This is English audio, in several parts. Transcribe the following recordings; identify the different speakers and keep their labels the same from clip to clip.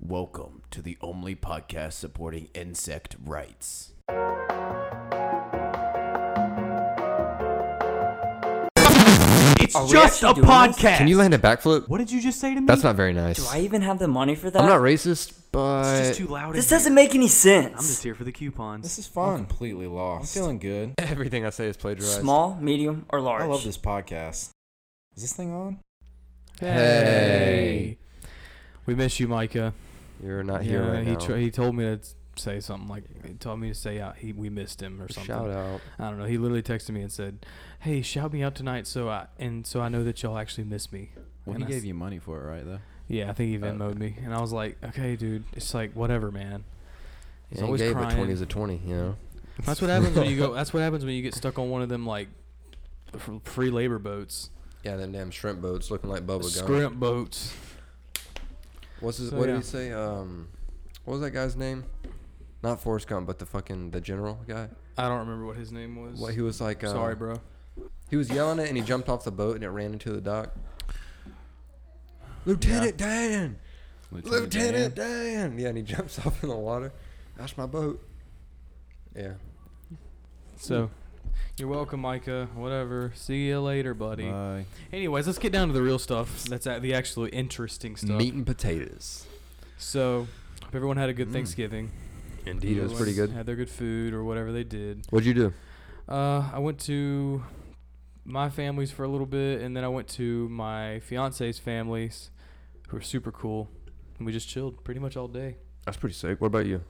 Speaker 1: Welcome to the only podcast supporting insect rights. It's
Speaker 2: Are we
Speaker 1: just a
Speaker 2: actually doing this?
Speaker 1: podcast.
Speaker 3: Can you land a backflip?
Speaker 2: What did you just say to me?
Speaker 3: That's not very nice.
Speaker 2: Do I even have the money for that?
Speaker 3: I'm not racist, but
Speaker 4: It's just too loud.
Speaker 2: This
Speaker 4: in
Speaker 2: doesn't make any sense.
Speaker 4: I'm just here for the coupons.
Speaker 5: This is fun. I'm completely lost. I'm feeling good.
Speaker 3: everything I say is plagiarized.
Speaker 2: Small, medium, or large.
Speaker 5: I love this podcast. Is this thing on?
Speaker 3: Hey,
Speaker 4: we miss you, Micah.
Speaker 3: you're not here right
Speaker 4: he
Speaker 3: now.
Speaker 4: tr- he told me to s- say something like he told me to say uh, he we missed him or something.
Speaker 3: Shout out.
Speaker 4: I don't know. He literally texted me and said, "Hey, shout me out tonight, so I and so I know that y'all actually miss me."
Speaker 1: Well,
Speaker 4: And
Speaker 1: he
Speaker 4: I s-
Speaker 1: gave you money for it, right? Though.
Speaker 4: Yeah, I think he
Speaker 3: Uh,
Speaker 4: Venmoed me, and I was like, "Okay, dude, it's like whatever, man." He's
Speaker 3: Yeah, he
Speaker 4: always
Speaker 3: gave a
Speaker 4: crying.
Speaker 3: twenty is a twenty. You know.
Speaker 4: That's what happens when you go. That's what happens when you get stuck on one of them like fr- free labor boats,
Speaker 3: Yeah, them damn shrimp boats looking like Bubba Gump.
Speaker 4: scrimp boats.
Speaker 3: What's his?
Speaker 4: So,
Speaker 3: what
Speaker 4: yeah.
Speaker 3: did he say? Um, what was that guy's name? Not Forrest Gump, but the fucking the general guy.
Speaker 4: I don't remember what his name was.
Speaker 3: What he was like? Uh,
Speaker 4: Sorry, bro.
Speaker 3: He was yelling it, and he jumped off the boat, and it ran into the dock. Lieutenant Dan. Lieutenant Dan. Yeah, and he jumps off in the water. That's my boat. Yeah.
Speaker 4: So, you're welcome, Micah. Whatever. See you later, buddy.
Speaker 1: Bye.
Speaker 4: Anyways, let's get down to the real stuff. That's a- the actually interesting stuff.
Speaker 3: Meat and potatoes.
Speaker 4: So, hope everyone had a good Thanksgiving.
Speaker 3: Indeed, Mm. it was
Speaker 4: Everyone
Speaker 3: pretty good.
Speaker 4: Had their good food or whatever they did.
Speaker 3: What'd you do?
Speaker 4: Uh, I went to my family's for a little bit, and then I went to my fiance's families, who are super cool, and we just chilled pretty much all day.
Speaker 3: That's pretty sick. What about you?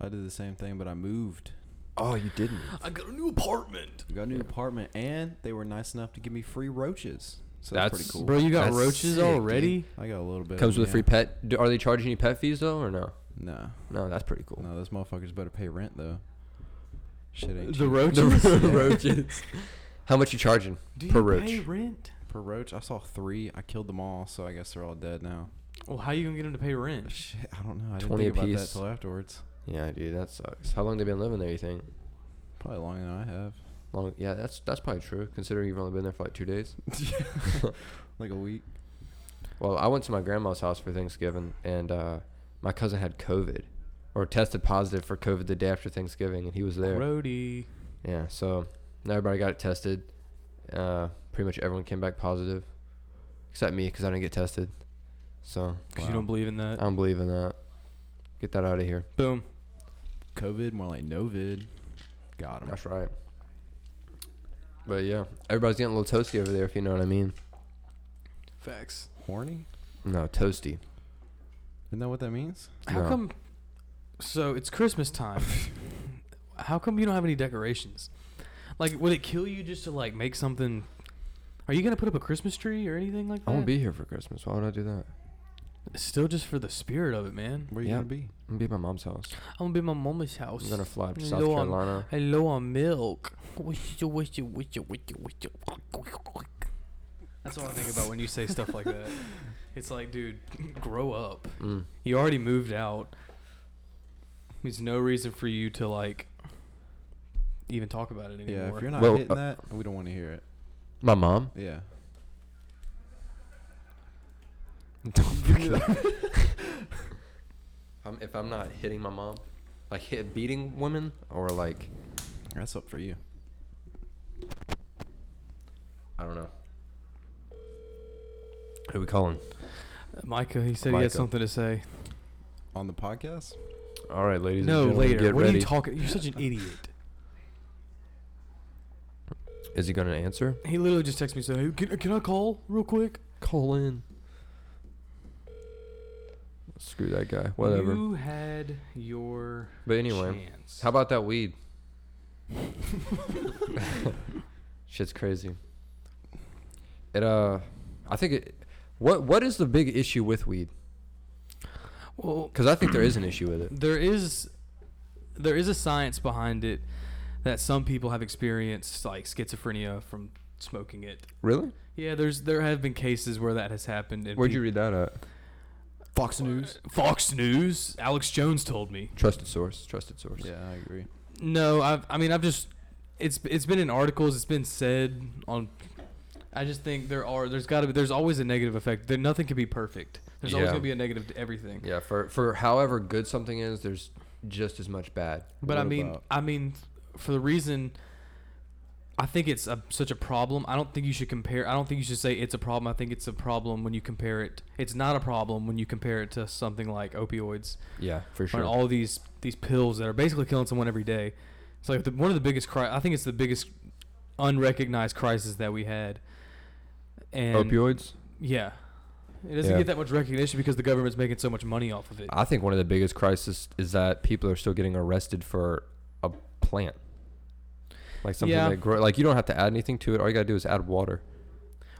Speaker 1: I did the same thing, but I moved.
Speaker 3: Oh, you didn't.
Speaker 4: I got a new apartment.
Speaker 1: We got a new
Speaker 3: Yeah.
Speaker 1: apartment, and they were nice enough to give me free roaches. So that's,
Speaker 3: That's-
Speaker 1: pretty cool.
Speaker 4: Bro, you got
Speaker 3: That's
Speaker 4: roaches
Speaker 3: sick, dude.
Speaker 4: already?
Speaker 1: I got a little bit.
Speaker 3: Comes
Speaker 1: of,
Speaker 3: with a
Speaker 1: yeah.
Speaker 3: free pet. Do, are they charging you pet fees though, or no?
Speaker 1: No,
Speaker 3: No, that's pretty cool.
Speaker 1: no, those motherfuckers better pay rent though. Shit ain't
Speaker 4: The
Speaker 1: cheap.
Speaker 3: The
Speaker 4: roaches.
Speaker 3: roaches. How much you charging
Speaker 4: Do
Speaker 3: per
Speaker 4: you pay
Speaker 3: roach?
Speaker 4: rent?
Speaker 1: per roach. I saw three. I killed them all, so I guess they're all dead now.
Speaker 4: Well, how you gonna get them to pay rent?
Speaker 1: Shit, I don't know. I didn't
Speaker 3: 20
Speaker 1: think about that
Speaker 3: apiece.
Speaker 1: till afterwards.
Speaker 3: Yeah, dude, that sucks. How long they been living there? You think?
Speaker 1: Probably longer than I have.
Speaker 3: Long? Yeah, that's that's probably true. Considering you've only been there for like two days.
Speaker 1: Like a week.
Speaker 3: Well, I went to my grandma's house for Thanksgiving, and uh, my cousin had COVID, or tested positive for COVID the day after Thanksgiving, and he was there.
Speaker 4: Roadie.
Speaker 3: Yeah, so now everybody got it tested. Uh, pretty much everyone came back positive, except me because I didn't get tested. So
Speaker 4: Because
Speaker 1: Wow.
Speaker 4: you don't believe in that.
Speaker 3: I don't believe in that. Get that out of here.
Speaker 4: Boom.
Speaker 1: COVID, more like Novid. Got him.
Speaker 3: That's right. But yeah, everybody's getting a little toasty over there, if you know what I mean.
Speaker 4: Facts.
Speaker 1: Horny?
Speaker 3: No, toasty.
Speaker 1: Isn't that what that means?
Speaker 4: How
Speaker 3: No.
Speaker 4: come? So it's Christmas time. How come you don't have any decorations? Like, would it kill you just to like make something? Are you gonna put up a Christmas tree or anything like that?
Speaker 3: I won't be here for Christmas. Why would I do that?
Speaker 4: It's still just for the spirit of it, man.
Speaker 1: Where you
Speaker 3: Yeah.
Speaker 1: gonna be?
Speaker 3: I'm gonna be at my mom's house.
Speaker 4: I'm gonna be at my mama's house.
Speaker 3: I'm gonna fly up to
Speaker 4: You
Speaker 3: South
Speaker 4: know Oh, I'm-
Speaker 3: Carolina.
Speaker 4: Hello, on milk. Wish you, wish you, wish you, wish you, wish you. That's all I think about when you say stuff like that. It's like, dude, grow up.
Speaker 3: Mm.
Speaker 4: You already moved out. There's no reason for you to like even talk about it anymore.
Speaker 1: Yeah, if you're not
Speaker 3: Well,
Speaker 1: hitting
Speaker 3: uh,
Speaker 1: that, we don't want to hear it.
Speaker 3: My mom.
Speaker 1: Yeah.
Speaker 3: I'm, if I'm not hitting my mom, like hit beating women or like
Speaker 1: That's up for you.
Speaker 3: I don't know. Who we calling?
Speaker 4: Micah, he said he
Speaker 3: Micah.
Speaker 4: had something to say.
Speaker 1: On the podcast?
Speaker 3: All right, ladies.
Speaker 4: no,
Speaker 3: and gentlemen,
Speaker 4: later.
Speaker 3: Get
Speaker 4: What
Speaker 3: ready.
Speaker 4: are you talking? You're such an idiot.
Speaker 3: Is he gonna answer?
Speaker 4: He literally just texted me saying, hey, can, "Can I call real quick?"
Speaker 3: Call in. Screw that guy. Whatever.
Speaker 4: You had your
Speaker 3: but anyway,
Speaker 4: chance.
Speaker 3: how about that weed? Shit's crazy. It uh, I think it. What what is the big issue with weed?
Speaker 4: Well,
Speaker 3: Because I think there is an issue with it.
Speaker 4: there is there is a science behind it that some people have experienced like schizophrenia from smoking it.
Speaker 3: Really?
Speaker 4: Yeah, there's there have been cases where that has happened. and
Speaker 3: Where'd
Speaker 4: peop-
Speaker 3: you read that at?
Speaker 1: Fox News.
Speaker 4: Fox News. Alex Jones told me.
Speaker 3: Trusted source. Trusted source.
Speaker 1: Yeah, I agree.
Speaker 4: No, I've, I mean I've just it's it's been in articles. It's been said on. I just think there are there's got to be there's always a negative effect. There, nothing can be perfect. There's always
Speaker 3: Yeah.
Speaker 4: gonna be a negative to everything.
Speaker 3: Yeah, for for however good something is, there's just as much bad.
Speaker 4: But I
Speaker 5: What
Speaker 4: mean,
Speaker 5: about-
Speaker 4: I mean, for the reason I think it's a, such a problem. I don't think you should compare. I don't think you should say it's a problem. I think it's a problem when you compare it. It's not a problem when you compare it to something like opioids
Speaker 3: Yeah, for sure.
Speaker 4: or all these these pills that are basically killing someone every day. It's like the, one of the biggest. Cri- I think it's the biggest unrecognized crisis that we had. And
Speaker 3: opioids.
Speaker 4: Yeah. It doesn't
Speaker 3: Yeah. Uh,
Speaker 4: get that much recognition because the government's making so much money off of it.
Speaker 3: I think one of the biggest crises is that people are still getting arrested for a plant, like something
Speaker 4: Yeah.
Speaker 3: that grow. Like you don't have to add anything to it. All you gotta do is add water,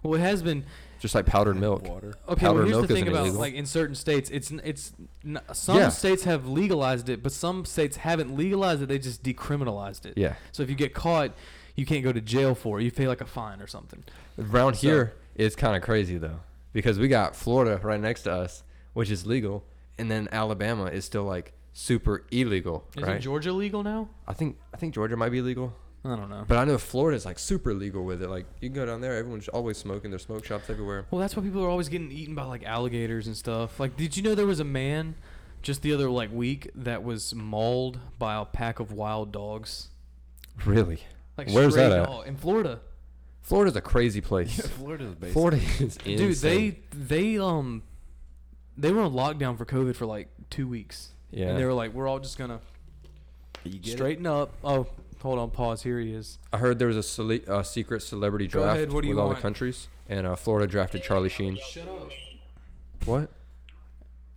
Speaker 4: Well, it has been
Speaker 3: just like powdered milk.
Speaker 5: Water.
Speaker 4: Okay,
Speaker 3: Powdered
Speaker 4: well, here's
Speaker 3: milk
Speaker 4: the thing
Speaker 3: isn't
Speaker 4: about
Speaker 3: illegal.
Speaker 4: like in certain states, it's n- it's n- some
Speaker 3: Yeah.
Speaker 4: states have legalized it, but some states haven't legalized it. They just decriminalized it.
Speaker 3: Yeah,
Speaker 4: So if you get caught, you can't go to jail for it. You pay like a fine or something.
Speaker 3: around
Speaker 4: So-
Speaker 3: here it's kind of crazy though because we got Florida right next to us, which is legal, and then Alabama is still like super illegal,
Speaker 4: Isn't
Speaker 3: right?
Speaker 4: Georgia legal now?
Speaker 3: I think I think Georgia might be legal,
Speaker 4: I don't know.
Speaker 3: but I know Florida's like super legal with it. Like you can go down there, everyone's always smoking. There's smoke shops everywhere.
Speaker 4: Well, that's why people are always getting eaten by like alligators and stuff. Like, did you know there was a man just the other like week that was mauled by a pack of wild dogs?
Speaker 3: Really,
Speaker 4: Like,
Speaker 3: Where's
Speaker 4: stray
Speaker 3: that at?
Speaker 4: dog- In Florida.
Speaker 3: Florida's a crazy place.
Speaker 5: Florida's basically.
Speaker 3: Florida is insane.
Speaker 4: Dude, they they um they were on lockdown for COVID for like two weeks.
Speaker 3: Yeah.
Speaker 4: And they were like, we're all just gonna
Speaker 1: You get it?
Speaker 4: straighten up. Oh, hold on, pause. Here he is.
Speaker 3: I heard there was a cele- uh, secret celebrity
Speaker 4: Go
Speaker 3: draft
Speaker 4: ahead, what do you
Speaker 3: with all
Speaker 4: want?
Speaker 3: the countries, and uh, Florida drafted Charlie Sheen.
Speaker 4: Shut up.
Speaker 3: What?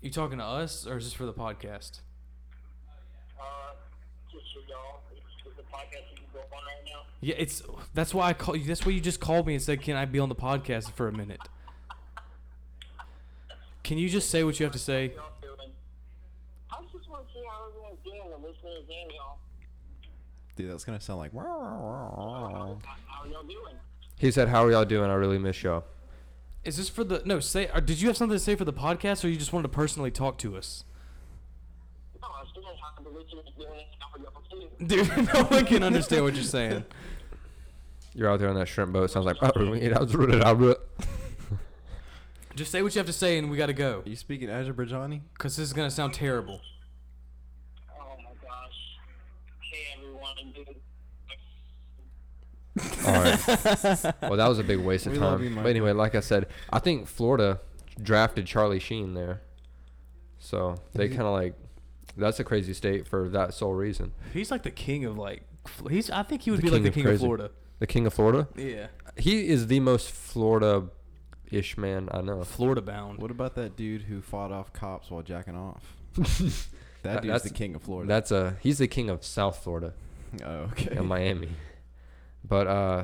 Speaker 4: You talking to us or is this for the podcast?
Speaker 6: Uh, just for y'all, is the podcast you can go on right now?
Speaker 4: Yeah, it's that's why I call you. That's why you just called me and said, "Can I be on the podcast for a minute?" Can you just say what you have to say?
Speaker 6: Y'all doing? I just want to see how everyone's doing and listening again, y'all.
Speaker 5: Dude, that's gonna sound like. "Wah, wah, wah, wah."
Speaker 6: How- How are y'all doing?
Speaker 3: He said, "How are y'all doing? I really miss y'all."
Speaker 4: Is this for the no? Say, or did you have something to say for the podcast, or you just wanted to personally talk to us?
Speaker 6: No, I still don't have to listen to doing it. How are y'all doing?
Speaker 4: Dude, no one can understand what you're saying.
Speaker 3: You're out there on that shrimp boat. Sounds like. "Oh, Dude,
Speaker 4: Just say what you have to say, and we gotta go.
Speaker 5: Are you speaking Azerbaijani?
Speaker 4: Cause this is gonna sound terrible.
Speaker 6: Oh my gosh. Hey everyone, dude.
Speaker 3: All right. Well, that was a big waste of
Speaker 5: We love
Speaker 3: time.
Speaker 5: you,
Speaker 3: but
Speaker 5: Michael.
Speaker 3: anyway, like I said, I think Florida drafted Charlie Sheen there, so they kind of like. That's a crazy state for that sole reason.
Speaker 4: He's like the king of like. Fl- He's. I think he would
Speaker 3: The
Speaker 4: be like
Speaker 3: king
Speaker 4: the
Speaker 3: of
Speaker 4: king of
Speaker 3: crazy.
Speaker 4: Florida.
Speaker 3: The king of Florida.
Speaker 4: Yeah.
Speaker 3: He is the most Florida-ish man I know.
Speaker 4: Uh, Florida bound.
Speaker 5: What about that dude who fought off cops while jacking off?
Speaker 3: That-
Speaker 5: That dude's the
Speaker 3: that's-
Speaker 5: king of Florida.
Speaker 3: That's a he's the king of South Florida
Speaker 5: oh, okay.
Speaker 3: and Miami. But uh,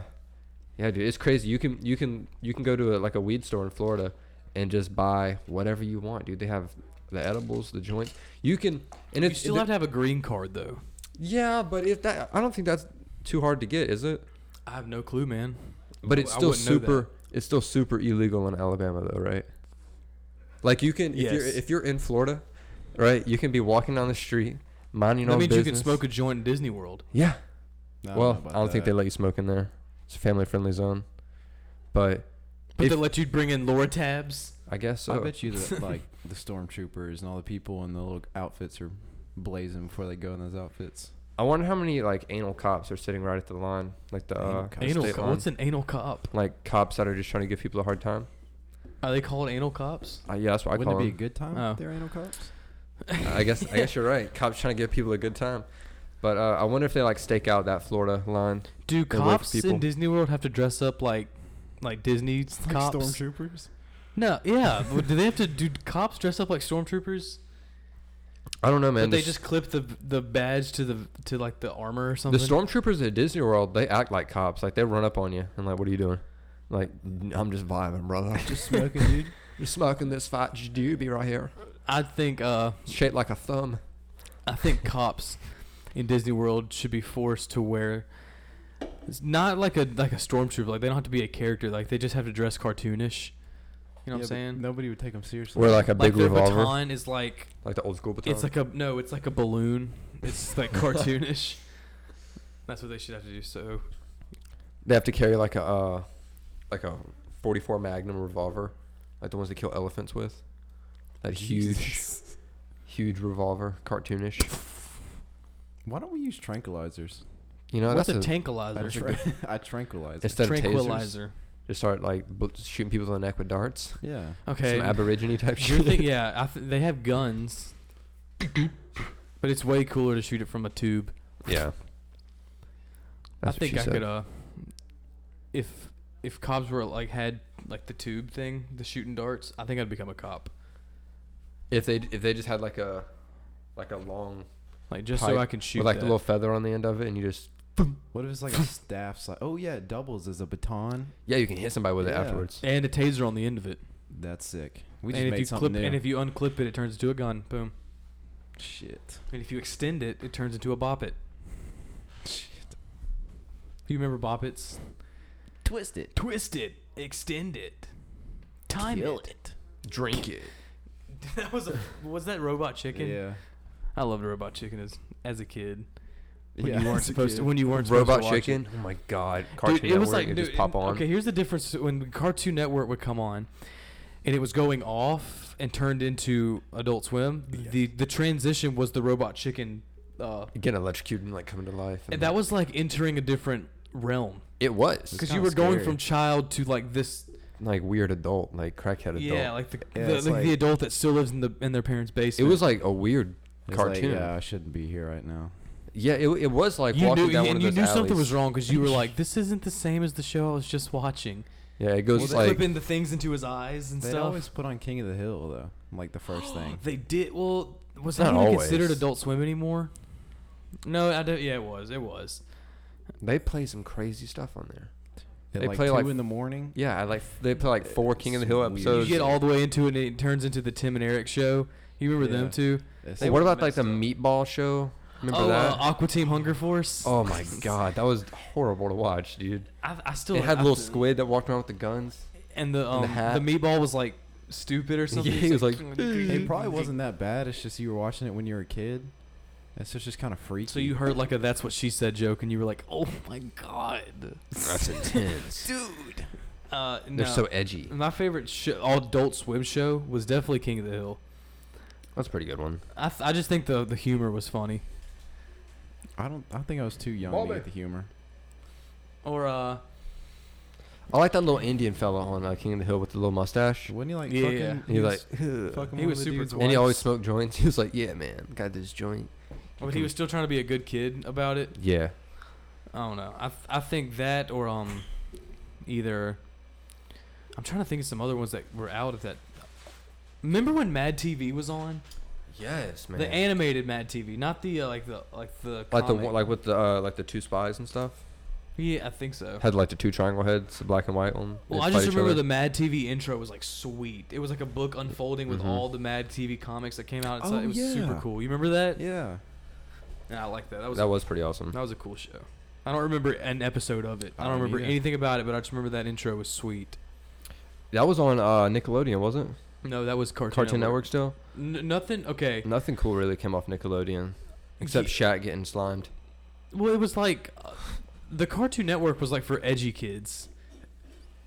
Speaker 3: yeah, dude, it's crazy. You can you can you can go to a, like a weed store in Florida and just buy whatever you want, dude. They have the edibles, the joints. You can and
Speaker 4: You
Speaker 3: it's
Speaker 4: still have to have a green card though.
Speaker 3: yeah, but if that I don't think that's too hard to get, is it?
Speaker 4: I have no clue, man.
Speaker 3: But it's
Speaker 4: I
Speaker 3: still
Speaker 4: wouldn't know that.
Speaker 3: super. It's still super illegal in Alabama, though, right? Like you can if you're
Speaker 4: Yes.
Speaker 3: if you're in Florida, right? You can be walking down the street, minding your
Speaker 4: that
Speaker 3: own
Speaker 4: means
Speaker 3: business.
Speaker 4: you can smoke a joint in Disney World.
Speaker 3: Yeah.
Speaker 5: No,
Speaker 3: well, I don't think they let you smoke in there. It's a family-friendly zone, but
Speaker 4: But
Speaker 3: If-
Speaker 4: they let you bring in Laura tabs.
Speaker 3: I guess so.
Speaker 5: I bet you that like the stormtroopers and all the people in the little outfits are blazing before they go in those outfits.
Speaker 3: I wonder how many like anal cops are sitting right at the line, like the
Speaker 5: Anal
Speaker 3: uh,
Speaker 5: cops.
Speaker 3: anal
Speaker 4: Anal.
Speaker 3: state
Speaker 4: Co-
Speaker 3: line.
Speaker 4: what's an anal cop?
Speaker 3: like cops that are just trying to give people a hard time.
Speaker 4: Are they called anal cops?
Speaker 3: Uh, yeah, that's what I
Speaker 5: Wouldn't
Speaker 3: call
Speaker 5: it be a
Speaker 3: them.
Speaker 5: good time?
Speaker 4: Oh.
Speaker 5: if They're anal cops.
Speaker 3: I guess I guess you're right. Cops trying to give people a good time, but uh, I wonder if they like stake out that Florida line.
Speaker 4: Do
Speaker 3: They're with
Speaker 4: cops in
Speaker 3: people.
Speaker 4: Disney World have to dress up like, like Disney cops?
Speaker 5: stormtroopers.
Speaker 4: No, yeah. but do they have to? Do cops dress up like stormtroopers?
Speaker 3: I don't know, man.
Speaker 4: But they
Speaker 3: The s-
Speaker 4: just clip the the badge to the to like the armor or
Speaker 3: the
Speaker 4: something.
Speaker 3: stormtroopers at Disney World they act like cops. Like they run up on you and like, what are you doing? Like I'm just vibing, brother.
Speaker 5: Just smoking, dude.
Speaker 3: just smoking this fat doobie right here,
Speaker 4: I think uh
Speaker 3: shaped like a thumb.
Speaker 4: I think cops in Disney World should be forced to wear it's not like a like a stormtrooper. Like they don't have to be a character. Like they just have to dress cartoonish. You know what I'm saying?
Speaker 5: Nobody would take them seriously.
Speaker 3: Wear like a
Speaker 4: like
Speaker 3: big
Speaker 4: their
Speaker 3: revolver,
Speaker 4: baton is like
Speaker 3: like the old school baton.
Speaker 4: it's like a no, it's like a balloon. It's like cartoonish. That's what they should have to do. So
Speaker 3: They have to carry like a uh, like a 44 Magnum revolver, like the ones they kill elephants with. That huge, huge revolver, cartoonish.
Speaker 5: Why don't we use tranquilizers?
Speaker 3: You know,
Speaker 4: What's a,
Speaker 3: that's a,
Speaker 5: I,
Speaker 4: tranquilizer?
Speaker 5: tra- I tranquilize.
Speaker 3: instead of tasers,
Speaker 4: tranquilizer.
Speaker 3: just start like bl- shooting people in the neck with darts.
Speaker 5: Yeah.
Speaker 4: Okay.
Speaker 3: Some aborigine type
Speaker 4: You're
Speaker 3: shit.
Speaker 4: thinking, yeah, I th- they have guns, but it's way cooler to shoot it from a tube.
Speaker 3: yeah. That's what
Speaker 4: I think
Speaker 3: she
Speaker 4: I
Speaker 3: said.
Speaker 4: could, uh, if if cops were like had like the tube thing, the shooting darts, I think I'd become a cop.
Speaker 3: If they if they just had like a like a long
Speaker 4: Like just
Speaker 3: pipe
Speaker 4: so I can shoot
Speaker 3: with like
Speaker 4: that.
Speaker 3: the little feather on the end of it, and you just
Speaker 5: What if it's like a staff? Si- oh yeah, it doubles as a baton.
Speaker 3: yeah, you can hit somebody with it
Speaker 5: Yeah.
Speaker 3: afterwards.
Speaker 4: and a taser on the end of it.
Speaker 5: That's sick. We just
Speaker 4: and if
Speaker 5: made
Speaker 4: you
Speaker 5: something
Speaker 4: clip
Speaker 5: new.
Speaker 4: and if you unclip it, it turns into a gun. Boom.
Speaker 5: Shit.
Speaker 4: And if you extend it, it turns into a bop it. Do you remember bop it's?
Speaker 1: Twist it.
Speaker 4: Twist it, extend it, time
Speaker 1: Kill
Speaker 4: it.
Speaker 3: Drink it.
Speaker 4: that was a, was that robot chicken?
Speaker 5: Yeah.
Speaker 4: I loved Robot Chicken as as a kid. When
Speaker 5: Yeah,
Speaker 4: you weren't
Speaker 5: as a
Speaker 4: supposed to
Speaker 5: kid.
Speaker 4: when you weren't supposed
Speaker 3: Robot
Speaker 4: to watch it.
Speaker 3: Chicken. Oh my god. Cartoon
Speaker 4: Dude, it was
Speaker 3: Network,
Speaker 4: like
Speaker 3: it
Speaker 4: dude,
Speaker 3: just pop on.
Speaker 4: Okay, here's the difference when Cartoon Network would come on, and it was going off and turned into Adult Swim. The the transition was the Robot Chicken, uh,
Speaker 3: Getting electrocuted and like coming to life.
Speaker 4: and that was like entering a different realm
Speaker 3: it was
Speaker 4: because you were going from child to like this.
Speaker 3: like weird adult, like crackhead adult.
Speaker 4: Yeah, like the
Speaker 5: Yeah,
Speaker 4: the,
Speaker 5: it's
Speaker 4: like, the
Speaker 5: like-
Speaker 4: adult that still lives in the in their parents'
Speaker 3: it
Speaker 4: basement.
Speaker 3: was like a weird
Speaker 5: It's like,
Speaker 3: cartoon.
Speaker 5: yeah, I shouldn't be here right now.
Speaker 3: yeah, it, it was like
Speaker 4: you
Speaker 3: walking
Speaker 4: knew,
Speaker 3: down one
Speaker 4: and
Speaker 3: of
Speaker 4: you
Speaker 3: those
Speaker 4: knew something
Speaker 3: alleys.
Speaker 4: was wrong because you were like, "This isn't the same as the show I was just watching."
Speaker 3: Yeah, it goes
Speaker 4: He's
Speaker 3: like
Speaker 4: clipping the things into his eyes and
Speaker 5: They
Speaker 4: stuff.
Speaker 5: always put on King of the Hill though, like the first thing.
Speaker 4: They did. Well, was
Speaker 3: Not
Speaker 4: that even considered
Speaker 3: always.
Speaker 4: Adult Swim anymore? No, I don't, yeah, it was. It was.
Speaker 3: they play some crazy stuff on there.
Speaker 5: At
Speaker 3: they
Speaker 5: like
Speaker 3: play,
Speaker 5: two
Speaker 3: like-
Speaker 5: in the morning.
Speaker 3: Yeah, I like they play like four King of the Hill
Speaker 5: It's weird.
Speaker 3: episodes.
Speaker 4: you get all the way into it, and it turns into the Tim and Eric show. You remember
Speaker 5: Yeah.
Speaker 4: them too?
Speaker 5: It's-
Speaker 3: Well, what about like the meatball show? Remember
Speaker 4: oh,
Speaker 3: that?
Speaker 4: Uh, Aqua Team Hunger Force.
Speaker 3: oh my god, that was horrible to watch, dude.
Speaker 4: I, I still
Speaker 3: It had
Speaker 4: I
Speaker 3: little
Speaker 4: still-
Speaker 3: squid that walked around with the guns.
Speaker 4: and the um
Speaker 3: the
Speaker 4: the,
Speaker 3: hat.
Speaker 4: meatball was like stupid or something.
Speaker 3: Yeah,
Speaker 4: It's
Speaker 3: he was like,
Speaker 5: It probably wasn't that bad. It's just you were watching it when you were a kid. It's just, just kind of freaky.
Speaker 4: So you heard like a "That's what she said" joke, and you were like, "Oh my god,
Speaker 1: That's intense.
Speaker 4: dude!" Uh, no.
Speaker 3: They're so edgy.
Speaker 4: My favorite show, all adult swim show was definitely King of the Hill.
Speaker 3: That's a pretty good one.
Speaker 4: I, th- I just think the the humor was funny.
Speaker 5: I don't. I think I was too young
Speaker 3: Baldy.
Speaker 5: to get the humor.
Speaker 4: Or uh,
Speaker 3: I like that little Indian fella on uh, King of the Hill with the little mustache.
Speaker 5: Wasn't he like
Speaker 4: Yeah,
Speaker 5: fucking?
Speaker 4: yeah.
Speaker 3: He like,
Speaker 5: fucking
Speaker 4: uh, He
Speaker 5: one
Speaker 4: was
Speaker 5: of the
Speaker 4: super
Speaker 5: dudes'
Speaker 4: cool.
Speaker 3: and he always
Speaker 5: wives?
Speaker 3: smoked joints. He was like, yeah, man, got this joint.
Speaker 4: but he was still trying to be a good kid about it.
Speaker 3: Yeah,
Speaker 4: I don't know. I th- I think that or um, either. I'm trying to think of some other ones that were out at that. Remember when Mad TV was on?
Speaker 3: yes, man.
Speaker 4: The animated Mad TV, not the uh, like the like the
Speaker 3: like the
Speaker 4: comic.
Speaker 3: one- like with the uh, like the two spies and stuff.
Speaker 4: yeah, I think so.
Speaker 3: Had like the two triangle heads, the black and white one. They
Speaker 4: Well, I
Speaker 3: fight
Speaker 4: just
Speaker 3: each
Speaker 4: remember
Speaker 3: other.
Speaker 4: the Mad TV intro was like sweet. It was like a book unfolding with
Speaker 3: Mhm.
Speaker 4: all the Mad TV comics that came out. It's
Speaker 5: Oh,
Speaker 4: like- it was super
Speaker 5: yeah.
Speaker 4: cool. You remember that?
Speaker 5: Yeah.
Speaker 4: Yeah, I like that. That was
Speaker 3: that was pretty awesome.
Speaker 4: that was a cool show. I don't remember an episode of it. I
Speaker 5: I
Speaker 4: don't
Speaker 5: don't
Speaker 4: remember
Speaker 5: either.
Speaker 4: anything about it, but I just remember that intro was sweet.
Speaker 3: That was on uh, Nickelodeon, wasn't it?
Speaker 4: No, that was Cartoon,
Speaker 3: Cartoon Network still.
Speaker 4: N- nothing. Okay.
Speaker 3: Nothing cool really came off Nickelodeon, except Shaq getting slimed.
Speaker 4: Well, it was like uh, the Cartoon Network was like for edgy kids,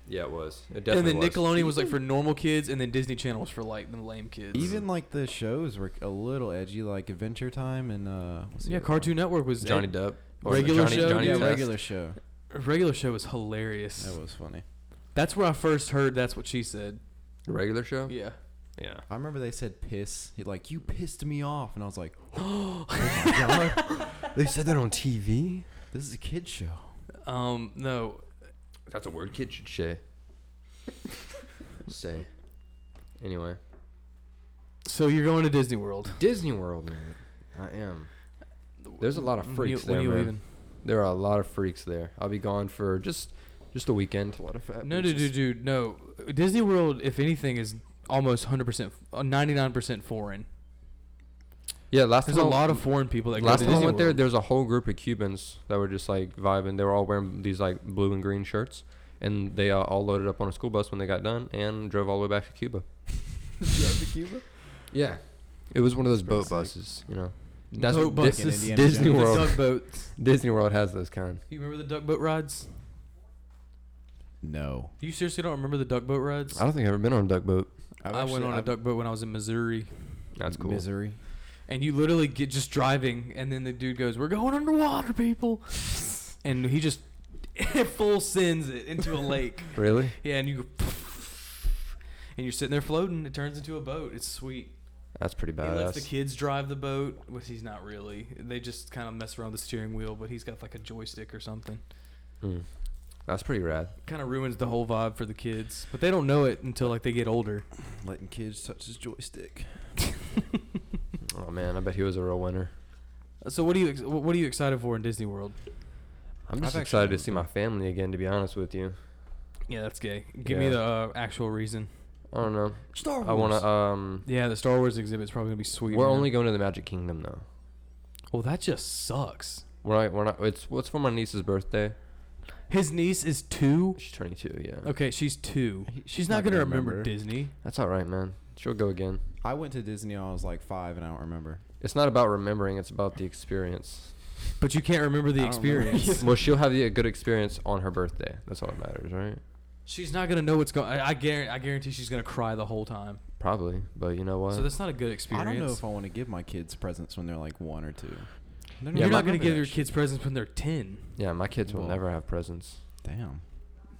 Speaker 3: Yeah, it was. It definitely
Speaker 4: and then
Speaker 3: was.
Speaker 4: Nickelodeon was like for normal kids, and then Disney Channel was for like the lame kids.
Speaker 5: Even like the shows were a little edgy, like Adventure Time and uh. what's the
Speaker 4: yeah,
Speaker 5: other one?
Speaker 4: Cartoon Network was eh,
Speaker 3: Johnny Depp. Or
Speaker 4: Regular
Speaker 3: Johnny,
Speaker 4: show?
Speaker 3: Johnny
Speaker 5: yeah,
Speaker 3: Test.
Speaker 5: regular show.
Speaker 4: Regular show was hilarious.
Speaker 5: That was funny.
Speaker 4: That's where I first heard that's what she said.
Speaker 3: Regular show.
Speaker 4: Yeah.
Speaker 3: Oh, Yeah.
Speaker 5: I remember they said piss. He, like you pissed me off, and I was like, oh my god,
Speaker 3: They said that on TV.
Speaker 5: this is a kid show.
Speaker 4: Um, no.
Speaker 3: That's a word kid should say. say. Anyway,
Speaker 4: So you're going to Disney World.
Speaker 3: Disney World, man. I am. There's a lot of
Speaker 4: When
Speaker 3: freaks
Speaker 4: you- when
Speaker 3: there,
Speaker 4: you
Speaker 3: man.
Speaker 4: leaving?
Speaker 3: There are a lot of freaks there. I'll be gone for just just a weekend. A lot of fat
Speaker 4: No, dude,
Speaker 3: bitches.
Speaker 4: dude, dude, no. Disney World, if anything, is almost 100%, uh, 99% foreign.
Speaker 3: Yeah, last
Speaker 4: There's
Speaker 3: time
Speaker 4: a
Speaker 3: I-
Speaker 4: lot of foreign people that
Speaker 3: last
Speaker 4: go to
Speaker 3: time I
Speaker 4: Disney
Speaker 3: went there,
Speaker 4: World.
Speaker 3: there was a whole group of Cubans that were just like vibing. They were all wearing these like blue and green shirts, and they uh, all loaded up on a school bus when they got done and drove all the way back to Cuba. Yeah, it was one of those boat buses, you know. That's
Speaker 4: Boat
Speaker 3: what Di-
Speaker 4: buses.
Speaker 5: Indiana
Speaker 3: Disney
Speaker 5: Jones.
Speaker 4: The
Speaker 3: World.
Speaker 4: duck boats.
Speaker 3: Disney World has those kind.
Speaker 4: You remember the duck boat rides?
Speaker 5: No.
Speaker 4: You seriously don't remember the duck boat rides?
Speaker 3: I don't think I've ever been on a duck boat.
Speaker 5: I've
Speaker 4: I went
Speaker 5: actually-
Speaker 4: on a
Speaker 5: I've-
Speaker 4: duck boat when I was in Missouri,
Speaker 3: That's cool.
Speaker 5: Misery.
Speaker 4: and you literally get just driving, and then the dude goes, "We're going underwater, people," and he just full sends it into a lake.
Speaker 3: Really?
Speaker 4: Yeah, and you go, and you're sitting there floating. It turns into a boat. It's sweet.
Speaker 3: That's pretty
Speaker 4: He lets the
Speaker 3: badass.
Speaker 4: kids drive the boat, which he's not really. They just kind of mess around with the steering wheel, but he's got like a joystick or something.
Speaker 3: Mm. That's pretty rad.
Speaker 4: Kind of ruins the whole vibe for the kids, but they don't know it until like they get older.
Speaker 5: Letting kids touch his joystick.
Speaker 3: Oh man, I bet he was a real winner.
Speaker 4: So what do you ex- what are you excited for in Disney World?
Speaker 3: I'm
Speaker 5: I've
Speaker 3: just
Speaker 5: actually
Speaker 3: excited to
Speaker 5: never
Speaker 3: see
Speaker 5: been.
Speaker 3: my family again. To be honest with you,
Speaker 4: Yeah, that's gay. Give me
Speaker 3: Yeah.
Speaker 4: the uh, actual reason.
Speaker 3: I don't know.
Speaker 5: Star
Speaker 3: I want to. Um,
Speaker 4: Yeah, the Star Wars exhibit's probably gonna be sweet.
Speaker 3: we're
Speaker 4: man.
Speaker 3: only going to the Magic Kingdom though.
Speaker 4: Well, that just sucks.
Speaker 3: We're not. We're not. It's what's for my niece's birthday.
Speaker 4: His niece is two.
Speaker 3: She's turning two. Yeah.
Speaker 4: Okay, she's two.
Speaker 5: He-
Speaker 4: She's not, gonna, remember, Disney.
Speaker 3: That's all right, man. She'll go again.
Speaker 5: I went to Disney when I was like five, and I don't remember.
Speaker 3: It's not about remembering. It's about the experience.
Speaker 4: But you can't remember the
Speaker 5: I don't remember.
Speaker 4: experience.
Speaker 3: well, she'll have the, a good experience on her birthday. That's all that matters, right?
Speaker 4: she's not gonna know what's going. I, I guarantee. I guarantee she's gonna cry the whole time.
Speaker 3: Probably. But you know what?
Speaker 4: So that's not a good experience.
Speaker 5: I don't know if I want to give my kids presents when they're like one or two. They're
Speaker 3: Yeah,
Speaker 4: You're
Speaker 3: my-
Speaker 4: not gonna
Speaker 5: remember
Speaker 4: give
Speaker 5: that
Speaker 4: your
Speaker 5: shit.
Speaker 4: kids presents when they're ten.
Speaker 3: yeah, my kids will
Speaker 5: Well.
Speaker 3: never have presents
Speaker 5: Damn.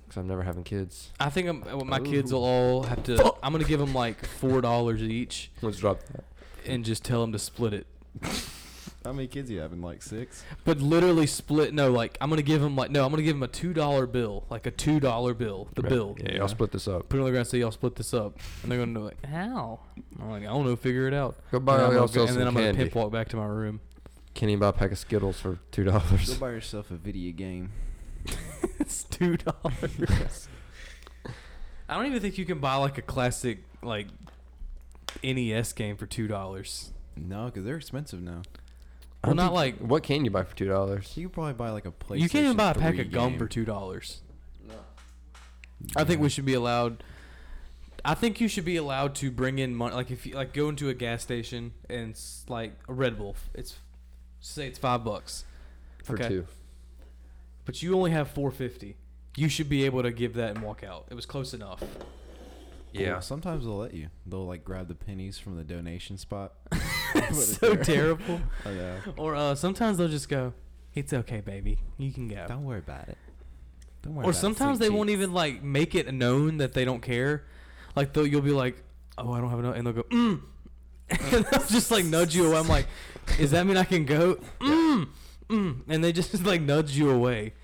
Speaker 3: because I'm never having kids.
Speaker 4: I think I'm, uh, my kids will all have to. I'm gonna give them like four dollars each
Speaker 3: Let's drop that.
Speaker 4: and just tell them to split it.
Speaker 5: How many kids you having? Like six?
Speaker 4: But literally split. No, like I'm gonna give them like no. I'm gonna give them a two dollar bill, like a two dollar bill, the
Speaker 3: Right.
Speaker 4: bill.
Speaker 3: Yeah, y'all split this up.
Speaker 4: Put it on the ground. and Say y'all split this up, and they're gonna be like, how? I'm like, I don't know. Figure it out.
Speaker 3: Go buy
Speaker 4: and I'm
Speaker 3: y'all
Speaker 4: gonna go-
Speaker 3: some
Speaker 4: and then I'm gonna
Speaker 3: candy.
Speaker 4: pimp walk back to my room.
Speaker 3: Can you buy a pack of Skittles for two
Speaker 5: Go
Speaker 3: dollars?
Speaker 5: buy yourself a video game.
Speaker 4: it's two dollars. I don't even think you can buy like a classic like NES game for two dollars.
Speaker 5: No, because they're expensive now.
Speaker 4: Well, not like
Speaker 3: What can you buy for two dollars?
Speaker 5: You could probably buy like a PlayStation.
Speaker 4: you can't even buy a pack
Speaker 5: 3
Speaker 4: of gum
Speaker 5: game.
Speaker 4: for two dollars. No. I think we should be allowed. I think you should be allowed to bring in money. Like if you like go into a gas station and s- like a Red Bull, it's say it's five bucks,
Speaker 3: For
Speaker 4: Okay.
Speaker 3: two.
Speaker 4: but you only have four fifty. You should be able to give that and walk out. It was close enough.
Speaker 5: Well, sometimes they'll let you. They'll like grab the pennies from the donation spot.
Speaker 4: That's so terrible.
Speaker 5: Oh, yeah.
Speaker 4: Or uh, sometimes they'll just go, "It's okay, baby, you can go."
Speaker 5: Don't worry about it. Don't worry.
Speaker 4: Or
Speaker 5: about it,
Speaker 4: sometimes
Speaker 5: sweet
Speaker 4: they won't
Speaker 5: cheeks.
Speaker 4: even like make it known that they don't care. Like they'll you'll be like, "Oh, I don't have enough," and they'll go, "Mm," and they'll just like nudge you away. I'm like, "Does that mean I can go?" Mm, mm, and they just like nudge you away.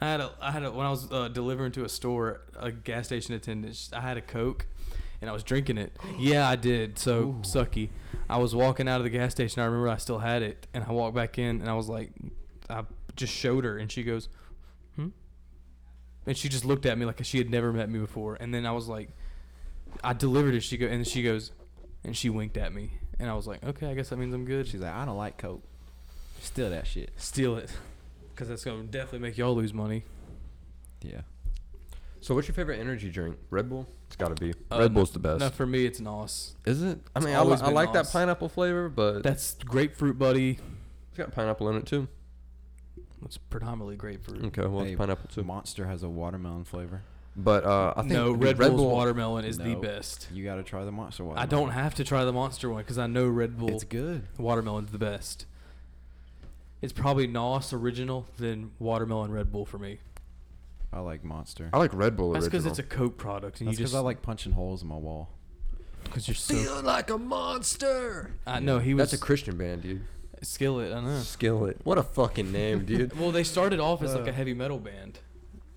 Speaker 4: I had a, I had a, when I was uh, delivering to a store, a gas station attendant. sh- I had a Coke, and I was drinking it. Yeah, I did. So sucky. I was walking out of the gas station. I remember I still had it, and I walked back in, and I was like, I just showed her, and she goes, "Hmm," and she just looked at me like she had never met me before. And then I was like, I delivered it. She go, and she goes, and she winked at me, and I was like, okay, I guess that means I'm good.
Speaker 5: She's like, I don't like Coke. Still that shit.
Speaker 4: Steal it, because that's gonna definitely make y'all lose money.
Speaker 5: Yeah.
Speaker 3: So what's your favorite energy drink? Red Bull? It's gotta be.
Speaker 4: Uh,
Speaker 3: Red
Speaker 4: no-
Speaker 3: Bull's the best.
Speaker 4: No, for me, it's Nos.
Speaker 3: Is it? I
Speaker 4: It's
Speaker 3: mean, I, li-
Speaker 4: always
Speaker 3: I
Speaker 4: been
Speaker 3: like that
Speaker 4: Nos.
Speaker 3: pineapple flavor, but
Speaker 4: That's grapefruit, buddy.
Speaker 3: it's got pineapple in it too.
Speaker 4: It's predominantly grapefruit.
Speaker 3: Okay, well,
Speaker 5: Hey,
Speaker 3: it's pineapple too.
Speaker 5: Monster has a watermelon flavor.
Speaker 3: But uh, I think
Speaker 4: no,
Speaker 3: dude,
Speaker 4: Red, Bull's
Speaker 3: Bull-
Speaker 4: watermelon is the
Speaker 5: No.
Speaker 4: best.
Speaker 5: You got to try the Monster watermelon.
Speaker 4: I don't have to try the monster one because I know Red Bull
Speaker 5: It's good.
Speaker 4: watermelon's the best. It's probably Nos original, then watermelon Red Bull for me.
Speaker 5: I like Monster.
Speaker 3: I like Red Bull
Speaker 4: That's because
Speaker 3: original.
Speaker 4: it's a Coke product, and
Speaker 5: That's
Speaker 4: Oh, you
Speaker 5: because
Speaker 4: just
Speaker 5: I like punching holes in my wall.
Speaker 4: because you're so.
Speaker 1: like a monster.
Speaker 4: I know he was
Speaker 3: That's a Christian band, dude.
Speaker 4: skillet. I know.
Speaker 3: Skillet. What a fucking name, dude.
Speaker 4: Well, they started off as like a heavy metal band,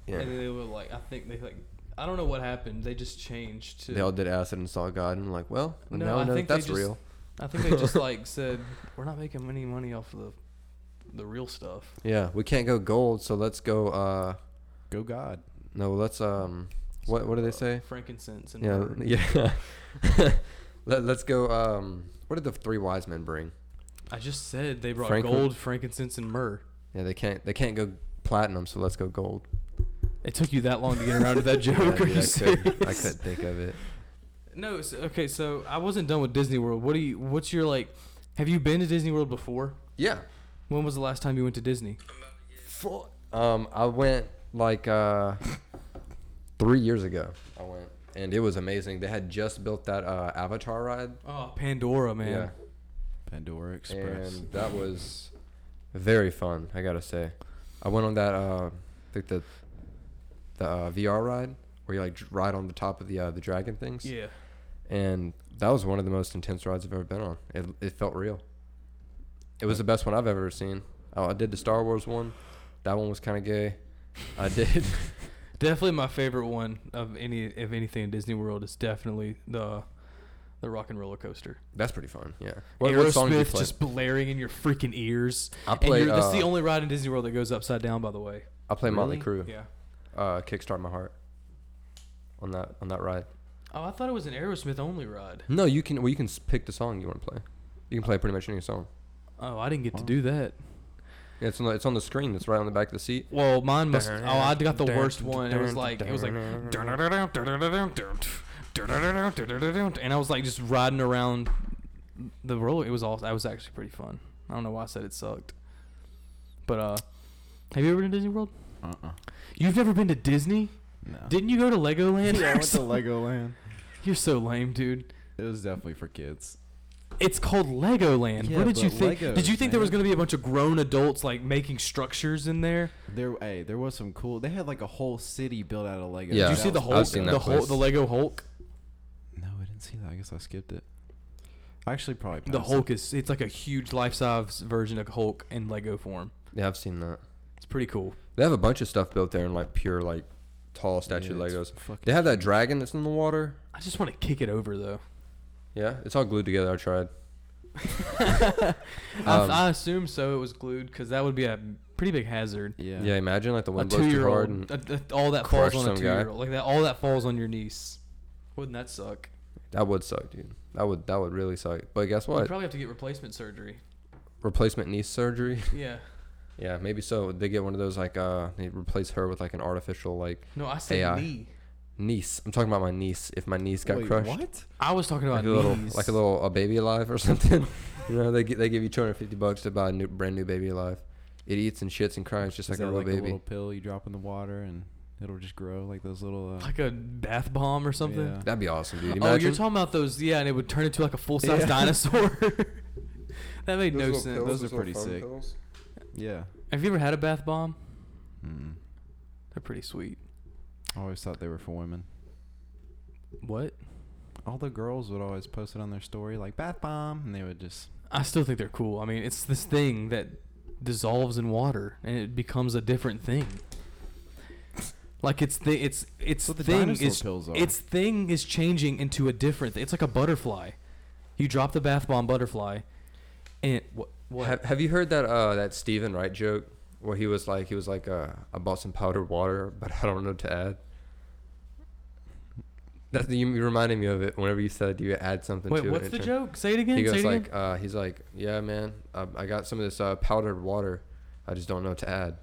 Speaker 3: yeah.
Speaker 4: and they were like, I think they like, I don't know what happened. They just changed to.
Speaker 3: They all did acid and saw God and like, well,
Speaker 4: No,
Speaker 3: no,
Speaker 4: I
Speaker 3: no,
Speaker 4: think they
Speaker 3: that's
Speaker 4: just-
Speaker 3: real.
Speaker 4: I think they just like said we're not making any money off of the the real stuff.
Speaker 3: Yeah, we can't go gold, so let's go. uh
Speaker 5: Go God.
Speaker 3: No, let's um. What what do they
Speaker 4: Uh,
Speaker 3: say?
Speaker 4: Frankincense and
Speaker 3: Yeah,
Speaker 4: myrrh.
Speaker 3: yeah. Let, let's go. Um, what did the three wise men bring?
Speaker 4: I just said they brought
Speaker 3: Franklin-
Speaker 4: gold, frankincense, and myrrh.
Speaker 3: Yeah, they can't they can't go platinum, so let's go gold.
Speaker 4: It took you that long to get around to that joke.
Speaker 3: Yeah,
Speaker 4: are
Speaker 3: dude,
Speaker 4: you
Speaker 3: I,
Speaker 4: serious?
Speaker 3: couldn't, I couldn't think of it.
Speaker 4: No. So, okay. So I wasn't done with Disney World. What do you? What's your like? Have you been to Disney World before?
Speaker 3: Yeah.
Speaker 4: When was the last time you went to Disney?
Speaker 3: Um, I went like uh, three years ago. I went and it was amazing. They had just built that uh, Avatar ride.
Speaker 4: Oh, Pandora, man.
Speaker 5: Pandora Express.
Speaker 3: and that was very fun. I gotta say, I went on that uh, I think the the uh, VR ride where you like dr- ride on the top of the uh, the dragon things.
Speaker 4: Yeah.
Speaker 3: and that was one of the most intense rides I've ever been on. It it felt real. It was the best one I've ever seen. Oh, I did the Star Wars one. That one was kind of gay. I did.
Speaker 4: Definitely my favorite one of any of anything in Disney World is definitely the the rock and roller coaster.
Speaker 3: That's pretty fun. Yeah. did
Speaker 4: Aerosmith just blaring in your freaking ears.
Speaker 3: I
Speaker 4: And you're-
Speaker 3: played.
Speaker 4: that's the
Speaker 3: uh,
Speaker 4: only ride in Disney World that goes upside down, by the way.
Speaker 3: I played Motley
Speaker 5: Really?
Speaker 3: Crue.
Speaker 4: Yeah.
Speaker 3: Uh, Kickstart My Heart. On that on that ride.
Speaker 4: Oh, I thought it was an Aerosmith only ride.
Speaker 3: No, you can. Well, you can s- pick the song you want to play. You can play pretty much any song.
Speaker 4: Oh, I didn't get to do that.
Speaker 3: Yeah, it's on the, it's on the screen. It's right on the back of the seat.
Speaker 4: Well, mine must. Oh, I got the worst one. It was like it was like, and I was like just riding around the roller. It was all. That was actually pretty fun. I don't know why I said it sucked, but uh, have you ever been to Disney World?
Speaker 5: uh-uh.
Speaker 4: You've never been to Disney?
Speaker 5: No.
Speaker 4: Didn't you go to Legoland?
Speaker 5: yeah, I went to Legoland.
Speaker 4: You're so lame, dude.
Speaker 5: It was definitely for kids.
Speaker 4: It's called Legoland.
Speaker 5: Yeah,
Speaker 4: what did
Speaker 5: but
Speaker 4: you think? did
Speaker 5: Legos,
Speaker 4: you think there was
Speaker 5: man.
Speaker 4: gonna be a bunch of grown adults like making structures in there?
Speaker 5: There, hey, there was some cool. They had like a whole city built out of Legos.
Speaker 3: Yeah.
Speaker 4: Did you
Speaker 5: That
Speaker 4: see the
Speaker 5: was
Speaker 3: I've
Speaker 4: Hulk?
Speaker 3: seen that
Speaker 4: The Hulk,
Speaker 3: place.
Speaker 4: the Lego Hulk.
Speaker 5: No, I didn't see that. I guess I skipped it. I actually probably
Speaker 4: The
Speaker 5: passed
Speaker 4: Hulk is it's like a huge life size version of Hulk in Lego form.
Speaker 3: Yeah, I've seen that.
Speaker 4: It's pretty cool.
Speaker 3: They have a bunch of stuff built there in like pure like tall statue
Speaker 5: Yeah, it's
Speaker 3: Legos.
Speaker 5: fucking
Speaker 3: They have that dragon that's in the water.
Speaker 4: I just want to kick it over though.
Speaker 3: Yeah, it's all glued together. I tried. Um,
Speaker 4: I, I assume so. It was glued because that would be a pretty big hazard.
Speaker 5: it. Yeah.
Speaker 3: Yeah, imagine like the
Speaker 4: A
Speaker 3: wind blows too hard.
Speaker 4: two-year-old,
Speaker 3: And,
Speaker 4: a- a- all that
Speaker 3: crush
Speaker 4: falls on
Speaker 3: some
Speaker 4: a
Speaker 3: guy.
Speaker 4: two-year-old, like that. All that falls on your niece. Wouldn't that suck?
Speaker 3: that would suck, dude. That would that would really suck. But guess
Speaker 4: You'd
Speaker 3: what?
Speaker 4: probably have to get replacement surgery.
Speaker 3: Replacement knee surgery.
Speaker 4: Yeah.
Speaker 3: yeah, maybe so. They get one of those like uh, they replace her with like an artificial like
Speaker 4: No, I said
Speaker 3: AI.
Speaker 4: knee.
Speaker 3: niece. I'm talking about my niece. If my niece got
Speaker 5: Wait,
Speaker 3: crushed.
Speaker 5: What?
Speaker 4: I was talking about
Speaker 3: like a little
Speaker 4: knees.
Speaker 3: like a little a baby alive or something. you know, they gi- they give you 250 bucks to buy a new brand new baby alive. It eats and shits and cries just
Speaker 5: Is
Speaker 3: like a
Speaker 5: that
Speaker 3: real
Speaker 5: like a
Speaker 3: baby.
Speaker 5: little pill you drop in the water and it'll just grow like those little. Uh,
Speaker 4: like a bath bomb or something.
Speaker 5: yeah.
Speaker 3: That'd be awesome, dude.
Speaker 4: Oh, you're
Speaker 3: Imagine.
Speaker 4: talking about those, yeah, and it would turn into like a full size dinosaur. that made no sense.
Speaker 5: those are pretty sick. Yeah.
Speaker 4: Have you ever had a bath bomb?
Speaker 5: Mm.
Speaker 4: They're pretty sweet.
Speaker 5: I always thought they were for women.
Speaker 4: What?
Speaker 5: All the girls would always post it on their story like bath bomb, and they would just
Speaker 4: I still think they're cool. I mean, it's this thing that dissolves in water and it becomes a different thing. Like it's the it's it's
Speaker 5: what the
Speaker 4: thing
Speaker 5: dinosaur
Speaker 4: is
Speaker 5: pills are.
Speaker 4: its thing is changing into a different. It's like a butterfly. You drop the bath bomb butterfly, and what what
Speaker 3: Have, have you heard that uh that Stephen Wright joke where he was like he was like uh I bought some powdered water but I don't know what to add. That you, you reminded me of it whenever you said you add something
Speaker 4: wait
Speaker 3: to
Speaker 4: what's
Speaker 3: it.
Speaker 4: the
Speaker 3: It turned-
Speaker 4: joke? Say it again.
Speaker 3: He
Speaker 4: say
Speaker 3: goes
Speaker 4: it
Speaker 3: like
Speaker 4: again.
Speaker 3: uh he's like yeah man I, I got some of this uh powdered water I just don't know what to add.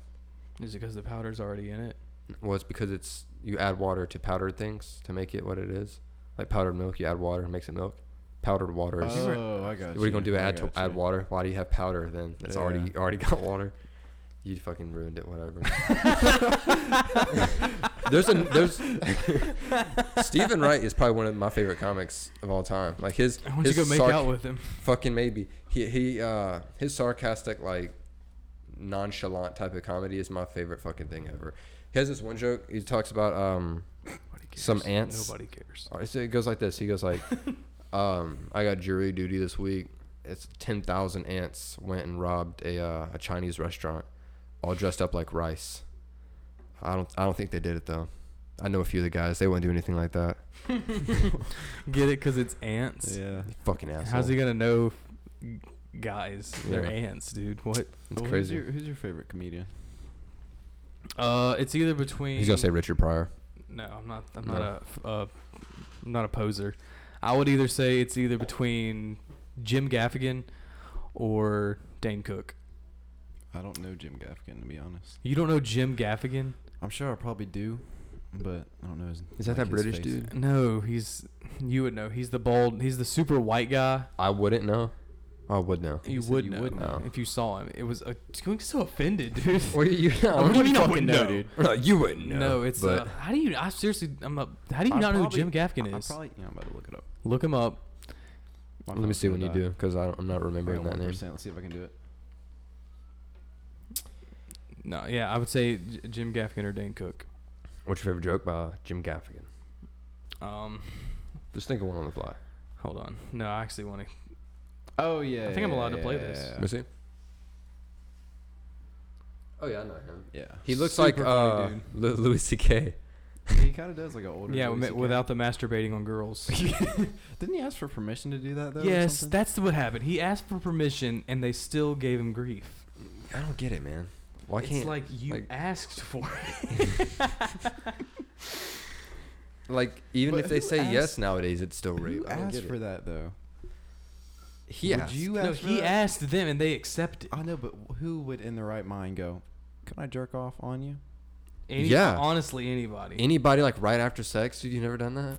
Speaker 4: Is it because the powder's already in it?
Speaker 3: Well, it's because it's you add water to powdered things to make it what it is. Like powdered milk, you add water, it makes it milk. Powdered water is.
Speaker 5: Oh, I got
Speaker 3: what are you gonna do?
Speaker 5: I
Speaker 3: Add to,
Speaker 5: got
Speaker 3: add
Speaker 5: you.
Speaker 3: water? Why do you have powder then? It's already
Speaker 5: Yeah.
Speaker 3: already got water. You fucking ruined it. Whatever. there's a there's Stephen Wright is probably one of my favorite comics of all time. Like his
Speaker 4: I want you
Speaker 3: his
Speaker 4: to go make
Speaker 3: sarc-
Speaker 4: out with him.
Speaker 3: fucking maybe he he uh his sarcastic like nonchalant type of comedy is my favorite fucking thing ever. He has this one joke. He talks about um some ants.
Speaker 4: Nobody cares.
Speaker 3: Or it's- It goes like this. He goes like, um, I got jury duty this week. It's ten thousand ants went and robbed a uh, a Chinese restaurant, all dressed up like rice. I don't I don't think they did it though. I know a few of the guys. They wouldn't do anything like that.
Speaker 4: Get it? Cause it's ants.
Speaker 5: Yeah.
Speaker 3: You fucking asshole.
Speaker 4: How's he gonna know, g- guys? They're
Speaker 3: Yeah.
Speaker 4: ants, dude. What?
Speaker 3: It's
Speaker 5: Well,
Speaker 3: crazy.
Speaker 5: Who's your, who's your favorite comedian?
Speaker 4: Uh, it's either between.
Speaker 3: He's gonna say Richard Pryor.
Speaker 4: No, I'm not. I'm
Speaker 3: No.
Speaker 4: not a. f- Uh, I'm not a poser. I would either say it's either between Jim Gaffigan or Dane Cook.
Speaker 5: I don't know Jim Gaffigan to be honest.
Speaker 4: You don't know Jim Gaffigan?
Speaker 5: I'm sure I probably do, but I don't know. His,
Speaker 3: Is that
Speaker 5: like
Speaker 3: that
Speaker 5: his
Speaker 3: British
Speaker 5: face.
Speaker 3: dude?
Speaker 4: No, he's. You would know. He's the bald. He's the super white guy.
Speaker 3: I wouldn't know. Oh, I would know.
Speaker 4: You
Speaker 5: said
Speaker 4: would
Speaker 5: you
Speaker 4: know
Speaker 5: would
Speaker 3: know.
Speaker 4: if you saw him. It was a, I'm so offended, dude.
Speaker 3: Or you, you
Speaker 5: I
Speaker 3: know.
Speaker 5: wouldn't
Speaker 4: mean I
Speaker 5: fucking
Speaker 4: wouldn't know?
Speaker 3: No, you wouldn't know.
Speaker 4: No, it's
Speaker 3: but
Speaker 4: uh, how do you? I seriously, I'm up. How do you
Speaker 5: I
Speaker 4: not
Speaker 5: probably-
Speaker 4: know who Jim Gaffigan
Speaker 5: I- I
Speaker 4: is?
Speaker 5: probably, yeah, I'm about to look it up.
Speaker 4: Look him up.
Speaker 5: My
Speaker 3: let me
Speaker 5: phone's
Speaker 3: see when you
Speaker 5: gonna die.
Speaker 3: do, because I'm not
Speaker 5: Bring
Speaker 3: remembering
Speaker 5: it
Speaker 3: that name.
Speaker 5: 1%, Let's see if I can do it.
Speaker 4: No, yeah, I would say J- Jim Gaffigan or Dane Cook.
Speaker 3: What's your favorite joke by Jim Gaffigan?
Speaker 4: Um,
Speaker 3: Just think of one on the fly.
Speaker 4: hold on. No, I actually want to.
Speaker 5: Oh yeah.
Speaker 4: think I'm allowed to play
Speaker 5: yeah,
Speaker 4: this.
Speaker 5: yeah,
Speaker 3: Let me see. Oh yeah, I know him.
Speaker 5: Yeah.
Speaker 3: He looks
Speaker 5: Super
Speaker 3: like uh,
Speaker 5: funny
Speaker 3: Lu- Louis C.K.
Speaker 5: dude. he kind of does like an older.
Speaker 4: Yeah,
Speaker 5: Louis
Speaker 4: wi-
Speaker 5: CK.
Speaker 4: without the masturbating on girls.
Speaker 5: Didn't he ask for permission to do that though? or
Speaker 4: yes,
Speaker 5: something?
Speaker 4: that's what happened. He asked for permission, and they still gave him grief.
Speaker 3: I don't get it, man. Why
Speaker 4: it's
Speaker 3: can't like,
Speaker 4: like you
Speaker 3: like-
Speaker 4: asked for
Speaker 3: even
Speaker 5: But
Speaker 3: if they
Speaker 5: who
Speaker 3: say yes
Speaker 5: asked-
Speaker 3: nowadays, it's still rape.
Speaker 5: Who
Speaker 3: I don't
Speaker 5: asked
Speaker 3: get
Speaker 5: for
Speaker 3: it.
Speaker 5: that though?
Speaker 3: He
Speaker 5: Would
Speaker 3: asked.
Speaker 5: you
Speaker 4: it. No,
Speaker 5: ask for
Speaker 4: he
Speaker 5: that?
Speaker 4: asked them, and they accepted.
Speaker 5: I know, but who would in their right mind go? Can I jerk off on you?
Speaker 4: Any,
Speaker 3: Yeah.
Speaker 4: honestly, anybody.
Speaker 3: Anybody like right after sex? Dude, you never done that?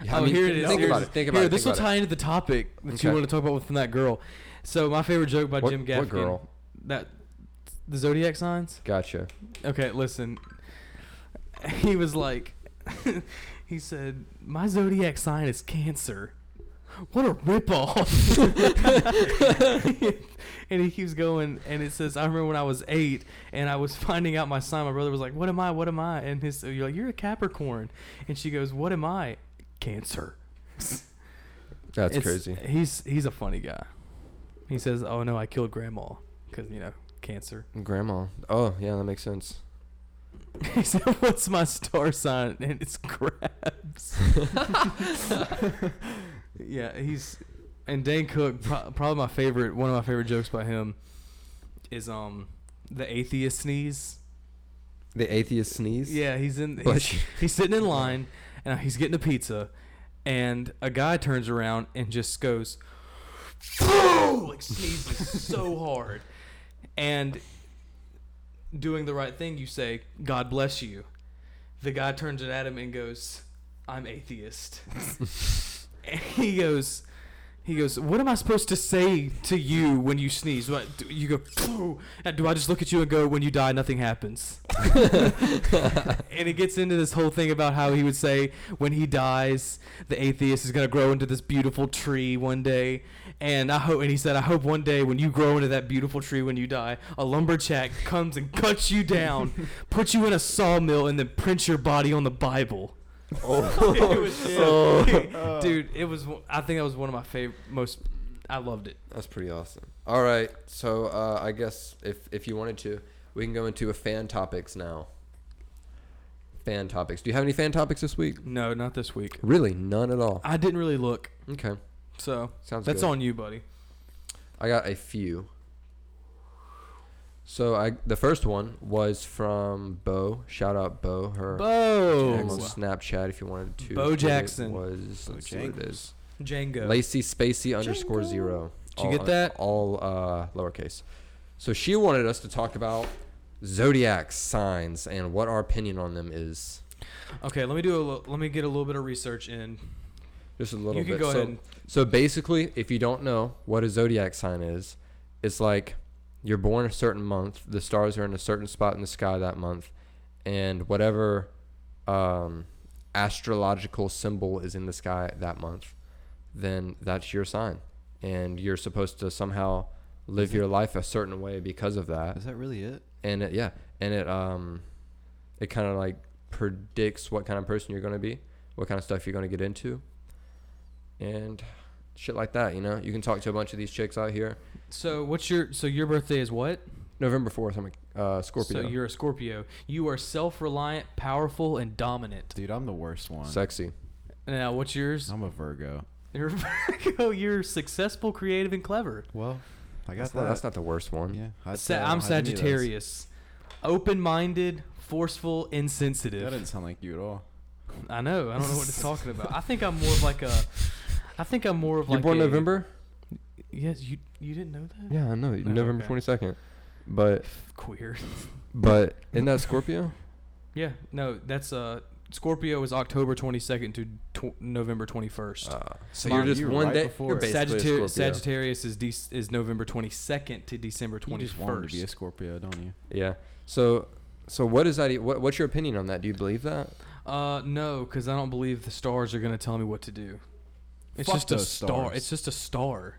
Speaker 3: Yeah,
Speaker 4: oh, here it is.
Speaker 3: Think
Speaker 4: here's-
Speaker 3: about it. Think about
Speaker 4: here,
Speaker 3: it.
Speaker 4: This
Speaker 3: think
Speaker 4: will
Speaker 3: about
Speaker 4: tie into the topic that
Speaker 3: Okay.
Speaker 4: you want to talk about from that girl. So my favorite joke by
Speaker 3: What-
Speaker 4: Jim Gaffigan.
Speaker 3: what girl?
Speaker 4: That the zodiac signs.
Speaker 3: it. Gotcha.
Speaker 4: Okay, listen. He was like, he said, my zodiac sign is Cancer. What a ripoff! and he keeps going, and it says, "I remember when I was eight, and I was finding out my sign. My brother was like, "What am I? What am I?" And his, you're like, "You're a Capricorn," and she goes, "What am I? Cancer."
Speaker 3: That's
Speaker 4: It's-
Speaker 3: crazy.
Speaker 4: He's he's a funny guy. He says, "Oh no, I killed grandma because you know cancer."
Speaker 3: Grandma. Oh yeah, that makes sense.
Speaker 4: He said, "What's my star sign?" And it's crabs. yeah, he's and Dan Cook. Pro- probably my favorite. One of my favorite jokes by him is um the atheist sneeze.
Speaker 3: The atheist sneeze.
Speaker 4: Yeah, he's in.
Speaker 3: Bless
Speaker 4: He's,
Speaker 3: you.
Speaker 4: he's sitting in line, and he's getting a pizza, and a guy turns around and just goes, like sneezes so hard, and doing the right thing, you say, "God bless you." The guy turns at him and goes, "I'm atheist." and he goes. He goes, "What am I supposed to say to you when you sneeze? What, do you go, "Phew," and do I just look at you and go, when you die, nothing happens?" and it gets into this whole thing about how he would say when he dies, the atheist is going to grow into this beautiful tree one day. And I hope, and he said, I hope one day when you grow into that beautiful tree when you die, a lumberjack comes and cuts you down, puts you in a sawmill, and then prints your body on the Bible. Oh, it was so-
Speaker 3: Oh.
Speaker 4: dude! It was. one- I think that was one of my favorite, most. I loved it.
Speaker 3: That's pretty awesome. All right, so uh, I guess if if you wanted to, we can go into a fan topics now. Fan topics. Do you have any fan topics this week?
Speaker 4: No, not this week.
Speaker 3: Really, none at all.
Speaker 4: I didn't really look,
Speaker 3: Okay,
Speaker 4: so
Speaker 3: sounds
Speaker 4: that's
Speaker 3: good.
Speaker 4: on you, buddy.
Speaker 3: I got a few. So I the first one was from Bo. Shout out Bo. Her
Speaker 4: Bo.
Speaker 3: handle on Snapchat if you wanted to.
Speaker 4: Bo
Speaker 3: What it
Speaker 4: Jackson.
Speaker 3: was let's see what it is.
Speaker 4: Django.
Speaker 3: Lacey Spacey underscore zero.
Speaker 4: Did you
Speaker 3: All
Speaker 4: get
Speaker 3: un-
Speaker 4: that?
Speaker 3: All uh, lowercase. So she wanted us to talk about zodiac signs and what our opinion on them is.
Speaker 4: Okay, let me do a lo- let me get a little bit of research in.
Speaker 3: Just a little
Speaker 4: You can
Speaker 3: bit.
Speaker 4: go
Speaker 3: so,
Speaker 4: ahead and-
Speaker 3: so basically, if you don't know what a zodiac sign is, it's like you're born a certain month, the stars are in a certain spot in the sky that month, and whatever um, astrological symbol is in the sky that month, then that's your sign. And you're supposed to somehow live your life a certain way because of that
Speaker 5: Is that really it?
Speaker 3: and it, yeah, and it um, it kind of like predicts what kind of person you're gonna be, what kind of stuff you're gonna get into, and shit like that. You know, you can talk to a bunch of these chicks out here.
Speaker 4: So what's your so your birthday is what?
Speaker 3: November fourth, I'm a uh, Scorpio.
Speaker 4: So you're a Scorpio. You are self-reliant, powerful, and dominant.
Speaker 5: Dude, I'm the worst one.
Speaker 3: sexy.
Speaker 4: Now what's yours?
Speaker 5: I'm a Virgo.
Speaker 4: You're Virgo. You're successful, creative, and clever.
Speaker 5: Well, I got
Speaker 3: That's not, that's
Speaker 5: that.
Speaker 3: not the worst one.
Speaker 5: yeah, I'd say
Speaker 4: Sa-
Speaker 5: uh, I
Speaker 4: I'm
Speaker 5: don't have any of those.
Speaker 4: Sagittarius. Open-minded, forceful,
Speaker 5: That
Speaker 4: insensitive.
Speaker 5: didn't sound like you at all.
Speaker 4: I know. I don't know what it's talking about. I think I'm more of like a. I think I'm more of
Speaker 3: You're
Speaker 4: like
Speaker 3: born
Speaker 4: a-
Speaker 3: November.
Speaker 4: Yes, you you didn't know that.
Speaker 3: Yeah, I know.
Speaker 4: No,
Speaker 3: November
Speaker 4: okay.
Speaker 3: twenty second. But
Speaker 4: Queer.
Speaker 3: but isn't that Scorpio?
Speaker 4: Yeah. No, that's uh Scorpio is October 22nd to tw- November 21st.
Speaker 3: Uh, so
Speaker 5: Mom,
Speaker 3: you're just
Speaker 5: you were
Speaker 3: one
Speaker 5: right
Speaker 3: day.
Speaker 5: before
Speaker 3: You're
Speaker 5: it.
Speaker 3: basically a
Speaker 4: Sagittarius,
Speaker 3: Scorpio.
Speaker 4: Sagittarius is de- is November 22nd to December 21st.
Speaker 5: You just want to be a Scorpio, don't you?
Speaker 3: Yeah. So, so what is that? e- What, what's your opinion on that? Do you believe that?
Speaker 4: Uh, no, because I don't believe the stars are gonna tell me what to do. It's
Speaker 5: Fuck
Speaker 4: just a
Speaker 5: those
Speaker 4: star.
Speaker 5: stars.
Speaker 4: It's just a star.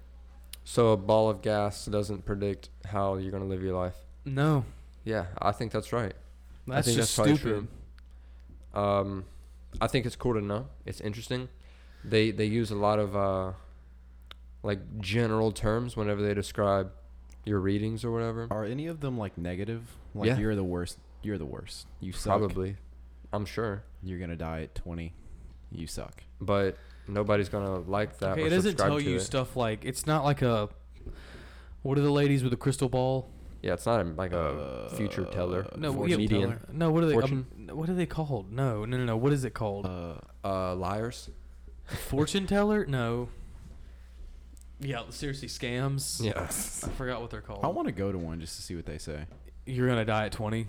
Speaker 3: So a ball of gas doesn't predict how you're gonna live your life.
Speaker 4: No,
Speaker 3: Yeah, I think that's right.
Speaker 4: that's
Speaker 3: I think
Speaker 4: just
Speaker 3: probably
Speaker 4: stupid.
Speaker 3: true. Um, I think it's cool to know. It's interesting. They they use a lot of uh, like general terms whenever they describe your readings or whatever.
Speaker 5: Are any of them like negative? Like
Speaker 3: Yeah.
Speaker 5: you're the worst. You're the worst. You suck.
Speaker 3: Probably, I'm sure,
Speaker 5: You're gonna die at 20. You suck.
Speaker 3: but nobody's gonna like that.
Speaker 4: Okay,
Speaker 3: or
Speaker 4: it doesn't
Speaker 3: subscribe
Speaker 4: tell
Speaker 3: to
Speaker 4: you
Speaker 3: it.
Speaker 4: stuff like it's not like a. What are the ladies with the crystal ball?
Speaker 3: Yeah, it's not like a future teller.
Speaker 4: No,
Speaker 3: or
Speaker 4: yeah,
Speaker 3: median.
Speaker 4: No, what are they?
Speaker 3: Uh, Fortune?
Speaker 4: Um, what are they called? No, no, no, no. What is it called?
Speaker 5: Uh,
Speaker 3: Uh, liars.
Speaker 4: Fortune teller? No. Yeah, seriously, scams.
Speaker 3: Yeah.
Speaker 4: I forgot what they're called.
Speaker 5: I want to go to one just to see what they say.
Speaker 4: You're gonna die at 20.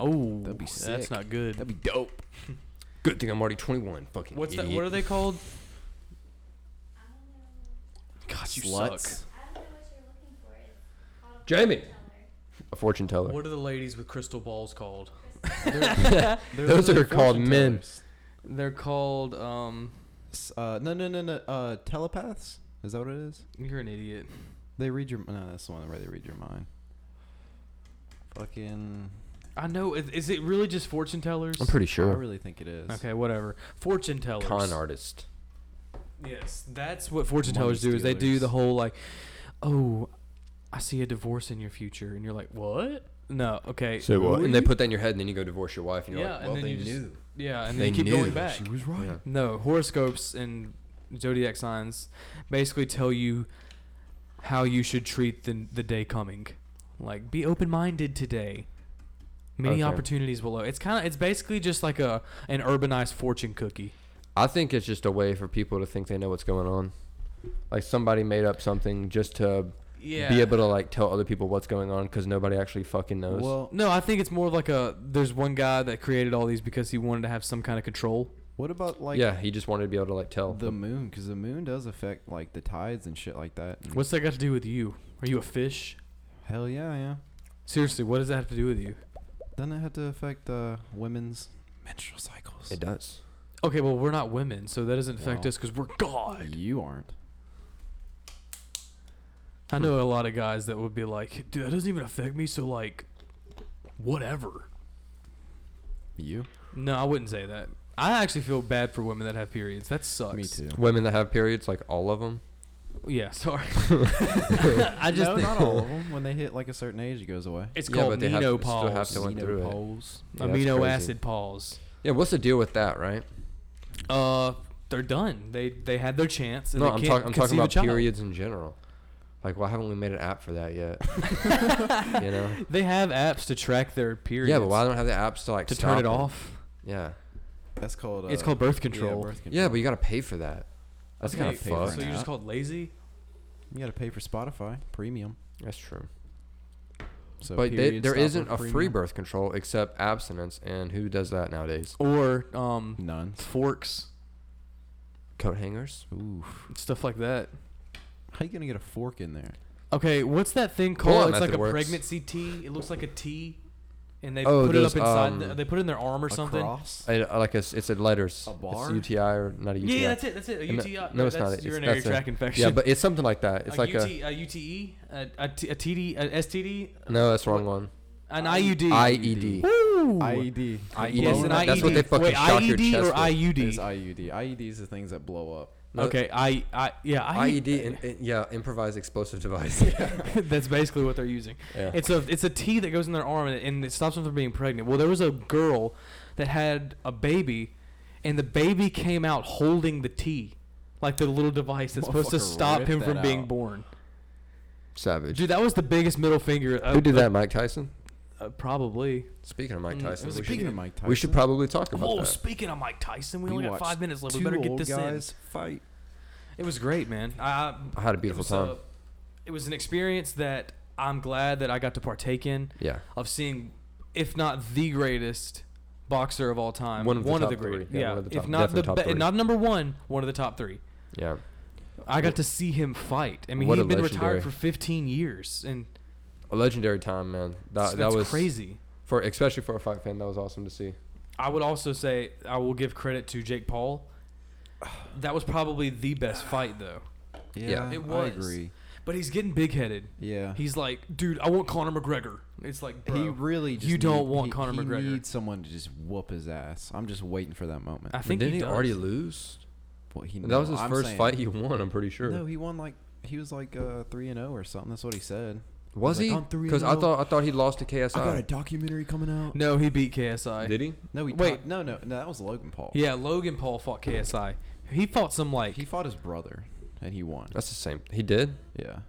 Speaker 4: Oh,
Speaker 5: That'd be
Speaker 4: that's
Speaker 5: sick.
Speaker 4: not good.
Speaker 5: That'd be dope.
Speaker 3: Good thing I'm already 21. Fucking
Speaker 4: What's that?
Speaker 3: idiot.
Speaker 4: What are they called? Gosh, you
Speaker 5: Sluts.
Speaker 4: suck.
Speaker 3: Jamie. A fortune teller.
Speaker 4: What are the ladies with crystal balls called?
Speaker 3: Those are called men.
Speaker 4: They're called. Um,
Speaker 5: S- Uh, no, no, no, no. Uh, telepaths. Is that what it is?
Speaker 4: you're an idiot.
Speaker 5: They read your. No, that's the one where they read your mind. Fucking.
Speaker 4: I know. i- Is it really just fortune tellers?
Speaker 3: I'm pretty
Speaker 5: I
Speaker 3: sure.
Speaker 5: really think it is.
Speaker 4: Okay, whatever. Fortune tellers.
Speaker 3: Con artist.
Speaker 4: Yes, that's what fortune
Speaker 5: Money
Speaker 4: tellers do. Is they do
Speaker 5: stealers.
Speaker 4: the whole like, oh, I see a divorce in your future, and you're like, what? No, okay.
Speaker 3: And they put that in your head, and then you go divorce your wife, and you're
Speaker 4: yeah,
Speaker 3: like,
Speaker 4: and
Speaker 3: well,
Speaker 4: then
Speaker 3: they
Speaker 4: you
Speaker 3: knew.
Speaker 4: just, yeah, and then
Speaker 3: They
Speaker 4: you keep
Speaker 3: knew.
Speaker 4: going back.
Speaker 5: was
Speaker 3: Yeah.
Speaker 4: No, horoscopes and zodiac signs basically tell you how you should treat the the day coming. Like be open minded today.
Speaker 3: Okay.
Speaker 4: Many opportunities below. It's kind of it's basically just like a an urbanized fortune cookie.
Speaker 3: I think it's just a way for people to think they know what's going on. Like somebody made up something just to
Speaker 4: Yeah.
Speaker 3: be able to like tell other people what's going on because nobody actually fucking knows.
Speaker 5: Well,
Speaker 4: no, I think it's more of like a there's one guy that created all these because he wanted to have some kind of control.
Speaker 5: what about like
Speaker 3: yeah, he just wanted to be able to like tell.
Speaker 5: the moon? Because the moon does affect like the tides and shit like that. And
Speaker 4: What's that got to do with you? Are you a fish?
Speaker 5: Hell yeah, yeah.
Speaker 4: Seriously, what does that have to do with you?
Speaker 5: Doesn't it have to affect uh, women's menstrual cycles?
Speaker 3: it does.
Speaker 4: Okay, well we're not women, so that doesn't affect
Speaker 5: Well.
Speaker 4: us because we're God.
Speaker 5: You aren't.
Speaker 4: I know a lot of guys that would be like, dude, that doesn't even affect me, so like, whatever.
Speaker 5: You?
Speaker 4: No, I wouldn't say that. I actually feel bad for women that have periods. That sucks.
Speaker 5: Me too.
Speaker 3: Women that have periods, like all of them.
Speaker 4: Yeah, sorry. I just
Speaker 5: no,
Speaker 4: think
Speaker 5: not all of them. When they hit like a certain age, it goes away.
Speaker 4: it's
Speaker 3: Yeah,
Speaker 4: called
Speaker 3: but they have- still
Speaker 4: menopause.
Speaker 3: have to went through it.
Speaker 5: Xenopoles.
Speaker 3: Yeah, that's
Speaker 4: amino
Speaker 3: crazy.
Speaker 4: acid pause.
Speaker 3: Yeah, what's the deal with that, right?
Speaker 4: Uh, they're done. They they had their chance. And
Speaker 3: no,
Speaker 4: they
Speaker 3: I'm,
Speaker 4: can't
Speaker 3: talk- I'm
Speaker 4: conceive
Speaker 3: talking
Speaker 4: a
Speaker 3: about
Speaker 4: child.
Speaker 3: periods in general. Like, why haven't we made an app for that yet? you know?
Speaker 4: They have apps to track their periods.
Speaker 3: Yeah, but why don't have the apps to like
Speaker 4: to
Speaker 3: stop
Speaker 4: turn it off?
Speaker 3: Yeah,
Speaker 5: That's called. Uh,
Speaker 4: It's called birth
Speaker 5: yeah,
Speaker 4: control.
Speaker 5: birth control.
Speaker 3: yeah, but you gotta pay for that. That's
Speaker 4: Okay,
Speaker 3: kind of
Speaker 5: pay for
Speaker 3: fucked.
Speaker 4: So
Speaker 5: an
Speaker 4: you're just
Speaker 5: app.
Speaker 4: called lazy.
Speaker 5: you gotta pay for Spotify Premium.
Speaker 3: That's true.
Speaker 5: So
Speaker 3: but they,
Speaker 5: period
Speaker 3: there
Speaker 5: stopper
Speaker 3: isn't a free
Speaker 5: premium.
Speaker 3: birth control except abstinence, and who does that nowadays?
Speaker 4: Or um,
Speaker 5: None.
Speaker 4: forks,
Speaker 3: Coat hangers.
Speaker 5: Oof.
Speaker 4: stuff like that.
Speaker 5: How you gonna get a fork in there?
Speaker 4: Okay, what's that thing
Speaker 3: Pull-out
Speaker 4: called? It's like
Speaker 3: method
Speaker 4: a
Speaker 3: works.
Speaker 4: pregnancy tee. It looks like a T, and they
Speaker 3: Oh,
Speaker 4: put it
Speaker 3: those,
Speaker 4: up inside. the,
Speaker 3: um,
Speaker 4: they put it in their arm or something.
Speaker 5: A cross?
Speaker 3: I, I like a, s- it's a letters.
Speaker 5: A
Speaker 3: It's
Speaker 5: bar?
Speaker 3: UTI or not a
Speaker 4: Yeah,
Speaker 3: UTI.
Speaker 4: yeah, that's it. That's it. A
Speaker 3: And
Speaker 4: UTI.
Speaker 3: that-
Speaker 4: No,
Speaker 3: no, it's not.
Speaker 4: that's
Speaker 3: It's-
Speaker 4: urinary
Speaker 3: that's a-
Speaker 4: tract infection.
Speaker 3: Yeah, but it's something like that. It's like
Speaker 4: UT, a UTE, a, a, t, a TD, a STD,
Speaker 3: a no, that's the wrong one. E
Speaker 4: an IUD.
Speaker 3: IED.
Speaker 4: Woo!
Speaker 5: IED.
Speaker 4: E Yes, an
Speaker 5: Blown up.
Speaker 4: IED.
Speaker 3: That's what they fucking
Speaker 4: Wait,
Speaker 3: shock your
Speaker 4: IED
Speaker 3: chest
Speaker 4: or E
Speaker 3: with.
Speaker 5: It's
Speaker 4: IUD?
Speaker 5: IUD. IEDs are things that blow up.
Speaker 3: No,
Speaker 4: Okay, I, I, yeah, I, E
Speaker 3: IED. and and- yeah, improvised explosive device.
Speaker 4: that's basically what they're using.
Speaker 3: Yeah.
Speaker 4: It's a it's a T that goes in their arm and, and it stops them from being pregnant. Well, there was a girl that had a baby, and the baby came out holding the T, like the little device that's supposed to
Speaker 5: Motherfucker
Speaker 4: stop
Speaker 5: ripped
Speaker 4: him from
Speaker 5: that
Speaker 4: being
Speaker 5: out.
Speaker 4: born.
Speaker 3: Savage.
Speaker 4: Dude, that was the biggest middle finger. Uh,
Speaker 3: Who did that? Mike Tyson.
Speaker 4: Uh, probably.
Speaker 3: Speaking of Mike
Speaker 4: Mm,
Speaker 3: Tyson,
Speaker 4: was
Speaker 3: we
Speaker 4: it
Speaker 3: should,
Speaker 5: Speaking of Mike Tyson,
Speaker 3: we should probably talk about
Speaker 4: Oh,
Speaker 3: that.
Speaker 4: speaking of Mike Tyson, we,
Speaker 5: we
Speaker 4: only got
Speaker 5: watched
Speaker 4: five minutes left. We
Speaker 5: two
Speaker 4: better get
Speaker 5: old
Speaker 4: this
Speaker 5: guys
Speaker 4: in.
Speaker 5: Fight.
Speaker 4: It was great, man. I,
Speaker 3: I had a
Speaker 4: it
Speaker 3: beautiful
Speaker 4: was,
Speaker 3: time.
Speaker 4: uh, it was an experience that I'm glad that I got to partake in.
Speaker 3: yeah.
Speaker 4: of seeing, if not the greatest boxer of all time.
Speaker 3: One of the top three.
Speaker 4: great-
Speaker 3: Yeah,
Speaker 4: Yeah,
Speaker 3: one of the
Speaker 4: if
Speaker 3: top-
Speaker 4: not the
Speaker 3: definitely top
Speaker 4: be-
Speaker 3: three.
Speaker 4: not number one, one of the top three.
Speaker 3: Yeah.
Speaker 4: I got to see him fight. I mean,
Speaker 3: What
Speaker 4: he's
Speaker 3: a
Speaker 4: been
Speaker 3: legendary-
Speaker 4: retired for 15 years, and
Speaker 3: A legendary time, man. That,
Speaker 4: that's
Speaker 3: Uh, that was
Speaker 4: crazy.
Speaker 3: for especially for a fight fan. That was awesome to see.
Speaker 4: I would also say I will give credit to Jake Paul. That was probably the best fight though.
Speaker 3: Yeah.
Speaker 4: It
Speaker 5: I
Speaker 4: was.
Speaker 5: agree.
Speaker 4: But he's getting big headed.
Speaker 5: Yeah.
Speaker 4: He's like, dude, I want Conor McGregor. It's like, bro,
Speaker 5: he really just
Speaker 4: you don't
Speaker 5: need-
Speaker 4: want
Speaker 5: he,
Speaker 4: Conor
Speaker 5: he
Speaker 4: McGregor.
Speaker 5: needs someone to just whoop his ass. I'm just waiting for that moment.
Speaker 4: I think
Speaker 3: didn't
Speaker 4: he,
Speaker 3: he,
Speaker 4: does.
Speaker 3: already lose?
Speaker 5: Well, he-
Speaker 3: that was
Speaker 5: no,
Speaker 3: his
Speaker 5: I'm
Speaker 3: first
Speaker 5: saying-
Speaker 3: fight he won. I'm pretty sure.
Speaker 5: No, he won like he was like uh, three and zero or something. That's what he said.
Speaker 3: was
Speaker 5: like,
Speaker 3: he?
Speaker 5: "I'm three and
Speaker 3: Because I
Speaker 5: oh.
Speaker 3: thought uh, I thought he lost to KSI.
Speaker 5: documentary coming out.
Speaker 4: No, he beat KSI.
Speaker 3: Did he?
Speaker 5: No, he
Speaker 4: Wait.
Speaker 5: wait. no, no, no. That was Logan Paul.
Speaker 4: Yeah, Logan Paul fought KSI. He fought some like
Speaker 5: he fought his brother, and he won.
Speaker 3: That's the same. He did.
Speaker 5: Yeah,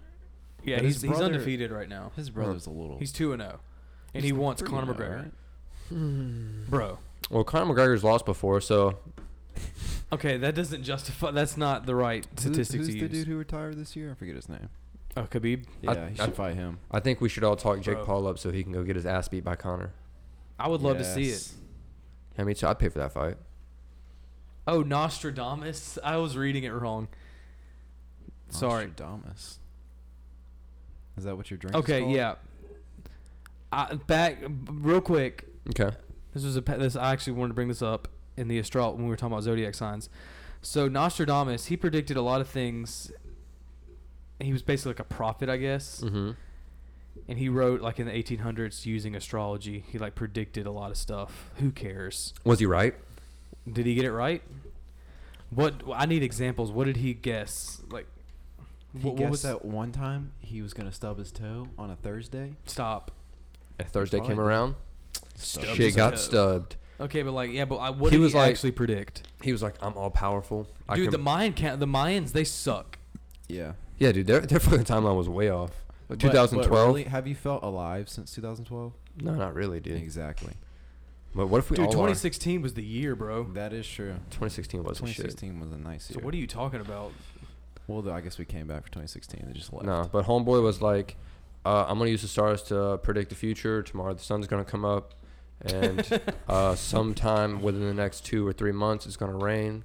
Speaker 4: yeah,
Speaker 5: but
Speaker 4: he's,
Speaker 5: his
Speaker 4: he's
Speaker 5: brother-
Speaker 4: undefeated right now.
Speaker 5: his brother's a little.
Speaker 4: He's two and zero, and he wants
Speaker 5: three
Speaker 4: Conor
Speaker 5: and oh,
Speaker 4: McGregor,
Speaker 5: right?
Speaker 4: bro.
Speaker 3: Well, Conor McGregor's lost before, so
Speaker 4: Okay, that doesn't justify. That's not the right
Speaker 5: Who's,
Speaker 4: statistics
Speaker 5: who's
Speaker 4: to
Speaker 5: the
Speaker 4: use.
Speaker 5: dude who retired this year? I forget his name.
Speaker 4: Oh, Khabib.
Speaker 5: Yeah,
Speaker 3: I-
Speaker 5: he
Speaker 3: I-
Speaker 5: should fight him.
Speaker 3: I think we should all talk Jake
Speaker 4: Bro.
Speaker 3: Paul up so he can go get his ass beat by Conor.
Speaker 4: I would love to see it.
Speaker 5: Yes.
Speaker 3: I mean, so I'd pay for that fight.
Speaker 4: Oh, Nostradamus. I was reading it wrong. Sorry.
Speaker 5: Nostradamus. Is that what your drink? is
Speaker 4: Okay,
Speaker 5: called?
Speaker 4: yeah. I, back real quick.
Speaker 3: Okay.
Speaker 4: This was a pe- this I actually wanted to bring this up in the astral when we were talking about zodiac signs. So Nostradamus, he predicted a lot of things. He was basically like a prophet, I guess.
Speaker 3: Mm-hmm.
Speaker 4: And he wrote like in the 1800s using astrology. He like predicted a lot of stuff. Who cares?
Speaker 3: Was he right?
Speaker 4: Did he get it right? What I need examples. What did he guess? Like
Speaker 5: He
Speaker 4: what, what
Speaker 5: guessed
Speaker 4: was
Speaker 5: that one time he was gonna stub his toe on a Thursday.
Speaker 4: Stop.
Speaker 3: And Thursday
Speaker 5: Fine.
Speaker 3: came around.
Speaker 5: Stubbed
Speaker 3: Shit
Speaker 4: his
Speaker 3: got
Speaker 4: toe.
Speaker 3: stubbed.
Speaker 4: Okay, but like yeah, but I, what
Speaker 3: He
Speaker 4: did
Speaker 3: was
Speaker 4: he
Speaker 3: like-
Speaker 4: actually predict?
Speaker 3: He was like, "I'm all powerful." I
Speaker 4: Dude,
Speaker 3: can-
Speaker 4: the Mayan ca- the Mayans they suck.
Speaker 5: Yeah.
Speaker 3: yeah, dude, their, their fucking timeline was way off. Like,
Speaker 5: But- but
Speaker 3: 2012.
Speaker 5: really, have you felt alive since 2012?
Speaker 3: No, not really, dude.
Speaker 5: Exactly.
Speaker 3: But what if we
Speaker 4: Dude,
Speaker 3: all
Speaker 4: 2016 was the year, bro.
Speaker 5: That is true.
Speaker 3: are? 2016 wasn't shit.
Speaker 5: 2016 was a nice year.
Speaker 4: So what are you talking about?
Speaker 5: Well, though, I guess we came back for 2016. They just left.
Speaker 3: No, but homeboy was like, uh, "I'm gonna use the stars to predict the future. Tomorrow the sun's gonna come up, and uh, sometime within the next two or three months it's gonna rain.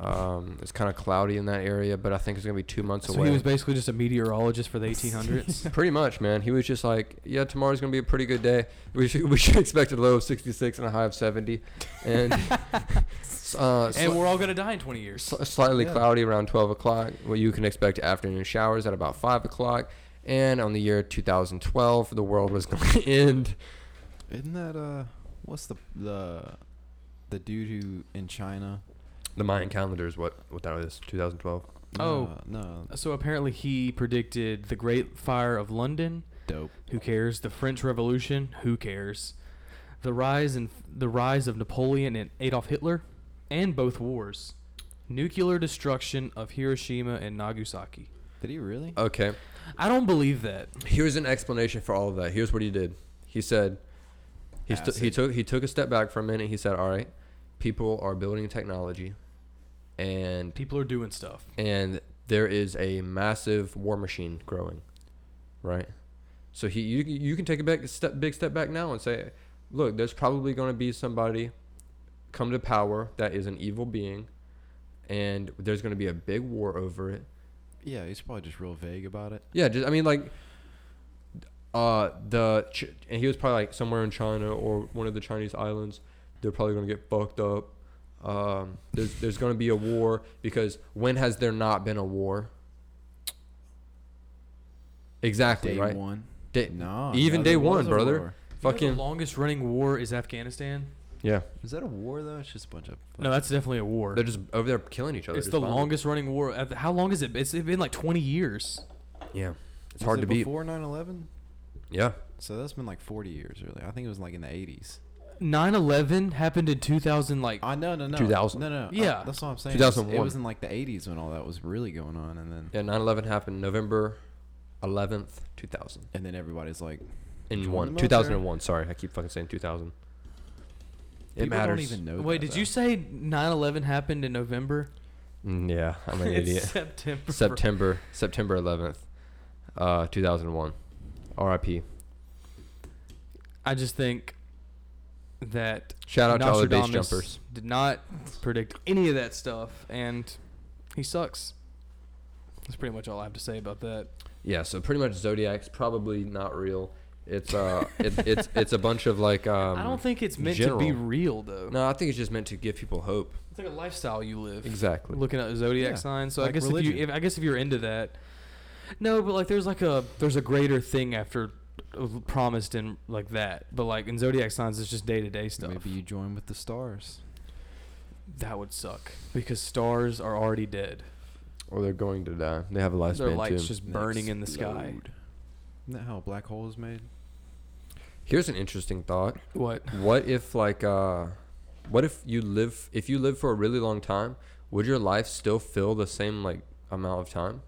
Speaker 3: Um, it's kind of cloudy in that area, but I think it's gonna be two months
Speaker 4: So
Speaker 3: away."
Speaker 4: he was basically just a meteorologist for the 1800s.
Speaker 3: Pretty much, man. He was just like, "Yeah, tomorrow's gonna be a pretty good day. We should, we should expect a low of 66 and a high of 70, and uh, sli-
Speaker 4: and we're all gonna die in 20 years.
Speaker 3: sli- slightly
Speaker 5: Yeah.
Speaker 3: cloudy around 12 o'clock. Well, you can expect afternoon showers at about five o'clock. And on the year 2012, the world was going to end.
Speaker 5: Isn't that uh, what's the the the dude who in China?
Speaker 3: The Mayan calendar is what what that is. 2012.
Speaker 4: Oh.
Speaker 5: no, no,
Speaker 4: So apparently he predicted the Great Fire of London.
Speaker 5: dope.
Speaker 4: Who cares? The French Revolution. Who cares? The rise and the rise of Napoleon and Adolf Hitler, and both wars. Nuclear destruction of Hiroshima and Nagasaki.
Speaker 5: Did he really?
Speaker 4: Uh,
Speaker 3: Okay.
Speaker 4: I don't believe that.
Speaker 3: Here's an explanation for all of that. Here's what he did. He said he st- he
Speaker 5: Acid.
Speaker 3: took he took a step back for a minute. He said, "All right, people are building technology, and
Speaker 4: People are doing stuff.
Speaker 3: and there is a massive war machine growing, right? So he you you can take a big step big step back now and say, look, there's probably going to be somebody come to power that is an evil being, and there's going to be a big war over it.
Speaker 5: yeah, he's probably just real vague about it.
Speaker 3: Yeah, just I mean like, uh, the Ch- and he was probably like somewhere in China or one of the Chinese islands. They're probably gonna get fucked up. Um, there's there's gonna be a war because when has there not been a war? Exactly
Speaker 5: Day
Speaker 3: right.
Speaker 5: one.
Speaker 3: Day,
Speaker 5: No,
Speaker 3: even
Speaker 5: no,
Speaker 3: day
Speaker 5: there was
Speaker 3: one,
Speaker 5: a war.
Speaker 3: brother.
Speaker 4: You know
Speaker 3: Fucking
Speaker 4: the longest running war is Afghanistan.
Speaker 3: yeah.
Speaker 5: Is that a war though? It's just a bunch of.
Speaker 4: No, that's definitely a war.
Speaker 3: They're just over there killing each other.
Speaker 4: It's
Speaker 3: just
Speaker 4: the
Speaker 3: bombing.
Speaker 4: longest running war. Uh, How long is it? It's been like 20 years.
Speaker 3: Yeah, it's
Speaker 5: Was
Speaker 3: hard
Speaker 5: it
Speaker 3: to beat.
Speaker 5: Before 9/11,
Speaker 3: Yeah,
Speaker 5: so that's been like 40 years really. I think it was like in the 80s.
Speaker 4: 9/11 happened in 2000. Like
Speaker 5: I no no no
Speaker 3: 2000.
Speaker 5: No no. I-
Speaker 4: Yeah.
Speaker 5: that's what I'm saying.
Speaker 3: 2001.
Speaker 5: It was in like the 80s when all that was really going on, and then
Speaker 3: yeah. 9/11 happened November 11th, 2000.
Speaker 5: and then everybody's like,
Speaker 3: in
Speaker 5: Join
Speaker 3: one
Speaker 5: the
Speaker 3: 2001 sorry i keep fucking saying 2000 it
Speaker 5: people
Speaker 3: matters
Speaker 5: Don't even know.
Speaker 4: wait,
Speaker 5: that,
Speaker 4: did you
Speaker 5: though.
Speaker 4: say 9/11 happened in November?
Speaker 3: Mm, yeah i'm an
Speaker 4: it's
Speaker 3: idiot
Speaker 4: September.
Speaker 3: september september 11th uh 2001 rip
Speaker 4: I just think that
Speaker 3: Shout out to all the base
Speaker 4: Nostradamus
Speaker 3: jumpers.
Speaker 4: Did not predict any of that stuff, and he sucks. That's pretty much all I have to say about that.
Speaker 3: Yeah, so pretty much Zodiac's probably not real. It's uh, it, it's it's a bunch of like um.
Speaker 4: I don't think it's meant to be
Speaker 3: general.
Speaker 4: real, though.
Speaker 3: No, I think it's just meant to give people hope.
Speaker 4: It's like a lifestyle you live.
Speaker 3: Exactly.
Speaker 4: Looking at zodiac
Speaker 5: Yeah,
Speaker 4: signs. So I
Speaker 5: like
Speaker 4: guess if you,
Speaker 5: religion.
Speaker 4: if, I guess if you're into that, no, but like there's like a there's a greater thing after uh, promised in like that. But like in zodiac signs, it's just day to day stuff.
Speaker 5: Maybe you join with the stars.
Speaker 4: That would suck because stars are already dead.
Speaker 3: Or they're going to die. They have a lifespan
Speaker 4: Their lights
Speaker 3: too.
Speaker 4: just
Speaker 5: They
Speaker 4: burning in the sky.
Speaker 5: explode. Isn't that how a black hole is made?
Speaker 3: Here's an interesting thought.
Speaker 4: What?
Speaker 3: What if like uh, what if you live if you live for a really long time, would your life still fill the same like amount of time?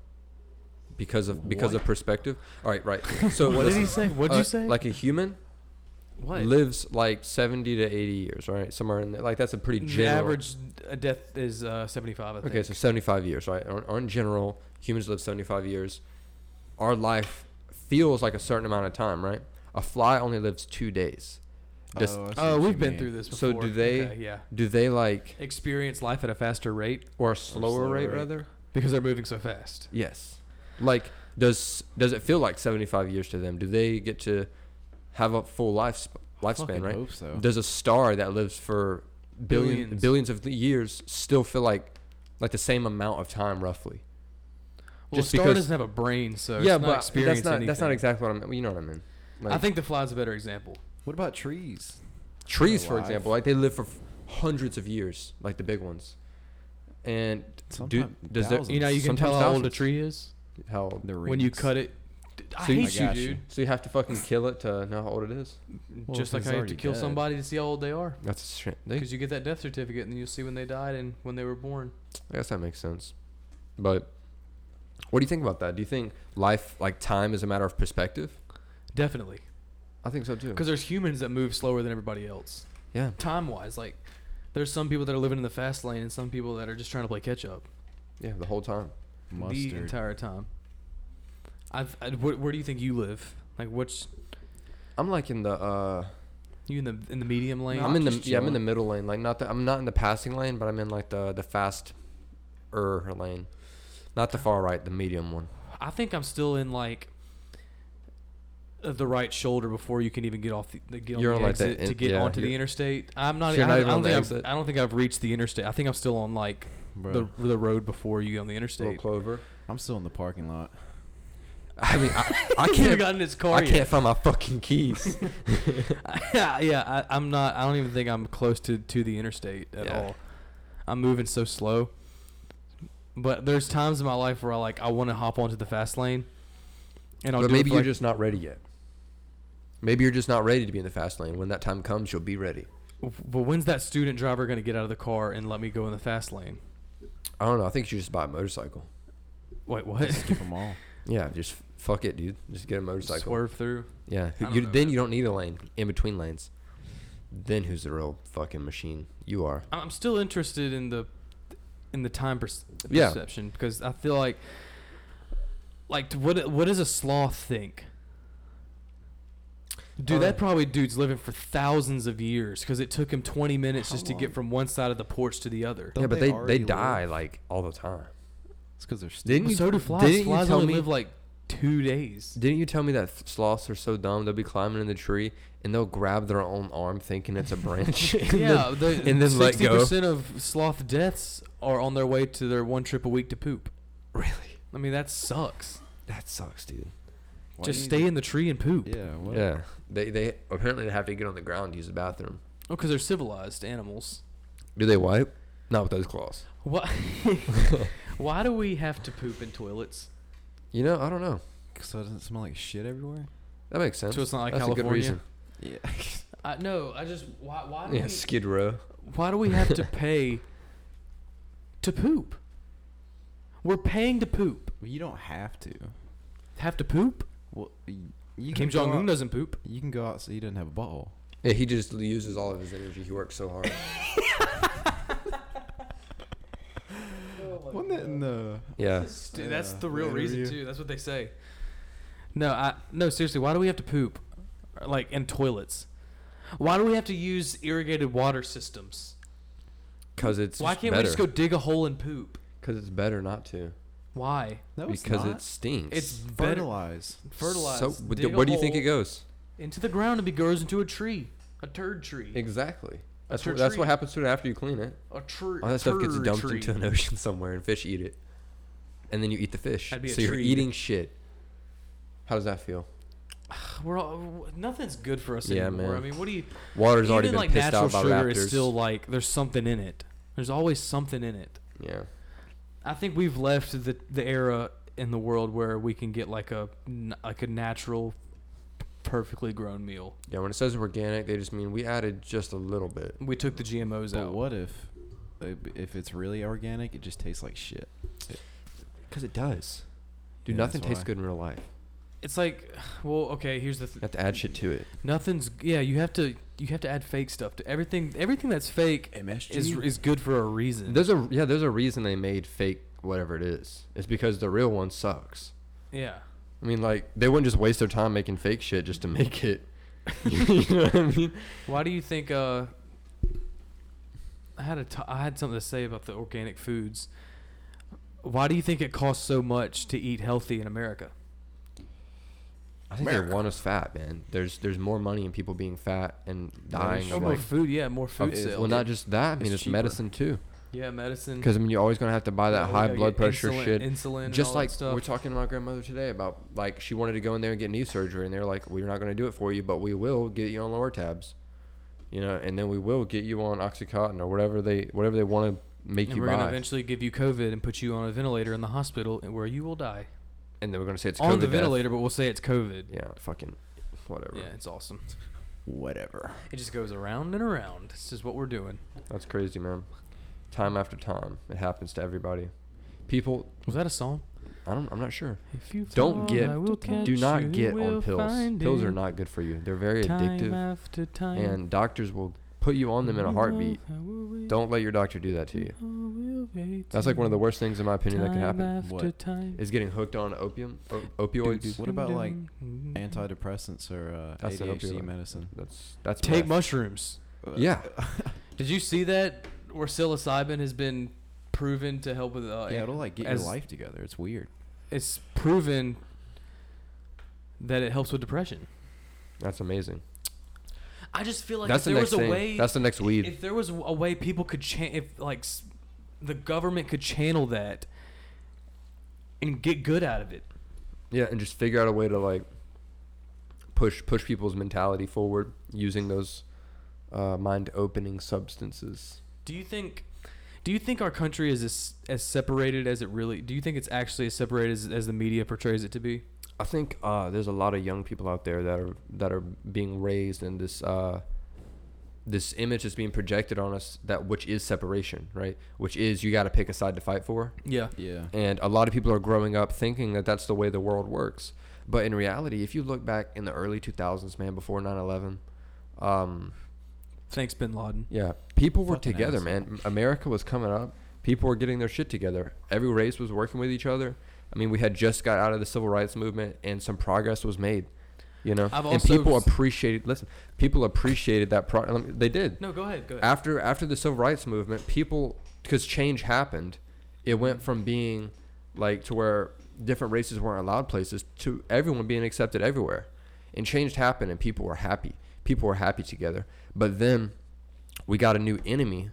Speaker 3: Because of because of perspective. All right, right. So
Speaker 4: What did
Speaker 3: listen,
Speaker 4: he say? What did
Speaker 3: uh,
Speaker 4: you say?
Speaker 3: Like a human
Speaker 4: what?
Speaker 3: lives like 70 to 80 years, right? Somewhere in there. Like that's a pretty
Speaker 4: the
Speaker 3: general
Speaker 4: average uh, death is uh, 75. I think.
Speaker 3: Okay, so 75 years, right? Or, or in general, humans live 75 years. Our life feels like a certain amount of time, right? A fly only lives 2 days. Does,
Speaker 5: I see
Speaker 4: Oh,
Speaker 5: what
Speaker 4: we've
Speaker 5: you
Speaker 4: been
Speaker 5: mean.
Speaker 4: through this
Speaker 3: So
Speaker 4: before.
Speaker 3: do they-
Speaker 4: Okay, yeah.
Speaker 3: do they like
Speaker 4: Experience life at a faster rate
Speaker 3: or a slower,
Speaker 5: slower
Speaker 3: rate,
Speaker 5: rate.
Speaker 3: rather?
Speaker 4: because they're moving so fast.
Speaker 3: Yes. Like does does it feel like 75 years to them? Do they get to have a full life lifespan,
Speaker 5: Fucking
Speaker 3: right?
Speaker 5: hope so.
Speaker 3: Does a star that lives for billion, billions
Speaker 4: Billions.
Speaker 3: of th- years still feel like like the same amount of time roughly?
Speaker 4: Well,
Speaker 3: Just
Speaker 4: a star
Speaker 3: because-
Speaker 4: doesn't have a brain, so
Speaker 3: yeah,
Speaker 4: it's not
Speaker 3: but
Speaker 4: experience
Speaker 3: that's not that's not
Speaker 4: anything.
Speaker 3: exactly what I mean. You know what I mean?
Speaker 4: I think the fly's a better example.
Speaker 5: What about trees?
Speaker 3: trees, for
Speaker 5: alive.
Speaker 3: example, like they live for f- hundreds of years, like the big ones. And do,
Speaker 5: Sometime
Speaker 3: does there,
Speaker 5: thousands.
Speaker 4: You know, you can
Speaker 3: sometimes
Speaker 4: tell how old a
Speaker 3: thousands.
Speaker 4: tree is
Speaker 3: How old?
Speaker 5: The
Speaker 4: when you cut it. I
Speaker 3: So you-
Speaker 4: hate
Speaker 5: I
Speaker 4: you,
Speaker 5: got
Speaker 4: dude.
Speaker 3: So you have to fucking kill it to know how old it is.
Speaker 5: Well,
Speaker 4: Just
Speaker 5: if
Speaker 4: like
Speaker 5: it's
Speaker 4: how you have to
Speaker 5: already
Speaker 4: kill
Speaker 5: dead.
Speaker 4: somebody to see how old they are,
Speaker 3: That's a shame. They-
Speaker 4: because you get that death certificate and then you'll see when they died and when they were born.
Speaker 3: I guess that makes sense. But what do you think about that? Do you think life, like time, is a matter of perspective?
Speaker 4: Definitely,
Speaker 3: I think so too.
Speaker 4: because there's humans that move slower than everybody else,
Speaker 3: Yeah.
Speaker 4: time wise. Like, there's some people that are living in the fast lane and some people that are just trying to play catch up
Speaker 3: Yeah, the whole time.
Speaker 4: the
Speaker 5: mustard?
Speaker 4: entire time. I've, I, where, where do you think you live? Like, what's
Speaker 3: I'm like in the uh
Speaker 4: you in the in the medium lane?
Speaker 3: I'm in the
Speaker 5: just
Speaker 3: yeah, I'm in the
Speaker 5: chilling.
Speaker 3: middle lane. Like not the I'm not in the passing lane, but I'm in like the the fast er lane. Not the far right, the medium one.
Speaker 4: I think I'm still in like uh, the right shoulder before you can even get off the, the get on
Speaker 3: You're
Speaker 4: the
Speaker 3: on, like, the
Speaker 4: exit
Speaker 3: in-
Speaker 4: to get
Speaker 3: yeah,
Speaker 4: onto the
Speaker 3: you're-
Speaker 4: interstate. I'm not.
Speaker 3: So you're
Speaker 4: I,
Speaker 3: not
Speaker 4: don't-
Speaker 3: even
Speaker 4: I
Speaker 3: on
Speaker 4: don't
Speaker 3: the
Speaker 4: think
Speaker 3: exit?
Speaker 4: I've, I don't think I've reached the interstate. I think I'm still on like
Speaker 5: Bro,
Speaker 4: the the road before you get on the
Speaker 3: Little
Speaker 4: interstate.
Speaker 3: clover.
Speaker 5: I'm still in the parking lot.
Speaker 3: I mean, I, I
Speaker 4: He hasn't
Speaker 3: can't.
Speaker 4: gotten his car.
Speaker 3: I can't find my fucking keys.
Speaker 4: yeah, yeah. I, I'm not. I don't even think I'm close to to the interstate at
Speaker 3: Yeah.
Speaker 4: all. I'm moving so slow. But there's times in my life where I like I want to hop onto the fast lane, and I'll
Speaker 3: but
Speaker 4: do it
Speaker 3: maybe
Speaker 4: for,
Speaker 3: you're
Speaker 4: like-
Speaker 3: just not ready yet. Maybe you're just not ready to be in the fast lane. When that time comes, you'll be ready.
Speaker 4: But when's that student driver going to get out of the car and let me go in the fast lane?
Speaker 3: I don't know. I think you should just buy a motorcycle.
Speaker 4: Wait, what?
Speaker 5: Skip them all.
Speaker 3: Yeah, just fuck it, dude. Just get a motorcycle.
Speaker 4: Swerve through.
Speaker 3: Yeah.
Speaker 4: I don't
Speaker 3: You,
Speaker 4: know,
Speaker 3: then you don't need a lane in between lanes. Then who's the real fucking machine? You are.
Speaker 4: I- I'm still interested in the in the time perce-
Speaker 3: Yeah.
Speaker 4: perception because I feel like like what what does a sloth think? Dude, that
Speaker 3: Uh,
Speaker 4: probably dude's living for thousands of years because it took him 20 minutes
Speaker 5: How
Speaker 4: just to get
Speaker 5: long?
Speaker 4: from one side of the porch to the other.
Speaker 3: yeah,
Speaker 5: Don't
Speaker 3: but
Speaker 5: they
Speaker 3: they they,
Speaker 5: already live?
Speaker 3: die like all the time.
Speaker 5: It's because they're stupid.
Speaker 3: Didn't
Speaker 4: But
Speaker 3: you?
Speaker 4: so do flies.
Speaker 3: Didn't
Speaker 4: Flies
Speaker 3: you tell
Speaker 4: only
Speaker 3: me?
Speaker 4: live like two days.
Speaker 3: didn't you tell me that sloths are so dumb? They'll be climbing in the tree and they'll grab their own arm, thinking it's a branch. and
Speaker 4: yeah,
Speaker 3: then-
Speaker 4: the,
Speaker 3: and then let go.
Speaker 4: percent of sloth deaths are on their way to their one trip a week to poop.
Speaker 3: Really?
Speaker 4: I mean, that sucks.
Speaker 3: That sucks, dude.
Speaker 5: Why
Speaker 4: Just
Speaker 5: you-
Speaker 4: stay in the tree and poop. Oh,
Speaker 5: Yeah. What?
Speaker 3: Yeah, they they apparently they have to get on the ground to use the bathroom.
Speaker 4: because Oh, they're civilized animals.
Speaker 3: Do they wipe? Not with those claws.
Speaker 4: Why? Why do we have to poop in toilets?
Speaker 3: You know, I don't know.
Speaker 5: So it doesn't smell like shit everywhere.
Speaker 3: That makes sense.
Speaker 4: So it's not like
Speaker 3: That's a
Speaker 4: California?
Speaker 3: good reason.
Speaker 5: Yeah.
Speaker 4: I, no, I just why why do
Speaker 3: Yeah,
Speaker 4: we,
Speaker 3: Skid Row.
Speaker 4: why do we have to pay to poop? We're paying to poop.
Speaker 5: Well, you don't have to.
Speaker 4: Have to poop?
Speaker 5: Well, y- you can
Speaker 4: Kim
Speaker 5: go
Speaker 4: Jong Un
Speaker 5: out-
Speaker 4: doesn't poop.
Speaker 5: You can go out so you didn't have a butthole.
Speaker 3: Yeah, he just uses all of his energy. He works so hard.
Speaker 5: Wasn't that in the?
Speaker 3: yeah.
Speaker 4: Dude, that's
Speaker 5: Yeah,
Speaker 4: the real
Speaker 5: the
Speaker 4: reason
Speaker 5: interview.
Speaker 4: too. That's what they say. No, I no seriously. Why do we have to poop, like in toilets? Why do we have to use irrigated water systems?
Speaker 3: Cause it's
Speaker 4: Why can't
Speaker 3: better.
Speaker 4: we just go dig a hole and poop?
Speaker 3: Cause it's better not to.
Speaker 4: Why?
Speaker 5: No, it's
Speaker 3: because
Speaker 5: not.
Speaker 3: it stinks.
Speaker 4: It's better
Speaker 5: fertilized.
Speaker 4: fertilized.
Speaker 3: So what do-
Speaker 4: dig a
Speaker 3: where do you think it
Speaker 4: hole
Speaker 3: goes?
Speaker 4: Into the ground and it grows into a tree, a turd tree,
Speaker 3: Exactly. That's
Speaker 4: to a
Speaker 3: what, that's
Speaker 4: tree.
Speaker 3: what happens to it after you clean it.
Speaker 4: a tree.
Speaker 3: All that stuff gets
Speaker 4: turd
Speaker 3: dumped
Speaker 4: tree.
Speaker 3: into an ocean somewhere, and fish eat it, and then you eat the fish.
Speaker 4: That'd be a
Speaker 3: so you're
Speaker 4: tree.
Speaker 3: eating shit. How does that feel?
Speaker 4: We're all, nothing's good for us
Speaker 3: Yeah,
Speaker 4: anymore.
Speaker 3: man.
Speaker 4: I mean, what do you?
Speaker 3: Water's
Speaker 4: even
Speaker 3: already been
Speaker 4: like
Speaker 3: pissed
Speaker 4: natural
Speaker 3: out by
Speaker 4: sugar
Speaker 3: raptors.
Speaker 4: is still like there's something in it. There's always something in it.
Speaker 3: yeah.
Speaker 4: I think we've left the the era in the world where we can get like a n- like a natural, perfectly grown meal.
Speaker 3: Yeah. When it says organic, they just mean we added just a little bit.
Speaker 4: We took the GMOs
Speaker 5: But
Speaker 4: out.
Speaker 5: what if, if it's really organic, it just tastes like shit?
Speaker 3: Because it does. Dude,
Speaker 5: Yeah,
Speaker 3: nothing
Speaker 5: that's
Speaker 3: tastes
Speaker 5: why.
Speaker 3: good in real life.
Speaker 4: It's like, well, okay. Here's the
Speaker 3: You
Speaker 4: th-
Speaker 3: have to add shit to it.
Speaker 4: nothing's. Yeah, you have to you have to add fake stuff to everything. Everything that's fake
Speaker 5: MSG.
Speaker 4: is is good for a reason.
Speaker 3: There's a yeah. There's a reason they made fake whatever it is. It's because the real one sucks.
Speaker 4: yeah.
Speaker 3: I mean, like they wouldn't just waste their time making fake shit just to make it. you know what I mean?
Speaker 4: Why do you think? Uh, I had a t- I had something to say about the organic foods. Why do you think it costs so much to eat healthy in America?
Speaker 3: I think they want us fat, man. There's there's more money in people being fat and dying
Speaker 4: Oh,
Speaker 3: of
Speaker 4: more
Speaker 3: like.
Speaker 4: food, yeah, more food
Speaker 3: of-
Speaker 4: sales.
Speaker 3: well, not just that. I mean,
Speaker 5: It's
Speaker 3: it's,
Speaker 5: cheaper.
Speaker 3: medicine too.
Speaker 4: yeah, medicine.
Speaker 3: Because I mean, you're always gonna have to buy that
Speaker 4: Mm-hmm. Yeah, we
Speaker 3: high
Speaker 4: gotta
Speaker 3: blood
Speaker 4: get
Speaker 3: pressure
Speaker 4: insulin-
Speaker 3: shit.
Speaker 4: insulin, and all
Speaker 3: Just
Speaker 4: that
Speaker 3: like
Speaker 4: stuff.
Speaker 3: we're talking to my grandmother today about like she wanted to go in there and get knee surgery, and they're like, "We're not gonna do it for you, but we will get you on lower tabs, you know, and then we will get you on oxycontin or whatever they whatever they want to make
Speaker 4: and
Speaker 3: you
Speaker 4: we're gonna
Speaker 3: buy,
Speaker 4: eventually give you COVID and put you on a ventilator in the hospital, and where you will die
Speaker 3: and then we're gonna say it's
Speaker 4: on
Speaker 3: COVID
Speaker 4: the
Speaker 3: death.
Speaker 4: ventilator, but we'll say it's COVID.
Speaker 3: Yeah, fucking whatever.
Speaker 4: Yeah, it's awesome.
Speaker 5: Whatever.
Speaker 4: It just goes around and around. This is what we're doing.
Speaker 3: That's crazy, man. Time after time, it happens to everybody. People,
Speaker 4: Was that a song?
Speaker 3: I don't, I'm not sure.
Speaker 4: If you
Speaker 3: Don't
Speaker 4: fall,
Speaker 3: get,
Speaker 4: I will catch
Speaker 3: do not
Speaker 4: you,
Speaker 3: get
Speaker 4: we'll
Speaker 3: on pills.
Speaker 4: find
Speaker 3: Pills are
Speaker 4: it.
Speaker 3: not good for you. They're very
Speaker 4: time
Speaker 3: addictive,
Speaker 4: after time.
Speaker 3: and doctors will put you on them in a heartbeat. Don't let your doctor do that to you.
Speaker 4: Oh,
Speaker 3: That's like one of the worst things, in my opinion, that can happen.
Speaker 5: What?
Speaker 4: Time.
Speaker 3: Is getting hooked on opium, o- opioids.
Speaker 5: what about, like, Antidepressants or uh,
Speaker 3: That's an
Speaker 5: ADHD
Speaker 3: opioid.
Speaker 5: medicine.
Speaker 3: That's that's
Speaker 4: Take
Speaker 3: meth.
Speaker 4: mushrooms.
Speaker 3: Yeah,
Speaker 4: Did you see that? Where psilocybin has been proven to help with. Uh,
Speaker 5: yeah, it'll like get
Speaker 4: as-
Speaker 5: your life together. It's weird.
Speaker 4: It's proven that it helps with depression.
Speaker 3: that's amazing.
Speaker 4: I just feel like
Speaker 3: That's
Speaker 4: if
Speaker 3: the
Speaker 4: there
Speaker 3: next
Speaker 4: was a
Speaker 3: thing.
Speaker 4: way.
Speaker 3: that's the next weed.
Speaker 4: if there was a way people could chan if like s- the government could channel that and get good out of it
Speaker 3: Yeah, and just figure out a way to like push push people's mentality forward using those uh, mind opening substances.
Speaker 4: do you think do you think our country is as, as separated as it really do you think it's actually as separated as, as the media portrays it to be
Speaker 3: I think uh, there's a lot of young people out there that are that are being raised in this uh, this image is being projected on us that which is separation, right? Which is you got to pick a side to fight for.
Speaker 4: yeah
Speaker 5: Yeah.
Speaker 3: And a lot of people are growing up thinking that that's the way the world works. But in reality, if you look back in the early 2000s, man, before 9/11, um,
Speaker 4: thanks bin laden
Speaker 3: Yeah, people were
Speaker 5: Fucking
Speaker 3: together,
Speaker 5: asshole.
Speaker 3: man. America was coming up. People were getting their shit together. Every race was working with each other. I mean, we had just got out of the civil rights movement, and some progress was made. You know,
Speaker 4: I've
Speaker 3: and
Speaker 4: also
Speaker 3: people
Speaker 4: s-
Speaker 3: appreciated. Listen, people appreciated that. Pro- I mean, they did
Speaker 4: no go ahead go ahead
Speaker 3: after after the civil rights movement, people because change happened, it went from being like to where different races weren't allowed places to everyone being accepted everywhere, and change happened and people were happy. People were happy together, but then we got a new enemy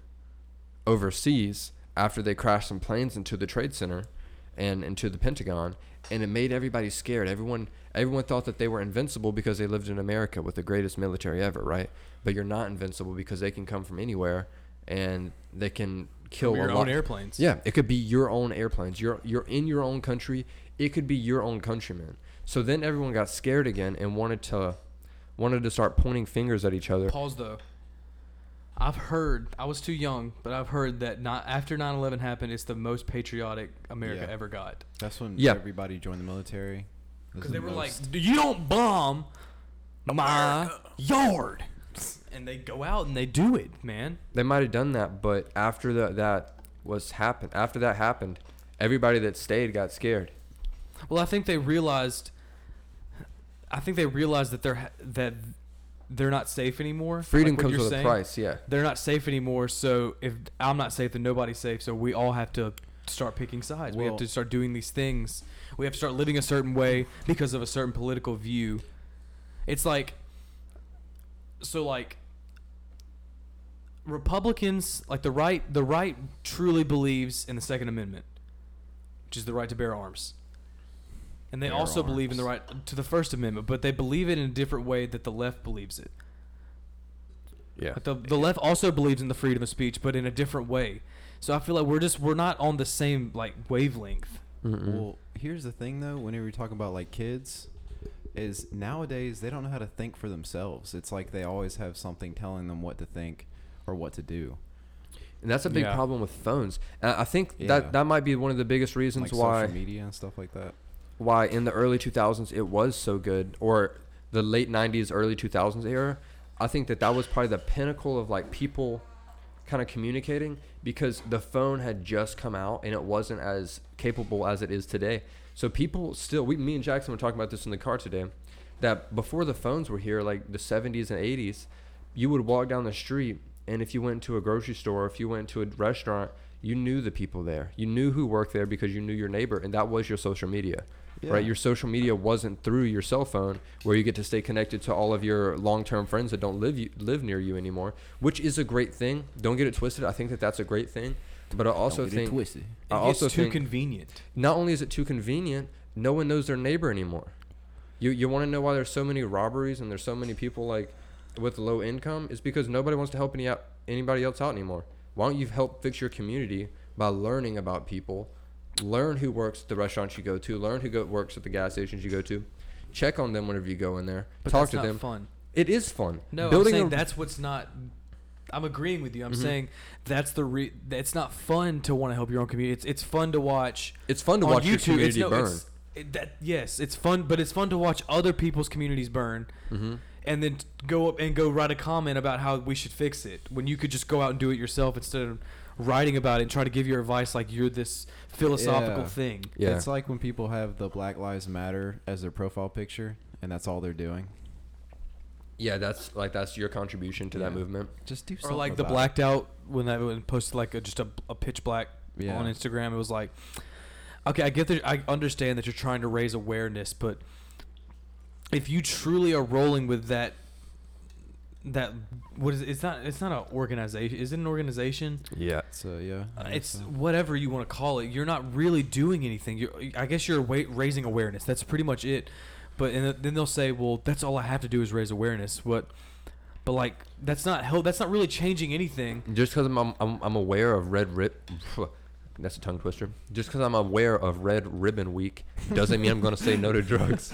Speaker 3: overseas after they crashed some planes into the trade center and into the Pentagon and it made everybody scared. Everyone everyone thought that they were invincible because they lived in America with the greatest military ever, right? But you're not invincible because they can come from anywhere and they can kill
Speaker 4: your
Speaker 3: a
Speaker 4: own
Speaker 3: lot.
Speaker 4: airplanes
Speaker 3: Yeah, it could be your own airplanes. You're you're in your own country. It could be your own countrymen. So then everyone got scared again and wanted to wanted to start pointing fingers at each other.
Speaker 4: pause though i've heard i was too young but i've heard that not after 9-11 happened it's the most patriotic america
Speaker 5: Yeah.
Speaker 4: ever got
Speaker 5: That's when
Speaker 3: Yeah.
Speaker 5: everybody joined the military. This
Speaker 4: Because
Speaker 5: is
Speaker 4: they
Speaker 5: the
Speaker 4: were like,
Speaker 5: most-
Speaker 4: "D- "You don't bomb my yard," and they go out and they do it, man.
Speaker 3: they might have done that, but after the, that was happened, after that happened, everybody that stayed got scared.
Speaker 4: Well, I think they realized. I think they realized that they're ha- that they're not safe anymore.
Speaker 3: Freedom
Speaker 4: like what
Speaker 3: comes
Speaker 4: you're
Speaker 3: with
Speaker 4: saying,
Speaker 3: a price. Yeah.
Speaker 4: They're not safe anymore. So if I'm not safe, then nobody's safe. So we all have to start picking sides. we have
Speaker 5: Well-
Speaker 4: to start doing these things. We have to start living a certain way because of a certain political view. It's like so like Republicans, like the right, the right truly believes in the Second Amendment, which is the right to bear arms. And they
Speaker 5: Bear
Speaker 4: also believe in the
Speaker 5: arms.
Speaker 4: right to the First Amendment, but they believe it in a different way that the left believes it.
Speaker 3: Yeah.
Speaker 4: But the, the left also believes in the freedom of speech, but in a different way. So I feel like we're just we're not on the same like wavelength.
Speaker 5: Well, here's the thing though, whenever you're talking about like kids, is nowadays they don't know how to think for themselves. It's like they always have something telling them what to think or what to do.
Speaker 3: And that's a big
Speaker 4: Yeah.
Speaker 3: problem with phones. And I think
Speaker 5: Yeah.
Speaker 3: that that might be one of the biggest
Speaker 5: Like
Speaker 3: reasons why
Speaker 5: social media and stuff like that.
Speaker 3: why in the early 2000s it was so good or the late 90s early 2000s era i think that that was probably the pinnacle of like people kind of communicating because the phone had just come out and it wasn't as capable as it is today so people still we me and jackson were talking about this in the car today that before the phones were here like the 70s and 80s you would walk down the street and if you went to a grocery store if you went to a restaurant you knew the people there you knew who worked there because you knew your neighbor and that was your social media
Speaker 5: Yeah.
Speaker 3: right your social media wasn't through your cell phone where you get to stay connected to all of your long-term friends that don't live you, live near you anymore which is a great thing don't get it twisted i think that that's a great thing but i also
Speaker 1: Don't get it
Speaker 3: think
Speaker 1: twisted.
Speaker 3: i
Speaker 4: It gets
Speaker 3: also
Speaker 4: too
Speaker 3: think
Speaker 4: convenient.
Speaker 3: not only is it too convenient, no one knows their neighbor anymore. You you want to know why there's so many robberies and there's so many people like with low income? It's because nobody wants to help any out, anybody else out anymore. Why don't you help fix your community by learning about people? Learn who works at the restaurants you go to. Learn who go, works at the gas stations you go to. Check on them whenever you go in there.
Speaker 4: But
Speaker 3: Talk to
Speaker 4: that's not
Speaker 3: them.
Speaker 4: Fun.
Speaker 3: It is fun.
Speaker 4: No,
Speaker 3: Building
Speaker 4: I'm saying
Speaker 3: a- Mm-hmm.
Speaker 4: that's what's not. I'm agreeing with you. I'm saying that's the re. It's not fun to want to help your own community. It's it's fun to watch.
Speaker 3: It's fun to
Speaker 4: on
Speaker 3: watch your
Speaker 4: it's
Speaker 3: community
Speaker 4: no-
Speaker 3: burn.
Speaker 4: it's- it- that, yes, it's fun, but it's fun to watch other people's communities burn,
Speaker 3: Mm-hmm.
Speaker 4: and then t- go up and go write a comment about how we should fix it when you could just go out and do it yourself instead of writing about it and try to give your advice like you're this philosophical
Speaker 5: Yeah.
Speaker 4: thing.
Speaker 3: yeah.
Speaker 5: It's like when people have the Black Lives Matter as their profile picture and that's all they're doing.
Speaker 3: yeah, that's like that's your contribution to that
Speaker 5: Yeah.
Speaker 3: movement.
Speaker 5: Just do
Speaker 4: Or
Speaker 5: something.
Speaker 4: like the
Speaker 5: about it.
Speaker 4: blacked out when that when posted like a, just a, a pitch black
Speaker 5: Yeah.
Speaker 4: on Instagram. It was like, okay, I get that. I understand that you're trying to raise awareness, but if you truly are rolling with that, that what is it? it's not it's not an organization. Is it an organization?
Speaker 3: Yeah.
Speaker 5: So yeah.
Speaker 4: Uh,
Speaker 5: I guess
Speaker 4: It's
Speaker 5: so.
Speaker 4: whatever you want to call it. You're not really doing anything. You're, I guess you're wa- raising awareness. That's pretty much it. But and then they'll say, "Well, that's all I have to do is raise awareness." What? But like, that's not help. That's not really changing anything.
Speaker 3: just because I'm, I'm I'm aware of red rib, that's a tongue twister. Just because I'm aware of Red Ribbon Week doesn't mean I'm gonna say no to drugs.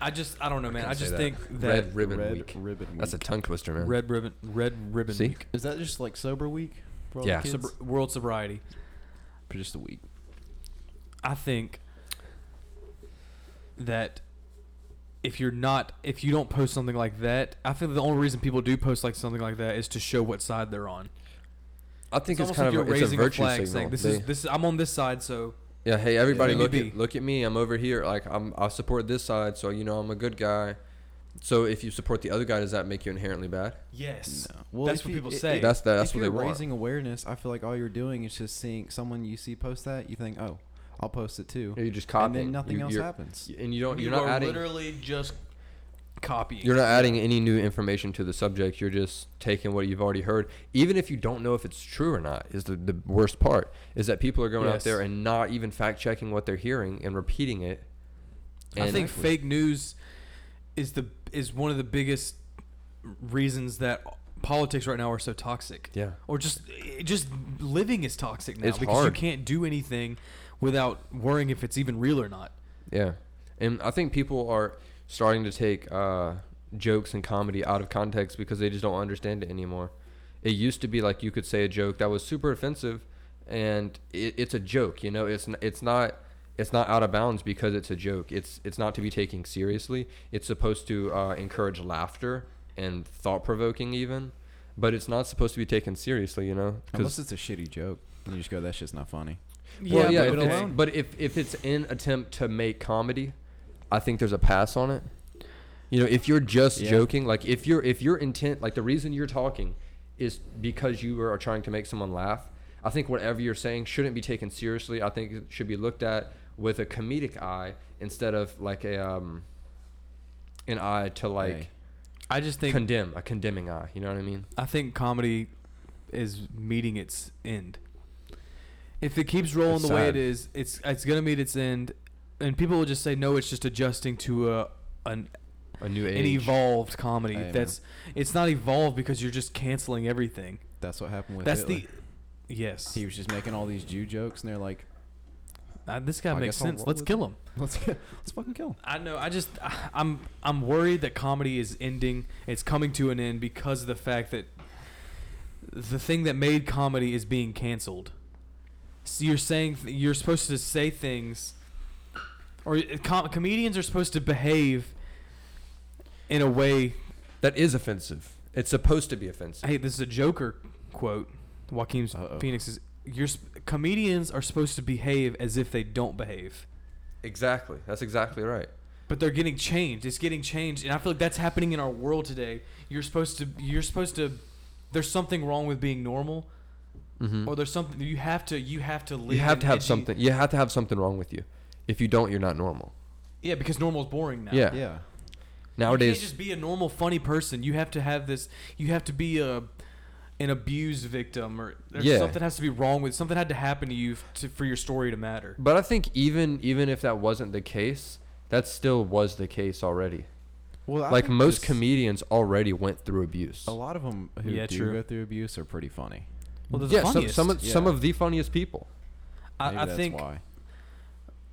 Speaker 4: I just, I don't know, man. I,
Speaker 3: can't say
Speaker 4: just
Speaker 3: that.
Speaker 4: think that
Speaker 3: Red Ribbon
Speaker 5: Red
Speaker 3: Week.
Speaker 5: Ribbon Week.
Speaker 3: That's a tongue twister, man.
Speaker 4: red ribbon, red ribbon,
Speaker 3: See?
Speaker 4: week,
Speaker 5: Is that just like sober week? For all the
Speaker 3: Yeah.
Speaker 5: kids?
Speaker 4: Sobr- world sobriety.
Speaker 5: For just a week.
Speaker 4: I think that if you're not, if you don't post something like that, I feel the only reason people do post like something like that is to show what side they're on.
Speaker 3: I think it's,
Speaker 4: almost
Speaker 3: kind
Speaker 4: like
Speaker 3: of a, it's a virtue signal.
Speaker 4: saying this
Speaker 3: They-
Speaker 4: is this. Is, I'm on this side, so
Speaker 3: yeah, hey everybody,
Speaker 5: Yeah.
Speaker 3: look
Speaker 4: Maybe.
Speaker 3: at, look at me. I'm over here. Like I'm I support this side, so you know I'm a good guy. So if you support the other guy, does that make you inherently bad?
Speaker 4: yes,
Speaker 5: Well,
Speaker 4: that's
Speaker 5: if
Speaker 4: what
Speaker 5: you-
Speaker 4: people
Speaker 5: i-
Speaker 4: say.
Speaker 5: i-
Speaker 3: That's the, that's
Speaker 5: if
Speaker 3: what they
Speaker 5: you're
Speaker 3: want.
Speaker 5: raising awareness, I feel like all you're doing is just seeing someone you see post that, you think, oh, I'll post it too,
Speaker 3: you're just
Speaker 5: and
Speaker 3: copying.
Speaker 5: then nothing
Speaker 3: You-
Speaker 5: else
Speaker 3: you're-
Speaker 5: happens.
Speaker 3: And you don't.
Speaker 4: you
Speaker 3: You're not
Speaker 4: are
Speaker 3: adding.
Speaker 4: literally just copying.
Speaker 3: You're not adding any new information to the subject. You're just taking what you've already heard, even if you don't know if it's true or not. Is the, the worst part is that people are going out
Speaker 4: Yes.
Speaker 3: there and not even fact checking what they're hearing and repeating it.
Speaker 4: I think fake news is the is one of the biggest reasons that politics right now are so toxic.
Speaker 3: Yeah.
Speaker 4: Or just it- just living is toxic now
Speaker 3: It's
Speaker 4: because
Speaker 3: hard.
Speaker 4: you can't do anything without worrying if it's even real or not.
Speaker 3: Yeah, and I think people are starting to take uh, jokes and comedy out of context because they just don't understand it anymore. It used to be like you could say a joke that was super offensive, and it, it's a joke. You know, it's n- it's not it's not out of bounds because it's a joke. It's it's not to be taken seriously. It's supposed to uh, encourage laughter and thought provoking even, but it's not supposed to be taken seriously. You know, 'Cause-
Speaker 5: Unless it's a shitty joke, and you just go, that shit's not funny.
Speaker 3: well, yeah,
Speaker 4: but
Speaker 3: if
Speaker 4: okay.
Speaker 3: it's- but if if it's in attempt to make comedy, I think there's a pass on it. You know, if you're just
Speaker 5: Yeah.
Speaker 3: joking, like if you're if your intent, like the reason you're talking is because you are trying to make someone laugh. I think whatever you're saying shouldn't be taken seriously. I think it should be looked at with a comedic eye instead of like a um an eye to like
Speaker 5: Right.
Speaker 4: I just think
Speaker 3: condemn, a condemning eye. You know what I mean?
Speaker 4: I think comedy is meeting its end. If it keeps rolling
Speaker 3: It's
Speaker 4: the way
Speaker 3: sad.
Speaker 4: it is, it's it's gonna meet its end, and people will just say no. It's just adjusting to a an,
Speaker 3: A new age.
Speaker 4: an evolved comedy.
Speaker 5: Amen.
Speaker 4: That's it's not evolved because you're just canceling everything.
Speaker 5: That's what happened with
Speaker 4: That's
Speaker 5: Hitler.
Speaker 4: the yes.
Speaker 5: He was just making all these Jew jokes, and they're like,
Speaker 4: Uh, this guy
Speaker 5: I
Speaker 4: makes
Speaker 5: guess I'll
Speaker 4: sense.
Speaker 5: roll
Speaker 4: Let's
Speaker 5: with
Speaker 4: kill him.
Speaker 5: "Let's get, let's fucking kill him."
Speaker 4: I know. I just I- I'm I'm worried that comedy is ending. It's coming to an end because of the fact that the thing that made comedy is being canceled. So you're saying th- you're supposed to say things, or uh, com- comedians are supposed to behave in a way.
Speaker 3: that is offensive. It's supposed to be offensive.
Speaker 4: Hey, this is a Joker quote. Joaquin
Speaker 5: Uh-oh.
Speaker 4: Phoenix is. You're, sp- comedians are supposed to behave as if they don't behave.
Speaker 3: Exactly. That's exactly right.
Speaker 4: but they're getting changed. It's getting changed, and I feel like that's happening in our world today. You're supposed to. You're supposed to. There's something wrong with being normal,
Speaker 3: Mm-hmm.
Speaker 4: or there's something you have to. You have to live.
Speaker 3: You have
Speaker 4: an
Speaker 3: to have
Speaker 4: edgy-
Speaker 3: something. You have to have something wrong with you. If you don't, you're not normal.
Speaker 4: Yeah, because normal's boring now.
Speaker 3: Yeah.
Speaker 5: Yeah,
Speaker 4: You
Speaker 3: Nowadays,
Speaker 4: can't just be a normal funny person. You have to have this. You have to be a an abuse victim, or there's
Speaker 3: Yeah.
Speaker 4: something has to be wrong with. Something had to happen to you f- to, for your story to matter.
Speaker 3: But I think even even if that wasn't the case, that still was the case already.
Speaker 5: well, I
Speaker 3: like
Speaker 5: think
Speaker 3: most
Speaker 5: this-
Speaker 3: comedians already went through abuse.
Speaker 5: a lot of them who
Speaker 4: Yeah,
Speaker 5: do
Speaker 4: true.
Speaker 5: go through abuse are pretty funny.
Speaker 4: Well, they're the
Speaker 3: yeah, some some of,
Speaker 5: funniest.
Speaker 3: some
Speaker 5: Yeah.
Speaker 3: of the funniest people.
Speaker 5: Maybe
Speaker 4: I, I
Speaker 5: that's
Speaker 4: think.
Speaker 5: why.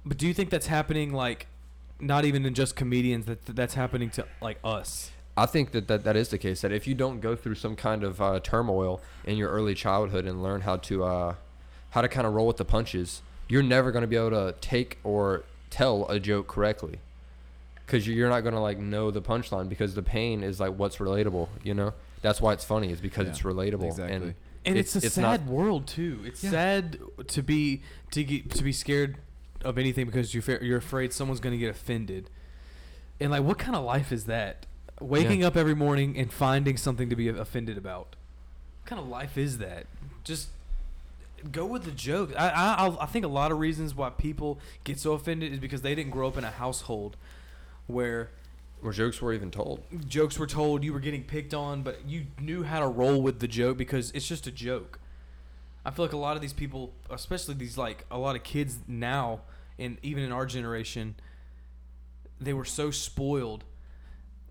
Speaker 4: But do you think that's happening? Like, not even in just comedians. That that's happening to like us.
Speaker 3: I think that, that that is the case. That if you don't go through some kind of uh, turmoil in your early childhood and learn how to uh, how to kind of roll with the punches, you're never going to be able to take or tell a joke correctly, because you're not going to like know the punchline because the pain is like what's relatable. You know, that's why it's funny is because
Speaker 5: Yeah,
Speaker 3: it's relatable and
Speaker 5: exactly.
Speaker 4: and it's, a
Speaker 3: not-
Speaker 4: sad world too. It's sad to be to get to be scared of anything because you fe- you're afraid someone's going to get offended. And like, what kind of life is that? Waking up every morning and finding something to be offended about. What kind of life is that? Just go with the joke. I I, I'll- I think a lot of reasons why people get so offended is because they didn't grow up in a household where
Speaker 3: where jokes were even told.
Speaker 4: jokes were told, you were getting picked on, but you knew how to roll with the joke because it's just a joke. I feel like a lot of these people, especially these like a lot of kids now, and even in our generation, they were so spoiled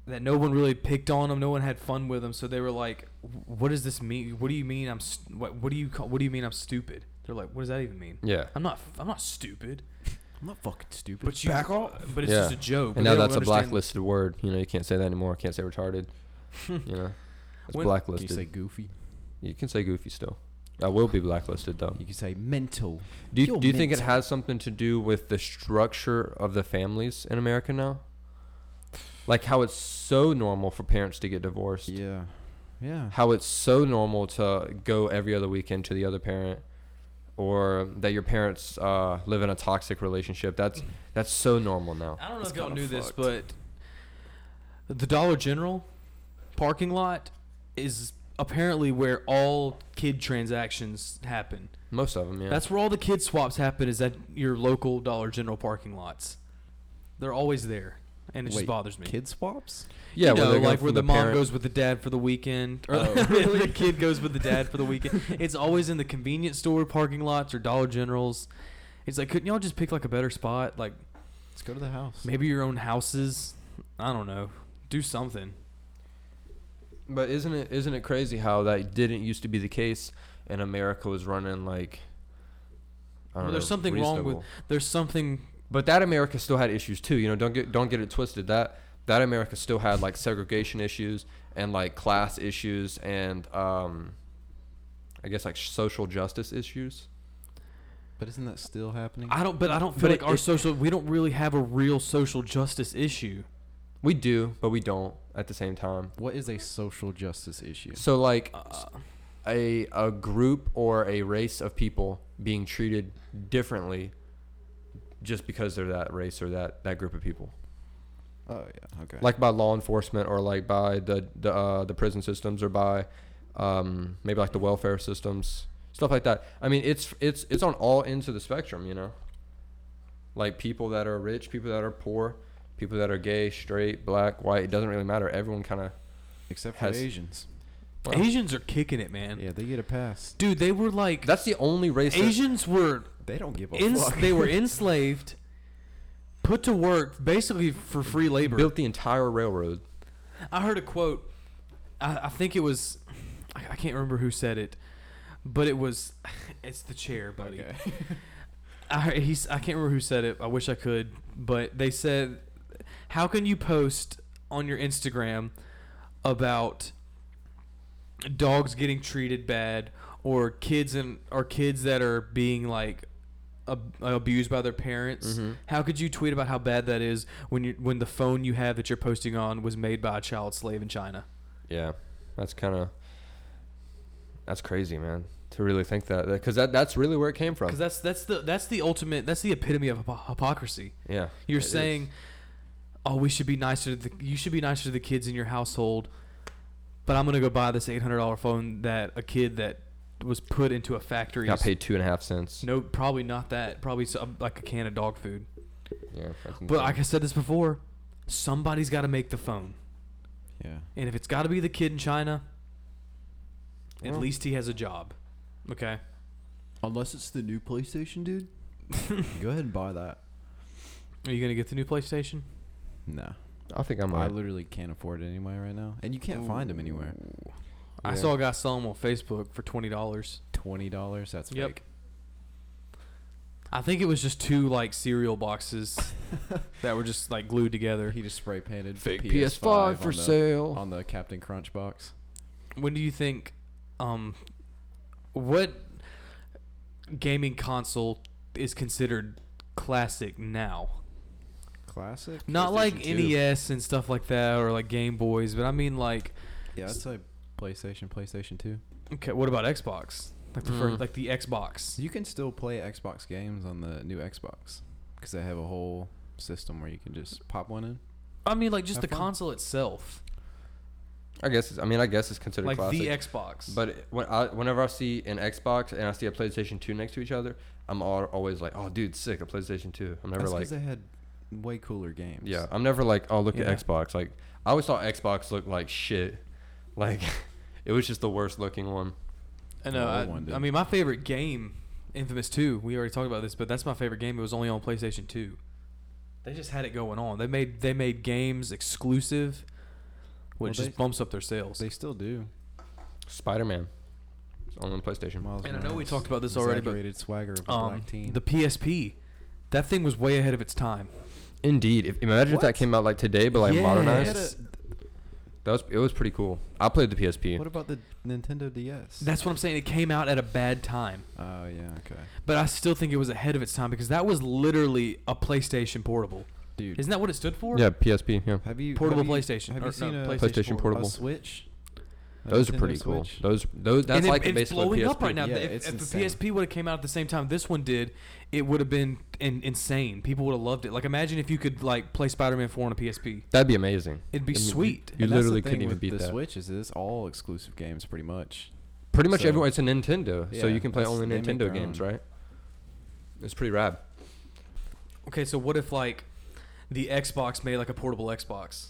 Speaker 4: that no one really picked on them, no one had fun with them, so they were like, "What does this mean? What do you mean I'm st- what? What do you call, what do you mean I'm stupid?" They're like, "What does that even mean?"
Speaker 3: Yeah.
Speaker 4: I'm not I'm not stupid,
Speaker 5: I'm not fucking stupid.
Speaker 4: but you
Speaker 5: Back off.
Speaker 4: But it's
Speaker 3: Yeah.
Speaker 4: just a joke.
Speaker 3: And
Speaker 4: They
Speaker 3: now
Speaker 4: don't
Speaker 3: that's a
Speaker 4: understand-
Speaker 3: blacklisted word. You know, you can't say that anymore. Can't say retarded. you know, it's
Speaker 4: When-
Speaker 5: Can you
Speaker 3: blacklisted.
Speaker 5: say goofy?
Speaker 3: you can say goofy still. I will be blacklisted though.
Speaker 5: You can say mental.
Speaker 3: Do you,
Speaker 5: You're
Speaker 3: do you think it
Speaker 5: mental.
Speaker 3: has something to do with the structure of the families in America now? Like how it's so normal for parents to get divorced.
Speaker 5: Yeah, yeah.
Speaker 3: How it's so normal to go every other weekend to the other parent, or that your parents uh, live in a toxic relationship. That's that's so normal now.
Speaker 4: I don't know if y'all knew this, but the Dollar General parking lot is apparently where all kid transactions happen.
Speaker 3: Most of them, yeah.
Speaker 4: That's where all the kid swaps happen is at your local Dollar General parking lots. They're always there, and it just
Speaker 5: Wait,
Speaker 4: bothers me.
Speaker 5: Kid swaps?
Speaker 3: yeah,
Speaker 4: you know,
Speaker 3: they go
Speaker 4: like
Speaker 3: from
Speaker 4: where the, mom
Speaker 3: parent- Oh.
Speaker 4: goes with the dad for the weekend, or the kid goes with the dad for the weekend. It's always in the convenience store parking lots or Dollar Generals. It's like, couldn't y'all just pick like a better spot? Like,
Speaker 5: Let's go to the house.
Speaker 4: Maybe your own houses. I don't know. Do something.
Speaker 3: But isn't it isn't it crazy how that didn't used to be the case and America was running like I don't
Speaker 4: Well, there's
Speaker 3: know,
Speaker 4: something wrong with-
Speaker 3: reasonable.
Speaker 4: There's something.
Speaker 3: But that America still had issues too. You know, don't get don't get it twisted. That that America still had like segregation issues and like class issues and um I guess like social justice issues.
Speaker 5: But isn't that still happening?
Speaker 4: I don't. But I don't feel
Speaker 3: But
Speaker 4: like
Speaker 3: it-
Speaker 4: our
Speaker 3: it-
Speaker 4: social. We don't really have a real social justice issue.
Speaker 3: We do, but we don't at the same time.
Speaker 5: what is a social justice issue?
Speaker 3: So like a a group or a race of people being treated differently just because they're that race or that that group of people.
Speaker 5: Oh yeah. Okay.
Speaker 3: like by law enforcement or like by the the, uh, the prison systems or by um, maybe like the welfare systems stuff like that i mean it's it's it's on all ends of the spectrum you know like people that are rich people that are poor people that are gay straight black white it doesn't really matter everyone kind of
Speaker 5: except for
Speaker 3: has-
Speaker 5: Asians.
Speaker 3: Well-
Speaker 4: Asians are kicking it, man.
Speaker 5: Yeah, they get a pass.
Speaker 4: Dude, they were like
Speaker 3: that's the only race that-
Speaker 4: Asians were
Speaker 5: They don't give a
Speaker 4: ins-
Speaker 5: fuck.
Speaker 4: they were enslaved, put to work basically for free labor.
Speaker 3: built the entire railroad
Speaker 4: I heard a quote. I, I think it was, I, I can't remember who said it, but it was, it's the chair, buddy.
Speaker 5: Okay.
Speaker 4: I heard- he's, I can't remember who said it. I wish I could, but they said, how can you post on your Instagram about dogs getting treated bad or kids and or kids that are being like ab- abused by their parents how could you tweet about how bad that is when you when the phone you have that you're posting on was made by a child slave in china
Speaker 3: yeah that's kind of that's crazy man to really think that because that, that's really where it came from
Speaker 4: because that's that's the that's the ultimate that's the epitome of hypo- hypocrisy
Speaker 3: yeah
Speaker 4: You're
Speaker 3: it is.
Speaker 4: saying, "Oh, we should be nicer to the you should be nicer to the kids in your household," but I'm gonna go buy this eight hundred dollar phone that a kid that was put into a factory
Speaker 3: got
Speaker 4: is-
Speaker 3: paid two and a half cents
Speaker 4: No, probably not that. Probably some, like a can of dog food.
Speaker 3: yeah that's
Speaker 4: But
Speaker 3: insane.
Speaker 4: like I said this before, somebody's got to make the phone,
Speaker 5: yeah.
Speaker 4: and if it's got to be the kid in China, at
Speaker 3: Well.
Speaker 4: least he has a job. Okay.
Speaker 5: Unless it's the new PlayStation, dude. Go ahead and buy that.
Speaker 4: Are you gonna get the new PlayStation?
Speaker 5: No,
Speaker 3: i think i'm
Speaker 5: I literally can't afford it anyway right now, and you can't find them anywhere.
Speaker 4: I
Speaker 3: Yeah.
Speaker 4: saw a guy sell them on Facebook for twenty dollars.
Speaker 5: Twenty dollars. That's
Speaker 4: Yep.
Speaker 5: fake.
Speaker 4: I think it was just two like cereal boxes that were just like glued together.
Speaker 5: He just spray painted
Speaker 3: Fake
Speaker 5: PS5
Speaker 3: PS5 for
Speaker 5: on the-
Speaker 3: sale.
Speaker 5: on the Captain Crunch box.
Speaker 4: When do you think um what gaming console is considered classic now?
Speaker 5: Classic.
Speaker 4: Not like
Speaker 5: PlayStation 2.
Speaker 4: NES and stuff like that or like Game Boys, but I mean like
Speaker 5: Yeah, I'd say PlayStation, PlayStation Two.
Speaker 4: okay, what about Xbox? Like the first, like the Xbox.
Speaker 5: You can still play Xbox games on the new Xbox because they have a whole system where you can just pop one in.
Speaker 4: I mean like just
Speaker 5: Have
Speaker 4: the
Speaker 5: fun.
Speaker 4: console itself.
Speaker 3: I guess. It's, I mean, I guess it's considered
Speaker 4: Like
Speaker 3: classic.
Speaker 4: the Xbox.
Speaker 3: but it- when I, whenever I see an Xbox and I see a PlayStation Two next to each other, I'm all, always like, "Oh, dude, sick! A PlayStation 2. I'm never
Speaker 5: That's
Speaker 3: like,
Speaker 5: because they had way cooler games.
Speaker 3: yeah, I'm never like, "Oh, look
Speaker 4: Yeah.
Speaker 3: at Xbox." Like, I always thought Xbox looked like shit. Like, it was just the worst looking one.
Speaker 4: I know.
Speaker 5: Oh, I
Speaker 4: I,
Speaker 5: wonder.
Speaker 4: I mean, my favorite game, Infamous Two. We already talked about this, but that's my favorite game. It was only on PlayStation Two. They just had it going on. They made they made games exclusive, which
Speaker 5: Well,
Speaker 4: just
Speaker 5: they-
Speaker 4: bumps up their sales. Um,
Speaker 5: they still do.
Speaker 3: Spider Man, it's only on PlayStation.
Speaker 5: Miles
Speaker 4: and I know we
Speaker 5: Morales,
Speaker 4: talked about this already, but
Speaker 5: exaggerated swagger of the
Speaker 4: um,
Speaker 5: black teen.
Speaker 4: the PSP, that thing was way ahead of its time.
Speaker 3: Indeed, if, imagine if that
Speaker 5: What?
Speaker 3: came out like today, but like
Speaker 4: Yeah.
Speaker 5: They had
Speaker 3: modernized.
Speaker 5: a-
Speaker 3: That was it was pretty cool. I played the PSP.
Speaker 5: what about the Nintendo DS?
Speaker 4: That's what I'm saying. It came out at a bad time,
Speaker 5: oh yeah, okay,
Speaker 4: but I still think it was ahead of its time because that was literally a PlayStation Portable.
Speaker 5: dude.
Speaker 4: Isn't that what it stood for?
Speaker 3: yeah, PSP. Yeah,
Speaker 5: have you
Speaker 4: portable
Speaker 5: have you-
Speaker 4: PlayStation,
Speaker 5: Have
Speaker 4: or
Speaker 5: you seen
Speaker 4: no,
Speaker 5: a,
Speaker 4: PlayStation
Speaker 5: a
Speaker 3: PlayStation
Speaker 4: Portable.
Speaker 3: Portable.
Speaker 5: Switch? A
Speaker 3: Those are
Speaker 5: Nintendo
Speaker 3: pretty cool.
Speaker 5: Switch?
Speaker 3: Those those that's
Speaker 4: and it-
Speaker 3: like the
Speaker 4: it's
Speaker 3: basic of
Speaker 4: blowing
Speaker 3: PSP.
Speaker 4: up right now.
Speaker 5: Yeah,
Speaker 4: if
Speaker 5: it's
Speaker 4: if the
Speaker 5: insane.
Speaker 4: PSP would have came out at the same time this one did, it would have been in, insane. People would have loved it. Like imagine if you could like play Spider-Man 4 on a PSP.
Speaker 3: That'd be amazing.
Speaker 4: It'd be
Speaker 3: I mean, you-
Speaker 4: sweet.
Speaker 3: You
Speaker 5: And that's the
Speaker 3: literally couldn't
Speaker 5: thing
Speaker 3: even
Speaker 5: with
Speaker 3: beat
Speaker 5: the
Speaker 3: that.
Speaker 5: Switch. Is it's all exclusive games pretty much?
Speaker 3: Pretty much
Speaker 5: So-
Speaker 3: everyone. It's a Nintendo, so
Speaker 5: Yeah,
Speaker 3: you can play
Speaker 5: that's-
Speaker 3: only
Speaker 5: they make
Speaker 3: Nintendo
Speaker 5: their
Speaker 3: games,
Speaker 5: own.
Speaker 3: right? It's pretty rad.
Speaker 4: Okay, so what if like the Xbox made like a portable Xbox?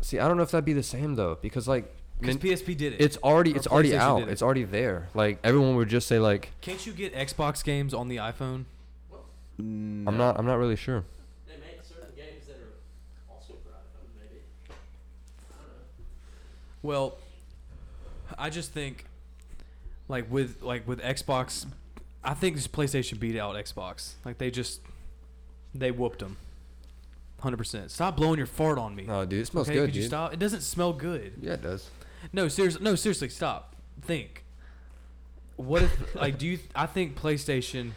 Speaker 3: See, I don't know if that'd be the same though, because like,
Speaker 4: Because
Speaker 3: Nin-
Speaker 4: PSP did it.
Speaker 3: it's already
Speaker 4: or
Speaker 3: it's already
Speaker 4: PlayStation
Speaker 3: out.
Speaker 4: did it.
Speaker 3: It's already there. Like everyone would just say like,
Speaker 4: Can't you get Xbox games on the iPhone?
Speaker 3: I'm not I'm not really sure.
Speaker 7: They make certain games that are also for iPhone, maybe.
Speaker 4: Well, I just think like with like with Xbox, I think this PlayStation beat out Xbox. Like they just they whooped them. 100%. Stop blowing your fart on me.
Speaker 3: No, dude, it smells
Speaker 4: okay,
Speaker 3: good,
Speaker 4: could you
Speaker 3: dude.
Speaker 4: stop? It doesn't smell good.
Speaker 3: Yeah, it does.
Speaker 4: No, seriously, no, seriously, stop. Think. What if like do you I think PlayStation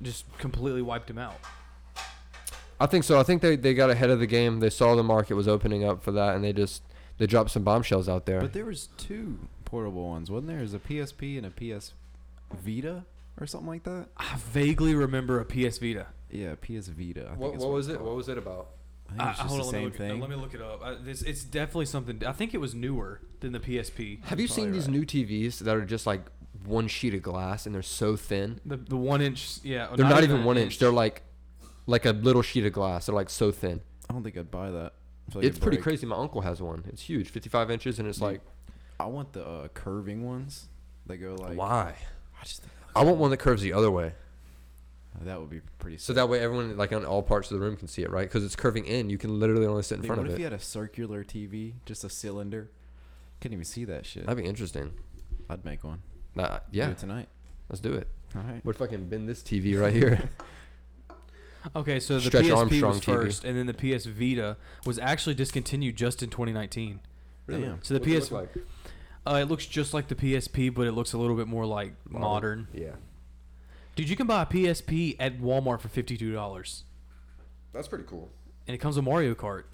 Speaker 4: just completely wiped them out.
Speaker 3: I think so. I think they, they got ahead of the game. They saw the market was opening up for that, and they just they dropped some bombshells out there.
Speaker 5: But there was two portable ones, wasn't there? There's a PSP and a PS Vita or something like that.
Speaker 4: I vaguely remember a PS Vita.
Speaker 5: Yeah, PS Vita. I think is
Speaker 3: what what
Speaker 5: it's
Speaker 3: was it?
Speaker 5: called.
Speaker 3: What was it about?
Speaker 5: I think it's just
Speaker 4: Uh, hold
Speaker 5: the
Speaker 4: on, let me
Speaker 5: same
Speaker 4: look it- no,
Speaker 5: thing.
Speaker 4: let me look it up. I, this, it's definitely something. I think it was newer than the PSP.
Speaker 3: Have
Speaker 5: probably
Speaker 3: you seen these
Speaker 5: right.
Speaker 3: new TVs that are just like one sheet of glass and they're so thin?
Speaker 4: The, the one inch, yeah.
Speaker 3: They're not, even
Speaker 4: an
Speaker 3: one inch. They're like like a little sheet of glass. They're like so thin.
Speaker 5: I don't think I'd buy that. I feel like
Speaker 3: It's
Speaker 5: it'd
Speaker 3: pretty
Speaker 5: break.
Speaker 3: crazy. My uncle has one. It's huge, 55 inches, and it's like
Speaker 5: I want the uh, curving ones. They go like
Speaker 3: why?
Speaker 5: I just think
Speaker 3: I want one that curves the other way,
Speaker 5: that would be pretty.
Speaker 3: so
Speaker 5: sick.
Speaker 3: that way everyone like on all parts of the room can see it, right? Because it's curving in. You can literally only sit in
Speaker 5: Dude,
Speaker 3: front
Speaker 5: what
Speaker 3: of
Speaker 5: if
Speaker 3: it.
Speaker 5: you had a circular TV, just a cylinder? Couldn't even see that shit.
Speaker 3: That'd be interesting.
Speaker 5: I'd make one.
Speaker 3: Nah,
Speaker 5: Do
Speaker 3: yeah,
Speaker 5: it tonight.
Speaker 3: let's do it.
Speaker 5: All right.
Speaker 3: What if I can bend this TV right here?
Speaker 4: Okay, so the
Speaker 3: Stretch
Speaker 4: PSP
Speaker 3: Armstrong
Speaker 4: was
Speaker 3: TV.
Speaker 4: first, and then the PS Vita was actually discontinued just in 2019.
Speaker 5: Really? Damn.
Speaker 4: So the
Speaker 3: What's it
Speaker 4: PS,
Speaker 3: look like?
Speaker 4: uh, it looks just like the PSP, but it looks a little bit more like modern.
Speaker 3: Yeah,
Speaker 4: Dude, you can buy a PSP at Walmart for fifty-two dollars,
Speaker 3: that's pretty cool.
Speaker 4: and it comes with Mario Kart.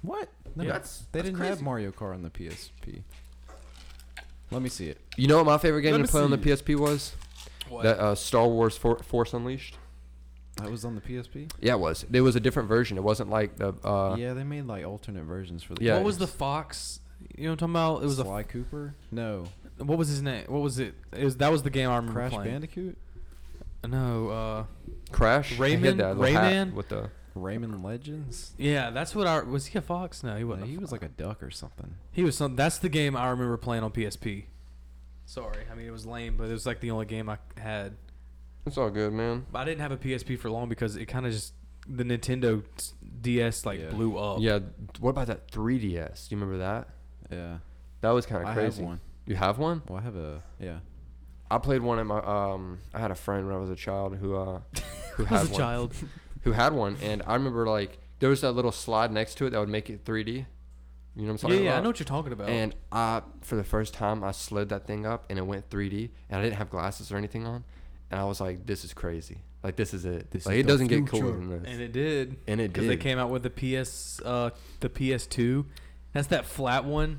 Speaker 5: What? No,
Speaker 4: Yeah.
Speaker 5: that's they didn't have Mario Kart on the PSP. Let me see it.
Speaker 3: You know what my favorite game
Speaker 5: Let
Speaker 3: to
Speaker 5: me
Speaker 3: play on the
Speaker 5: see.
Speaker 3: PSP was?
Speaker 4: What?
Speaker 3: That uh, Star Wars For- Force Unleashed.
Speaker 5: That was on the PSP.
Speaker 3: Yeah, it was. It was a different version. It wasn't like the. Uh,
Speaker 5: yeah, they made like alternate versions for the.
Speaker 3: Yeah.
Speaker 4: what was the fox? You know what I'm talking about? It was
Speaker 5: Sly Cooper? No,
Speaker 4: a. What was his name? What was it? it was, that was the game I remember
Speaker 5: Crash
Speaker 4: playing.
Speaker 5: Bandicoot,
Speaker 4: No. Uh,
Speaker 3: Crash. He had
Speaker 4: Rayman?
Speaker 3: that little hat
Speaker 4: Rayman?
Speaker 3: With the
Speaker 5: Rayman Legends.
Speaker 4: yeah, that's what I was. He a fox? No, he
Speaker 5: No,
Speaker 4: wasn't.
Speaker 5: he
Speaker 4: a
Speaker 5: was
Speaker 4: fox.
Speaker 5: like a duck or something.
Speaker 4: He was some. That's the game I remember playing on PSP. Sorry, I mean it was lame, but it was like the only game I had.
Speaker 3: it's all good, man.
Speaker 4: But I didn't have a PSP for long because it kind of just the Nintendo s- DS like
Speaker 5: Yeah.
Speaker 4: blew up.
Speaker 3: Yeah. What about that 3DS? Do you remember that?
Speaker 5: Yeah,
Speaker 3: That was kind
Speaker 5: I
Speaker 3: of
Speaker 5: have
Speaker 3: crazy.
Speaker 5: one.
Speaker 3: You have one?
Speaker 5: Well, I have a yeah.
Speaker 3: I played one at my. Um, I had a friend when I was a child who uh, who had
Speaker 4: as a
Speaker 3: one,
Speaker 4: child.
Speaker 3: who had one, and I remember like there was that little slide next to it that would make it 3D. You know what I'm
Speaker 4: yeah,
Speaker 3: talking
Speaker 4: yeah, I
Speaker 3: about?
Speaker 4: know what you're talking about.
Speaker 3: And I, for the first time, I slid that thing up and it went 3D, and I didn't have glasses or anything on, and I was like, "This is crazy! Like this is it!
Speaker 5: This
Speaker 3: like
Speaker 5: is
Speaker 3: it
Speaker 5: the
Speaker 3: doesn't get cooler
Speaker 5: future."
Speaker 3: than this."
Speaker 4: And it did.
Speaker 3: And it
Speaker 4: they
Speaker 3: did.
Speaker 4: came out with the PS uh the PS2. That's that flat one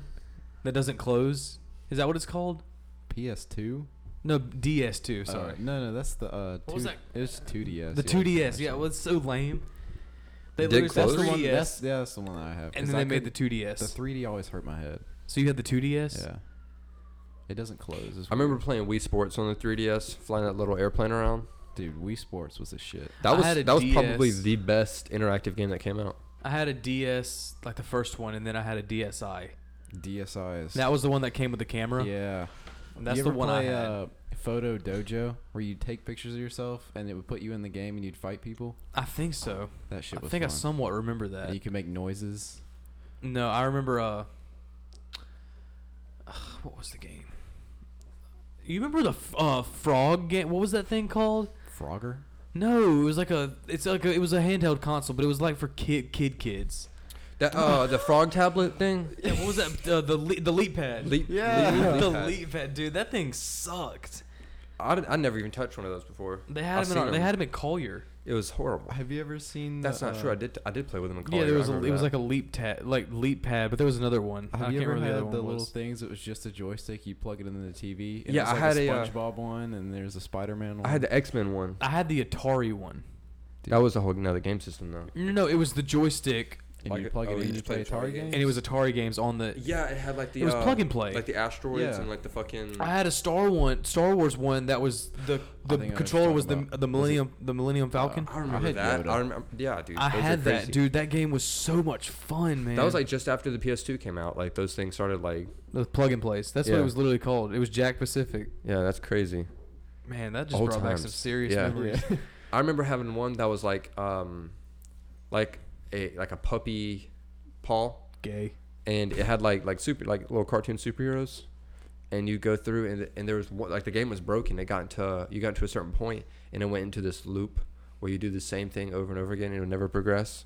Speaker 4: that doesn't close. Is that what it's called?
Speaker 5: PS2.
Speaker 4: No, DS2.
Speaker 5: Uh,
Speaker 4: Sorry.
Speaker 5: no, no, that's the uh.
Speaker 4: What was
Speaker 5: two-
Speaker 4: that?
Speaker 5: It's 2DS.
Speaker 4: the
Speaker 5: yeah.
Speaker 4: 2DS. Yeah, well, it's so lame. They
Speaker 3: Did
Speaker 4: literally- that's
Speaker 3: close?
Speaker 5: That's the one.
Speaker 4: 3DS.
Speaker 5: That's, yeah, that's the one that I have.
Speaker 4: and
Speaker 5: 'cause
Speaker 4: then
Speaker 5: I
Speaker 4: they made the
Speaker 5: couldn't-
Speaker 4: 2DS.
Speaker 5: The 3D always hurt my head.
Speaker 4: so you had the 2DS?
Speaker 5: Yeah. It doesn't close. It's
Speaker 3: I remember playing Wii Sports on the 3DS, flying that little airplane around.
Speaker 5: weird. dude, Wii Sports was a shit.
Speaker 3: That
Speaker 4: I
Speaker 3: was
Speaker 4: had a
Speaker 3: that was probably
Speaker 4: DS.
Speaker 3: the best interactive game that came out.
Speaker 4: I had a DS, like the first one, and then I had a DSi.
Speaker 5: DSi is.
Speaker 4: That was the one that came with the camera.
Speaker 5: yeah.
Speaker 4: And that's
Speaker 5: you
Speaker 4: the
Speaker 5: ever
Speaker 4: one
Speaker 5: play,
Speaker 4: I had.
Speaker 5: Uh, Photo Dojo, where you take pictures of yourself and it would put you in the game and you'd fight people.
Speaker 4: I think so.
Speaker 5: That shit
Speaker 4: I
Speaker 5: was
Speaker 4: think I
Speaker 5: fun.
Speaker 4: somewhat remember that.
Speaker 5: And you could make noises.
Speaker 4: No, I remember. Uh, what was the game? You remember the f- uh, frog game? What was that thing called?
Speaker 5: Frogger.
Speaker 4: No, it was like a. It's like a, it was a handheld console, but it was like for kid kid kids.
Speaker 3: That uh, the frog tablet thing.
Speaker 4: Yeah, what was that? Uh, the le- the leap pad.
Speaker 3: Leap,
Speaker 5: Yeah.
Speaker 3: leap- leap
Speaker 4: the
Speaker 3: pad.
Speaker 4: leap pad, dude. That thing sucked.
Speaker 3: I, did, I never even touched one of those before.
Speaker 4: They had
Speaker 3: I've seen
Speaker 4: him. In, our- they
Speaker 3: 'em.
Speaker 4: had him at Collier.
Speaker 3: It was horrible.
Speaker 5: Have you ever seen?
Speaker 3: That's
Speaker 5: the,
Speaker 3: not true. I
Speaker 5: uh,
Speaker 3: did I did play with them in college.
Speaker 4: Yeah, there was a, it was like a leap tad, like leap pad, but there was another one. I
Speaker 5: Have
Speaker 4: can't
Speaker 5: you ever
Speaker 4: remember the
Speaker 5: had
Speaker 4: other
Speaker 5: the,
Speaker 4: one
Speaker 5: little
Speaker 4: was.
Speaker 5: things? It was just a joystick. You plug it into the TV. And
Speaker 3: Yeah,
Speaker 5: it's
Speaker 3: I
Speaker 5: like
Speaker 3: had
Speaker 5: a
Speaker 3: a, uh,
Speaker 5: SpongeBob one, and there's a Spider-Man one.
Speaker 3: I had the X Men one.
Speaker 4: I had the Atari one.
Speaker 3: That was a whole another game system though.
Speaker 4: No, no, it was the joystick,
Speaker 5: and
Speaker 3: like
Speaker 5: you
Speaker 3: a-
Speaker 5: plug
Speaker 3: oh,
Speaker 5: it
Speaker 3: you
Speaker 5: in, you
Speaker 3: just
Speaker 5: play
Speaker 3: play Atari
Speaker 5: Atari games.
Speaker 4: and it was Atari games on the.
Speaker 3: Yeah, it had like the uh,
Speaker 4: It was plug and play.
Speaker 3: like the asteroids
Speaker 5: Yeah.
Speaker 3: and like the fucking.
Speaker 4: I had a Star one, Star Wars one that was the the
Speaker 5: think I know what
Speaker 4: controller
Speaker 5: you're
Speaker 4: was the
Speaker 5: talking
Speaker 4: the Millennium the Millennium Falcon.
Speaker 3: I remember
Speaker 5: had
Speaker 3: that.
Speaker 5: Yoda.
Speaker 3: I remember. Yeah, dude.
Speaker 4: I
Speaker 3: those are
Speaker 4: had that,
Speaker 3: crazy.
Speaker 4: dude. That game was so much fun, man.
Speaker 3: That was like just after the PS2 came out. Like those things started like.
Speaker 4: the plug and place. That's what
Speaker 3: Yeah.
Speaker 4: it was literally called. It was Jack Pacific.
Speaker 3: Yeah, that's crazy.
Speaker 4: Man, that just
Speaker 3: Old
Speaker 4: brought back some
Speaker 3: times.
Speaker 4: serious
Speaker 3: Yeah.
Speaker 4: memories.
Speaker 3: I remember having one that was like, um, like a like a puppy paw,
Speaker 4: Gay.
Speaker 3: and it had like like super like little cartoon superheroes, and you go through and and there was one, like the game was broken. It got into you got into a certain point, and it went into this loop where you do the same thing over and over again, and it would never progress.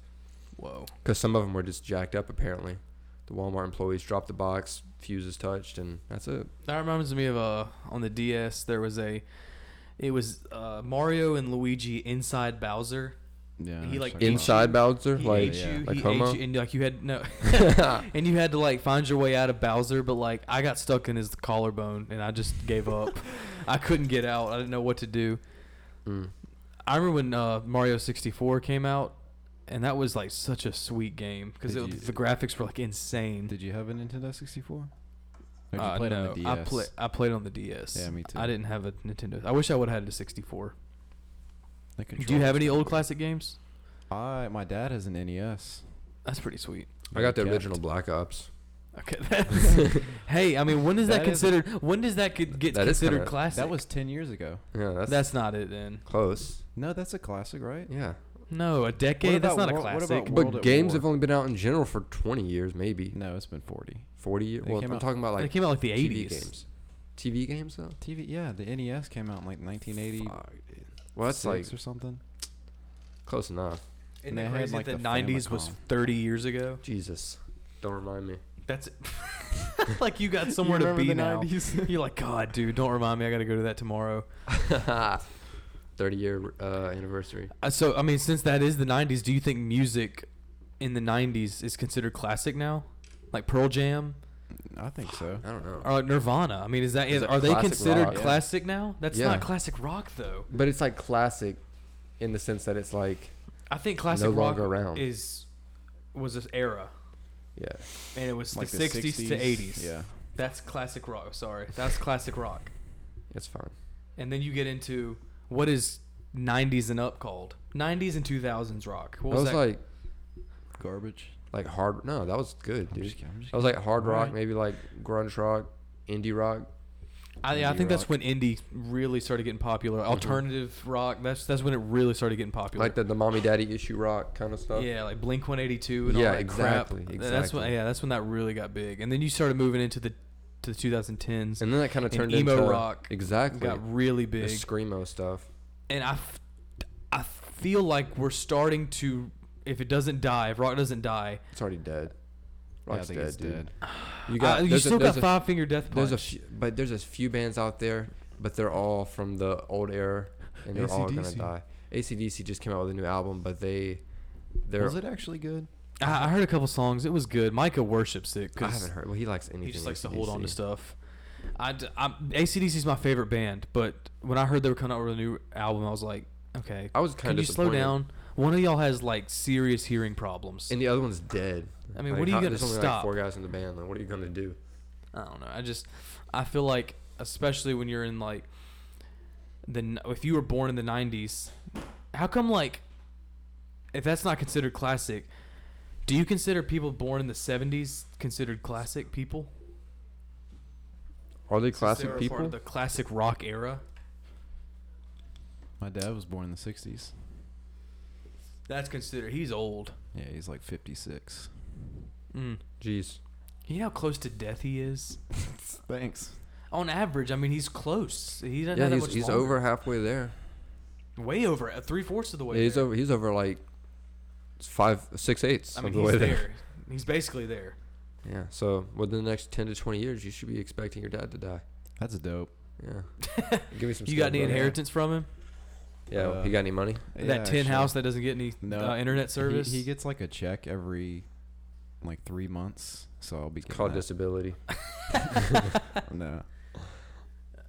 Speaker 4: Whoa.
Speaker 3: Because some of them were just jacked up, apparently. The Walmart employees dropped the box, fuse is touched, and that's it.
Speaker 4: That reminds me of uh on the DS there was a it was uh, Mario and Luigi inside Bowser.
Speaker 5: yeah,
Speaker 4: he, like,
Speaker 5: check it out.
Speaker 3: Inside Bowser,
Speaker 4: He
Speaker 3: like
Speaker 4: ate you,
Speaker 3: like
Speaker 4: he
Speaker 3: Homo.
Speaker 4: ate you, and like you had no, and you had to like find your way out of Bowser. But like I got stuck in his collarbone, and I just gave up. I couldn't get out. I didn't know what to do.
Speaker 5: Hmm.
Speaker 3: Mm.
Speaker 4: I remember when uh, Mario sixty four came out, and that was like such a sweet game because
Speaker 5: Did you-
Speaker 4: the graphics were like insane.
Speaker 5: Did you have a Nintendo 64? Or
Speaker 4: Uh, no, I play, I played on the DS.
Speaker 5: Yeah, me too.
Speaker 4: I didn't have a Nintendo. I wish I would have had a 64.
Speaker 5: The
Speaker 4: Do you
Speaker 5: controller
Speaker 4: have any
Speaker 5: was
Speaker 4: old
Speaker 5: pretty
Speaker 4: classic games?
Speaker 5: good. I my dad has an E NES.
Speaker 4: That's pretty sweet.
Speaker 3: I got the
Speaker 5: Kept.
Speaker 3: original Black Ops.
Speaker 4: Okay. that's- hey, I mean, when is that,
Speaker 5: That is-
Speaker 4: considered? when does that get, get
Speaker 3: That is
Speaker 4: considered
Speaker 3: kinda-
Speaker 4: classic?
Speaker 5: That was 10 years ago.
Speaker 3: Yeah, that's,
Speaker 4: That's not it then.
Speaker 3: close.
Speaker 5: No, that's a classic, right?
Speaker 3: Yeah,
Speaker 4: No, a decade. that's not a classic.
Speaker 5: World
Speaker 3: but
Speaker 5: at
Speaker 3: games
Speaker 5: War?
Speaker 3: have only been out in general for 20 years, maybe
Speaker 5: No, it's been 40.
Speaker 3: 40 years.
Speaker 5: They
Speaker 3: Well,
Speaker 5: came
Speaker 3: I'm
Speaker 5: out-
Speaker 3: talking about
Speaker 4: it
Speaker 3: like
Speaker 4: came out like the
Speaker 3: TV
Speaker 4: 80s.
Speaker 3: games. TV games though.
Speaker 5: TV, yeah, the NES came out in like 1980.
Speaker 3: Fuck, dude. Well, that's like
Speaker 5: or something.
Speaker 3: close enough.
Speaker 5: And they had, like,
Speaker 4: the
Speaker 5: the
Speaker 4: 90s was
Speaker 5: Famicom.
Speaker 4: 30 years ago?
Speaker 3: Jesus, don't remind me.
Speaker 4: That's like you got somewhere to
Speaker 5: remember
Speaker 4: be
Speaker 5: the
Speaker 4: now. You're like, God, dude, don't remind me. I got to go to that tomorrow.
Speaker 3: 30 year uh, anniversary.
Speaker 4: Uh, so, I mean, since that is the 90s, do you think music in the 90s is considered classic now? Like Pearl Jam
Speaker 5: I think so.
Speaker 3: I don't know.
Speaker 4: or like Nirvana? I mean, is that is,
Speaker 3: Is it
Speaker 4: are they
Speaker 3: classic
Speaker 4: considered
Speaker 3: rock? Yeah.
Speaker 4: classic now? That's
Speaker 3: Yeah.
Speaker 4: not classic rock though.
Speaker 3: But it's like classic, in the sense that it's like
Speaker 4: I think classic
Speaker 3: No
Speaker 4: rock
Speaker 3: longer around.
Speaker 4: is was this era
Speaker 3: yeah.
Speaker 4: and it was
Speaker 5: Like
Speaker 4: the, 60s, to 80s.
Speaker 5: Yeah.
Speaker 4: That's classic rock. Sorry. That's classic rock.
Speaker 3: It's fine.
Speaker 4: And then you get into what is 90s and up called? 90s and 2000s rock. What
Speaker 3: That was
Speaker 4: that?
Speaker 3: like
Speaker 5: Garbage.
Speaker 3: like hard. No, that was good,
Speaker 5: I'm
Speaker 3: dude.
Speaker 5: just kidding, I'm just
Speaker 3: that was like hard rock,
Speaker 5: Alright.
Speaker 3: maybe like grunge rock, indie rock.
Speaker 4: I, yeah, I
Speaker 3: indie
Speaker 4: think that's
Speaker 3: rock. Mm-hmm.
Speaker 4: when indie really started getting popular. Alternative rock. That's that's when it really started getting popular.
Speaker 3: like the, the mommy daddy issue rock kind of stuff.
Speaker 4: yeah, like Blink 182 and all
Speaker 3: Yeah,
Speaker 4: that
Speaker 3: exactly,
Speaker 4: crap. Th- That's when
Speaker 3: exactly.
Speaker 4: yeah, that's when that really got big. And then you started moving into the to the 2010s.
Speaker 3: And then that kind of
Speaker 4: And
Speaker 3: turned
Speaker 4: emo
Speaker 3: into
Speaker 4: rock
Speaker 3: Exactly.
Speaker 4: got really
Speaker 3: the
Speaker 4: big.
Speaker 3: screamo stuff.
Speaker 4: and I, f- I feel like we're starting to if it doesn't die, if rock doesn't die,
Speaker 3: It's already dead.
Speaker 5: Yeah, I
Speaker 3: Rock's
Speaker 5: think
Speaker 3: dead,
Speaker 5: it's
Speaker 3: dude.
Speaker 5: dead.
Speaker 3: You
Speaker 4: I- you
Speaker 3: there's
Speaker 4: still
Speaker 3: there's
Speaker 4: got Five Finger Death Punch.
Speaker 3: There's a few, but there's a few bands out there, but they're all from the old era, and they're all gonna
Speaker 5: AC/DC.
Speaker 3: die. ACDC just came out with a new album, but they, they're.
Speaker 5: Was it actually good?
Speaker 4: I, I heard a couple songs. It was good. Micah worships it
Speaker 3: I
Speaker 4: because
Speaker 3: haven't heard. Well, he likes anything.
Speaker 4: he just likes to hold on to
Speaker 3: AC/DC.
Speaker 4: stuff. I d- I'm, ACDC is my favorite band, but when I heard they were coming out with a new album, I was like, okay,
Speaker 3: I was
Speaker 4: can
Speaker 3: kind
Speaker 4: you
Speaker 3: of
Speaker 4: slow down? One of y'all has like serious hearing problems.
Speaker 3: And the other one's dead.
Speaker 4: I mean, what are you
Speaker 3: how-
Speaker 4: gonna
Speaker 3: there's only
Speaker 4: stop?
Speaker 3: Like four guys in the band. Like, what are you gonna do?
Speaker 4: I don't know. I just I feel like especially when you're in like the n- if you were born in the 90s, how come like if that's not considered classic, do you consider people born in the 70s considered classic people?
Speaker 3: Are they
Speaker 4: Since they
Speaker 3: classic
Speaker 4: were a part
Speaker 3: people?
Speaker 4: of the classic rock era.
Speaker 5: My dad was born in the 60s.
Speaker 4: That's considered he's old.
Speaker 5: Yeah, he's like 56.
Speaker 4: Mm.
Speaker 3: Jeez.
Speaker 4: You know how close to death he is?
Speaker 5: Thanks.
Speaker 4: On average, I mean, he's close. He doesn't
Speaker 3: Yeah,
Speaker 4: have that
Speaker 3: he's,
Speaker 4: much
Speaker 3: he's
Speaker 4: longer.
Speaker 3: over halfway there.
Speaker 4: way over, uh, three fourths of the way.
Speaker 3: Yeah, he's
Speaker 4: there.
Speaker 3: over. He's over like five, six eighths
Speaker 4: I
Speaker 3: of
Speaker 4: mean,
Speaker 3: the
Speaker 4: he's
Speaker 3: way
Speaker 4: there.
Speaker 3: there.
Speaker 4: He's basically there.
Speaker 3: Yeah. So within the next ten to twenty years, you should be expecting your dad to die.
Speaker 5: That's dope.
Speaker 3: Yeah. Give me some.
Speaker 4: You
Speaker 3: stuff,
Speaker 4: got any
Speaker 3: bro.
Speaker 4: inheritance from him?
Speaker 3: Yeah.
Speaker 5: Uh,
Speaker 3: you got any money?
Speaker 5: Yeah,
Speaker 4: that tin
Speaker 5: actually.
Speaker 4: house that doesn't get any
Speaker 5: No.
Speaker 4: uh, internet service.
Speaker 5: He, he gets like a check every like 3 months, so I'll be
Speaker 3: It's
Speaker 5: getting
Speaker 3: called
Speaker 5: that.
Speaker 3: disability.
Speaker 5: No.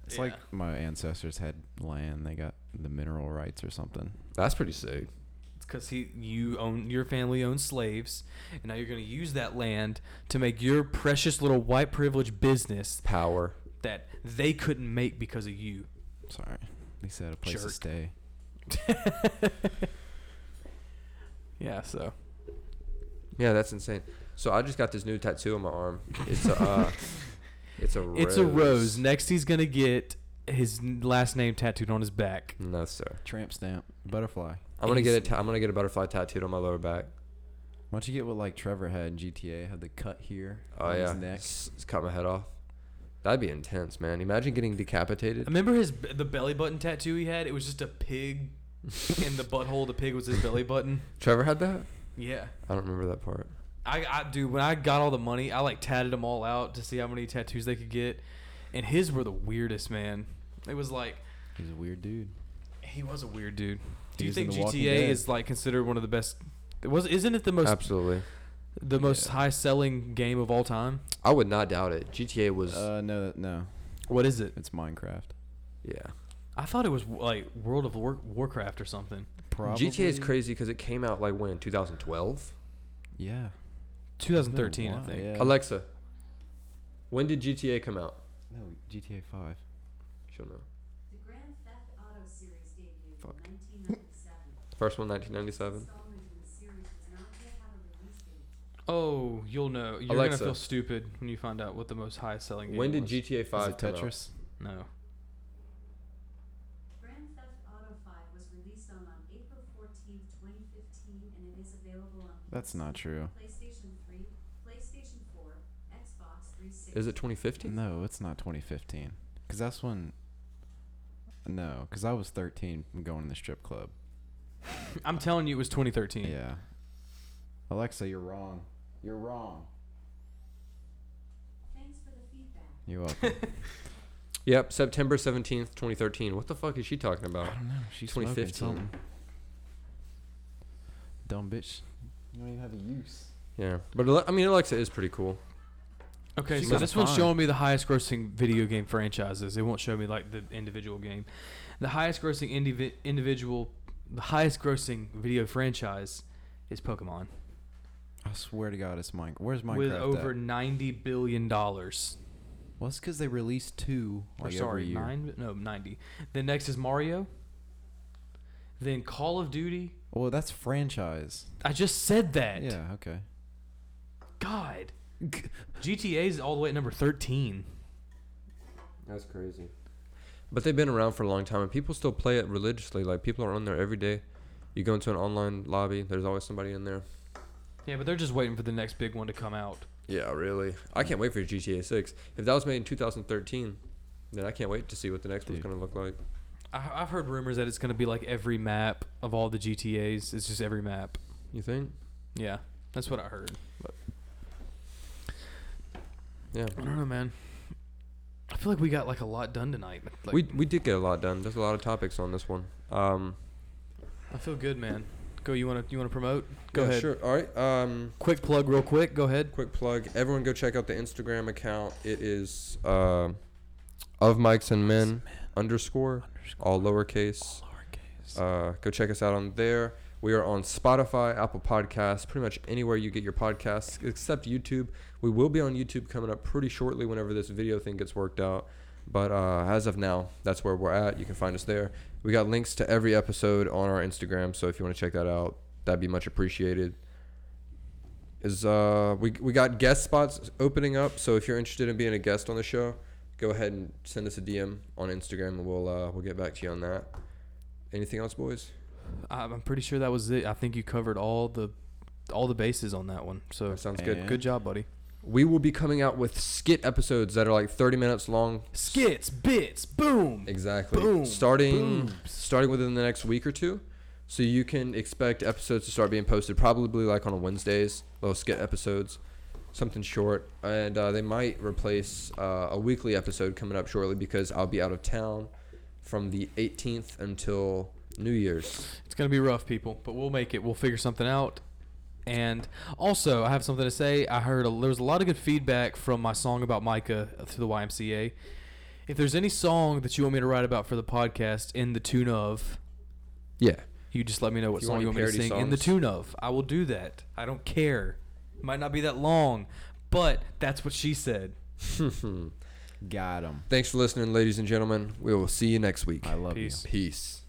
Speaker 5: It's like my ancestors had land. They got the mineral rights or something.
Speaker 3: That's pretty sick.
Speaker 4: because he you own your family owns slaves, and now you're going to use that land to make your precious little white privilege business
Speaker 3: Power.
Speaker 4: that they couldn't make because of you.
Speaker 5: Sorry. At least they had a place
Speaker 4: Jerk.
Speaker 5: to stay.
Speaker 4: Yeah, so
Speaker 3: Yeah, that's insane. So I just got this new tattoo on my arm. It's a. Uh, it's a. Rose.
Speaker 4: it's a rose. Next, he's going to get his n- last name tattooed on his back.
Speaker 3: No sir.
Speaker 5: Tramp stamp. Butterfly.
Speaker 3: I'm gonna get a. Ta- I'm gonna get a butterfly tattooed on my lower back.
Speaker 5: Why don't you get what like Trevor had in GTA? Had the cut here
Speaker 3: Oh
Speaker 5: on
Speaker 3: yeah.
Speaker 5: his neck.
Speaker 3: S- s- cut my head off. That'd be intense, man. Imagine getting decapitated.
Speaker 4: Remember his b- the belly button tattoo he had? It was just a pig, and the butthole of the pig was his belly button.
Speaker 3: Trevor had that.
Speaker 4: Yeah.
Speaker 3: I don't remember that part.
Speaker 4: I, I dude, when I got all the money, I like tatted them all out to see how many tattoos they could get, and his were the weirdest, man. It was like
Speaker 5: He's a weird dude.
Speaker 4: he was a weird dude.
Speaker 5: He
Speaker 4: Do you
Speaker 5: was in
Speaker 4: think
Speaker 5: The Walking
Speaker 4: GTA
Speaker 5: Dead.
Speaker 4: is like considered one of the best? It was isn't it the most
Speaker 3: Absolutely.
Speaker 4: the most
Speaker 5: yeah.
Speaker 4: high selling game of all time?
Speaker 3: I would not doubt it. GTA was.
Speaker 5: Uh no no,
Speaker 4: What is it?
Speaker 5: it's Minecraft.
Speaker 3: yeah.
Speaker 4: I thought it was like World of War- Warcraft or something.
Speaker 5: Probably.
Speaker 3: GTA is crazy because it came out like when in 2012.
Speaker 5: Yeah.
Speaker 4: 2013, I
Speaker 5: Why?
Speaker 4: think.
Speaker 5: Yeah.
Speaker 3: Alexa, when did GTA come out?
Speaker 5: No, GTA 5.
Speaker 3: She'll know.
Speaker 8: The Grand Theft Auto series debuted
Speaker 3: Fuck.
Speaker 8: in 1997.
Speaker 3: First one, 1997.
Speaker 8: Installment in the series does not yet have a release date.
Speaker 4: Oh, you'll know. You're
Speaker 3: Alexa.
Speaker 4: gonna feel stupid when you find out what the most highest selling game
Speaker 3: When did
Speaker 4: was.
Speaker 3: GTA 5 come out?
Speaker 5: Tetris?
Speaker 4: No.
Speaker 8: Grand Theft Auto 5 was released on, on April 14, 2015, and it is available on
Speaker 5: That's not true.
Speaker 8: PlayStation 3, PlayStation 4, Xbox 360.
Speaker 3: Is it 2015?
Speaker 5: No, it's not 2015. Because that's when. No, because I was 13 and going to the strip club.
Speaker 4: I'm telling you, it was 2013.
Speaker 5: Yeah. Alexa, you're wrong. You're wrong.
Speaker 8: Thanks for the feedback.
Speaker 5: You're welcome.
Speaker 3: Yep, September 17th, 2013. What the fuck is she talking about?
Speaker 5: I don't know. She's
Speaker 3: 2015.
Speaker 5: 2015. Something. Dumb bitch. You don't even have a use.
Speaker 3: Yeah, but Ale- I mean, Alexa is pretty cool.
Speaker 4: Okay,
Speaker 5: She
Speaker 4: so
Speaker 5: got
Speaker 4: this one's
Speaker 5: fine.
Speaker 4: showing me the highest grossing video game franchises. It won't show me like the individual game. The highest grossing indivi- individual, the highest grossing video franchise is Pokemon
Speaker 5: I swear to God, it's Minecraft. Where's Minecraft?
Speaker 4: with over
Speaker 5: At?
Speaker 4: 90 billion dollars.
Speaker 5: Well, it's because they released two.
Speaker 4: Or
Speaker 5: Like
Speaker 4: sorry,
Speaker 5: every year.
Speaker 4: nine? No, 90. Then next is Mario. Then Call of Duty.
Speaker 5: Well, that's franchise.
Speaker 4: I just said that.
Speaker 5: Yeah. Okay.
Speaker 4: God. GTA's all the way at number 13.
Speaker 3: That's crazy. But they've been around for a long time, and people still play it religiously. Like people are on there every day. You go into an online lobby, there's always somebody in there.
Speaker 4: Yeah, but they're just waiting for the next big one to come out.
Speaker 3: Yeah, really. I can't wait for GTA 6. If that was made in 2013, then I can't wait to see what the next one's
Speaker 5: Dude.
Speaker 3: gonna look like.
Speaker 4: I- I've heard rumors that it's going to be like every map of all the GTAs. It's just every map.
Speaker 3: You think?
Speaker 4: Yeah, that's what I heard.
Speaker 3: Yeah.
Speaker 4: I don't know, man. I feel like we got like a lot done tonight. Like,
Speaker 3: we we did get a lot done. There's a lot of topics on this one. Um,
Speaker 4: I feel good, man. Go. You want to you want to promote? Go
Speaker 3: yeah,
Speaker 4: ahead.
Speaker 3: Sure. All right. Um,
Speaker 4: Quick plug, real quick. Go ahead.
Speaker 3: quick plug. Everyone, go check out the Instagram account. It is uh, of Mikes and Men underscore, all lowercase. Uh, go check us out on there. We are on Spotify, Apple Podcasts, pretty much anywhere you get your podcasts, except YouTube. We will be on YouTube coming up pretty shortly whenever this video thing gets worked out. But uh, as of now, that's where we're at. You can find us there. We got links to every episode on our Instagram, so if you want to check that out, that'd be much appreciated. Is uh, we we got guest spots opening up, so if you're interested in being a guest on the show, go ahead and send us a DM on Instagram, and we'll uh, we'll get back to you on that. Anything else, boys?
Speaker 4: I- I'm pretty sure that was it. I think you covered all the all the bases on that one. So
Speaker 3: That sounds good.
Speaker 5: Yeah.
Speaker 4: good job, buddy.
Speaker 3: We will be coming out with skit episodes that are like 30 minutes long.
Speaker 4: Skits, bits, boom.
Speaker 3: Exactly.
Speaker 4: Boom.
Speaker 3: Starting starting within the next week or two. So you can expect episodes to start being posted probably like on Wednesdays, little skit episodes, something short, and uh, they might replace uh, a weekly episode coming up shortly because I'll be out of town from the 18th until New Year's.
Speaker 4: It's gonna be rough, people, but we'll make it. We'll figure something out. And also, I have something to say. I heard a, there was a lot of good feedback from my song about Micah to the YMCA. If there's any song that you want me to write about for the podcast in the tune of,
Speaker 3: Yeah.
Speaker 4: you just let me know what
Speaker 3: If you
Speaker 4: song
Speaker 3: want
Speaker 4: you want
Speaker 3: any
Speaker 4: me to
Speaker 3: parody
Speaker 4: sing in the
Speaker 3: songs.
Speaker 4: tune of. I will do that. I don't care. It might not be that long, but that's what she said.
Speaker 5: Got him.
Speaker 3: Thanks for listening, ladies and gentlemen. We will see you next week.
Speaker 5: I love you.
Speaker 4: Peace.
Speaker 3: Peace.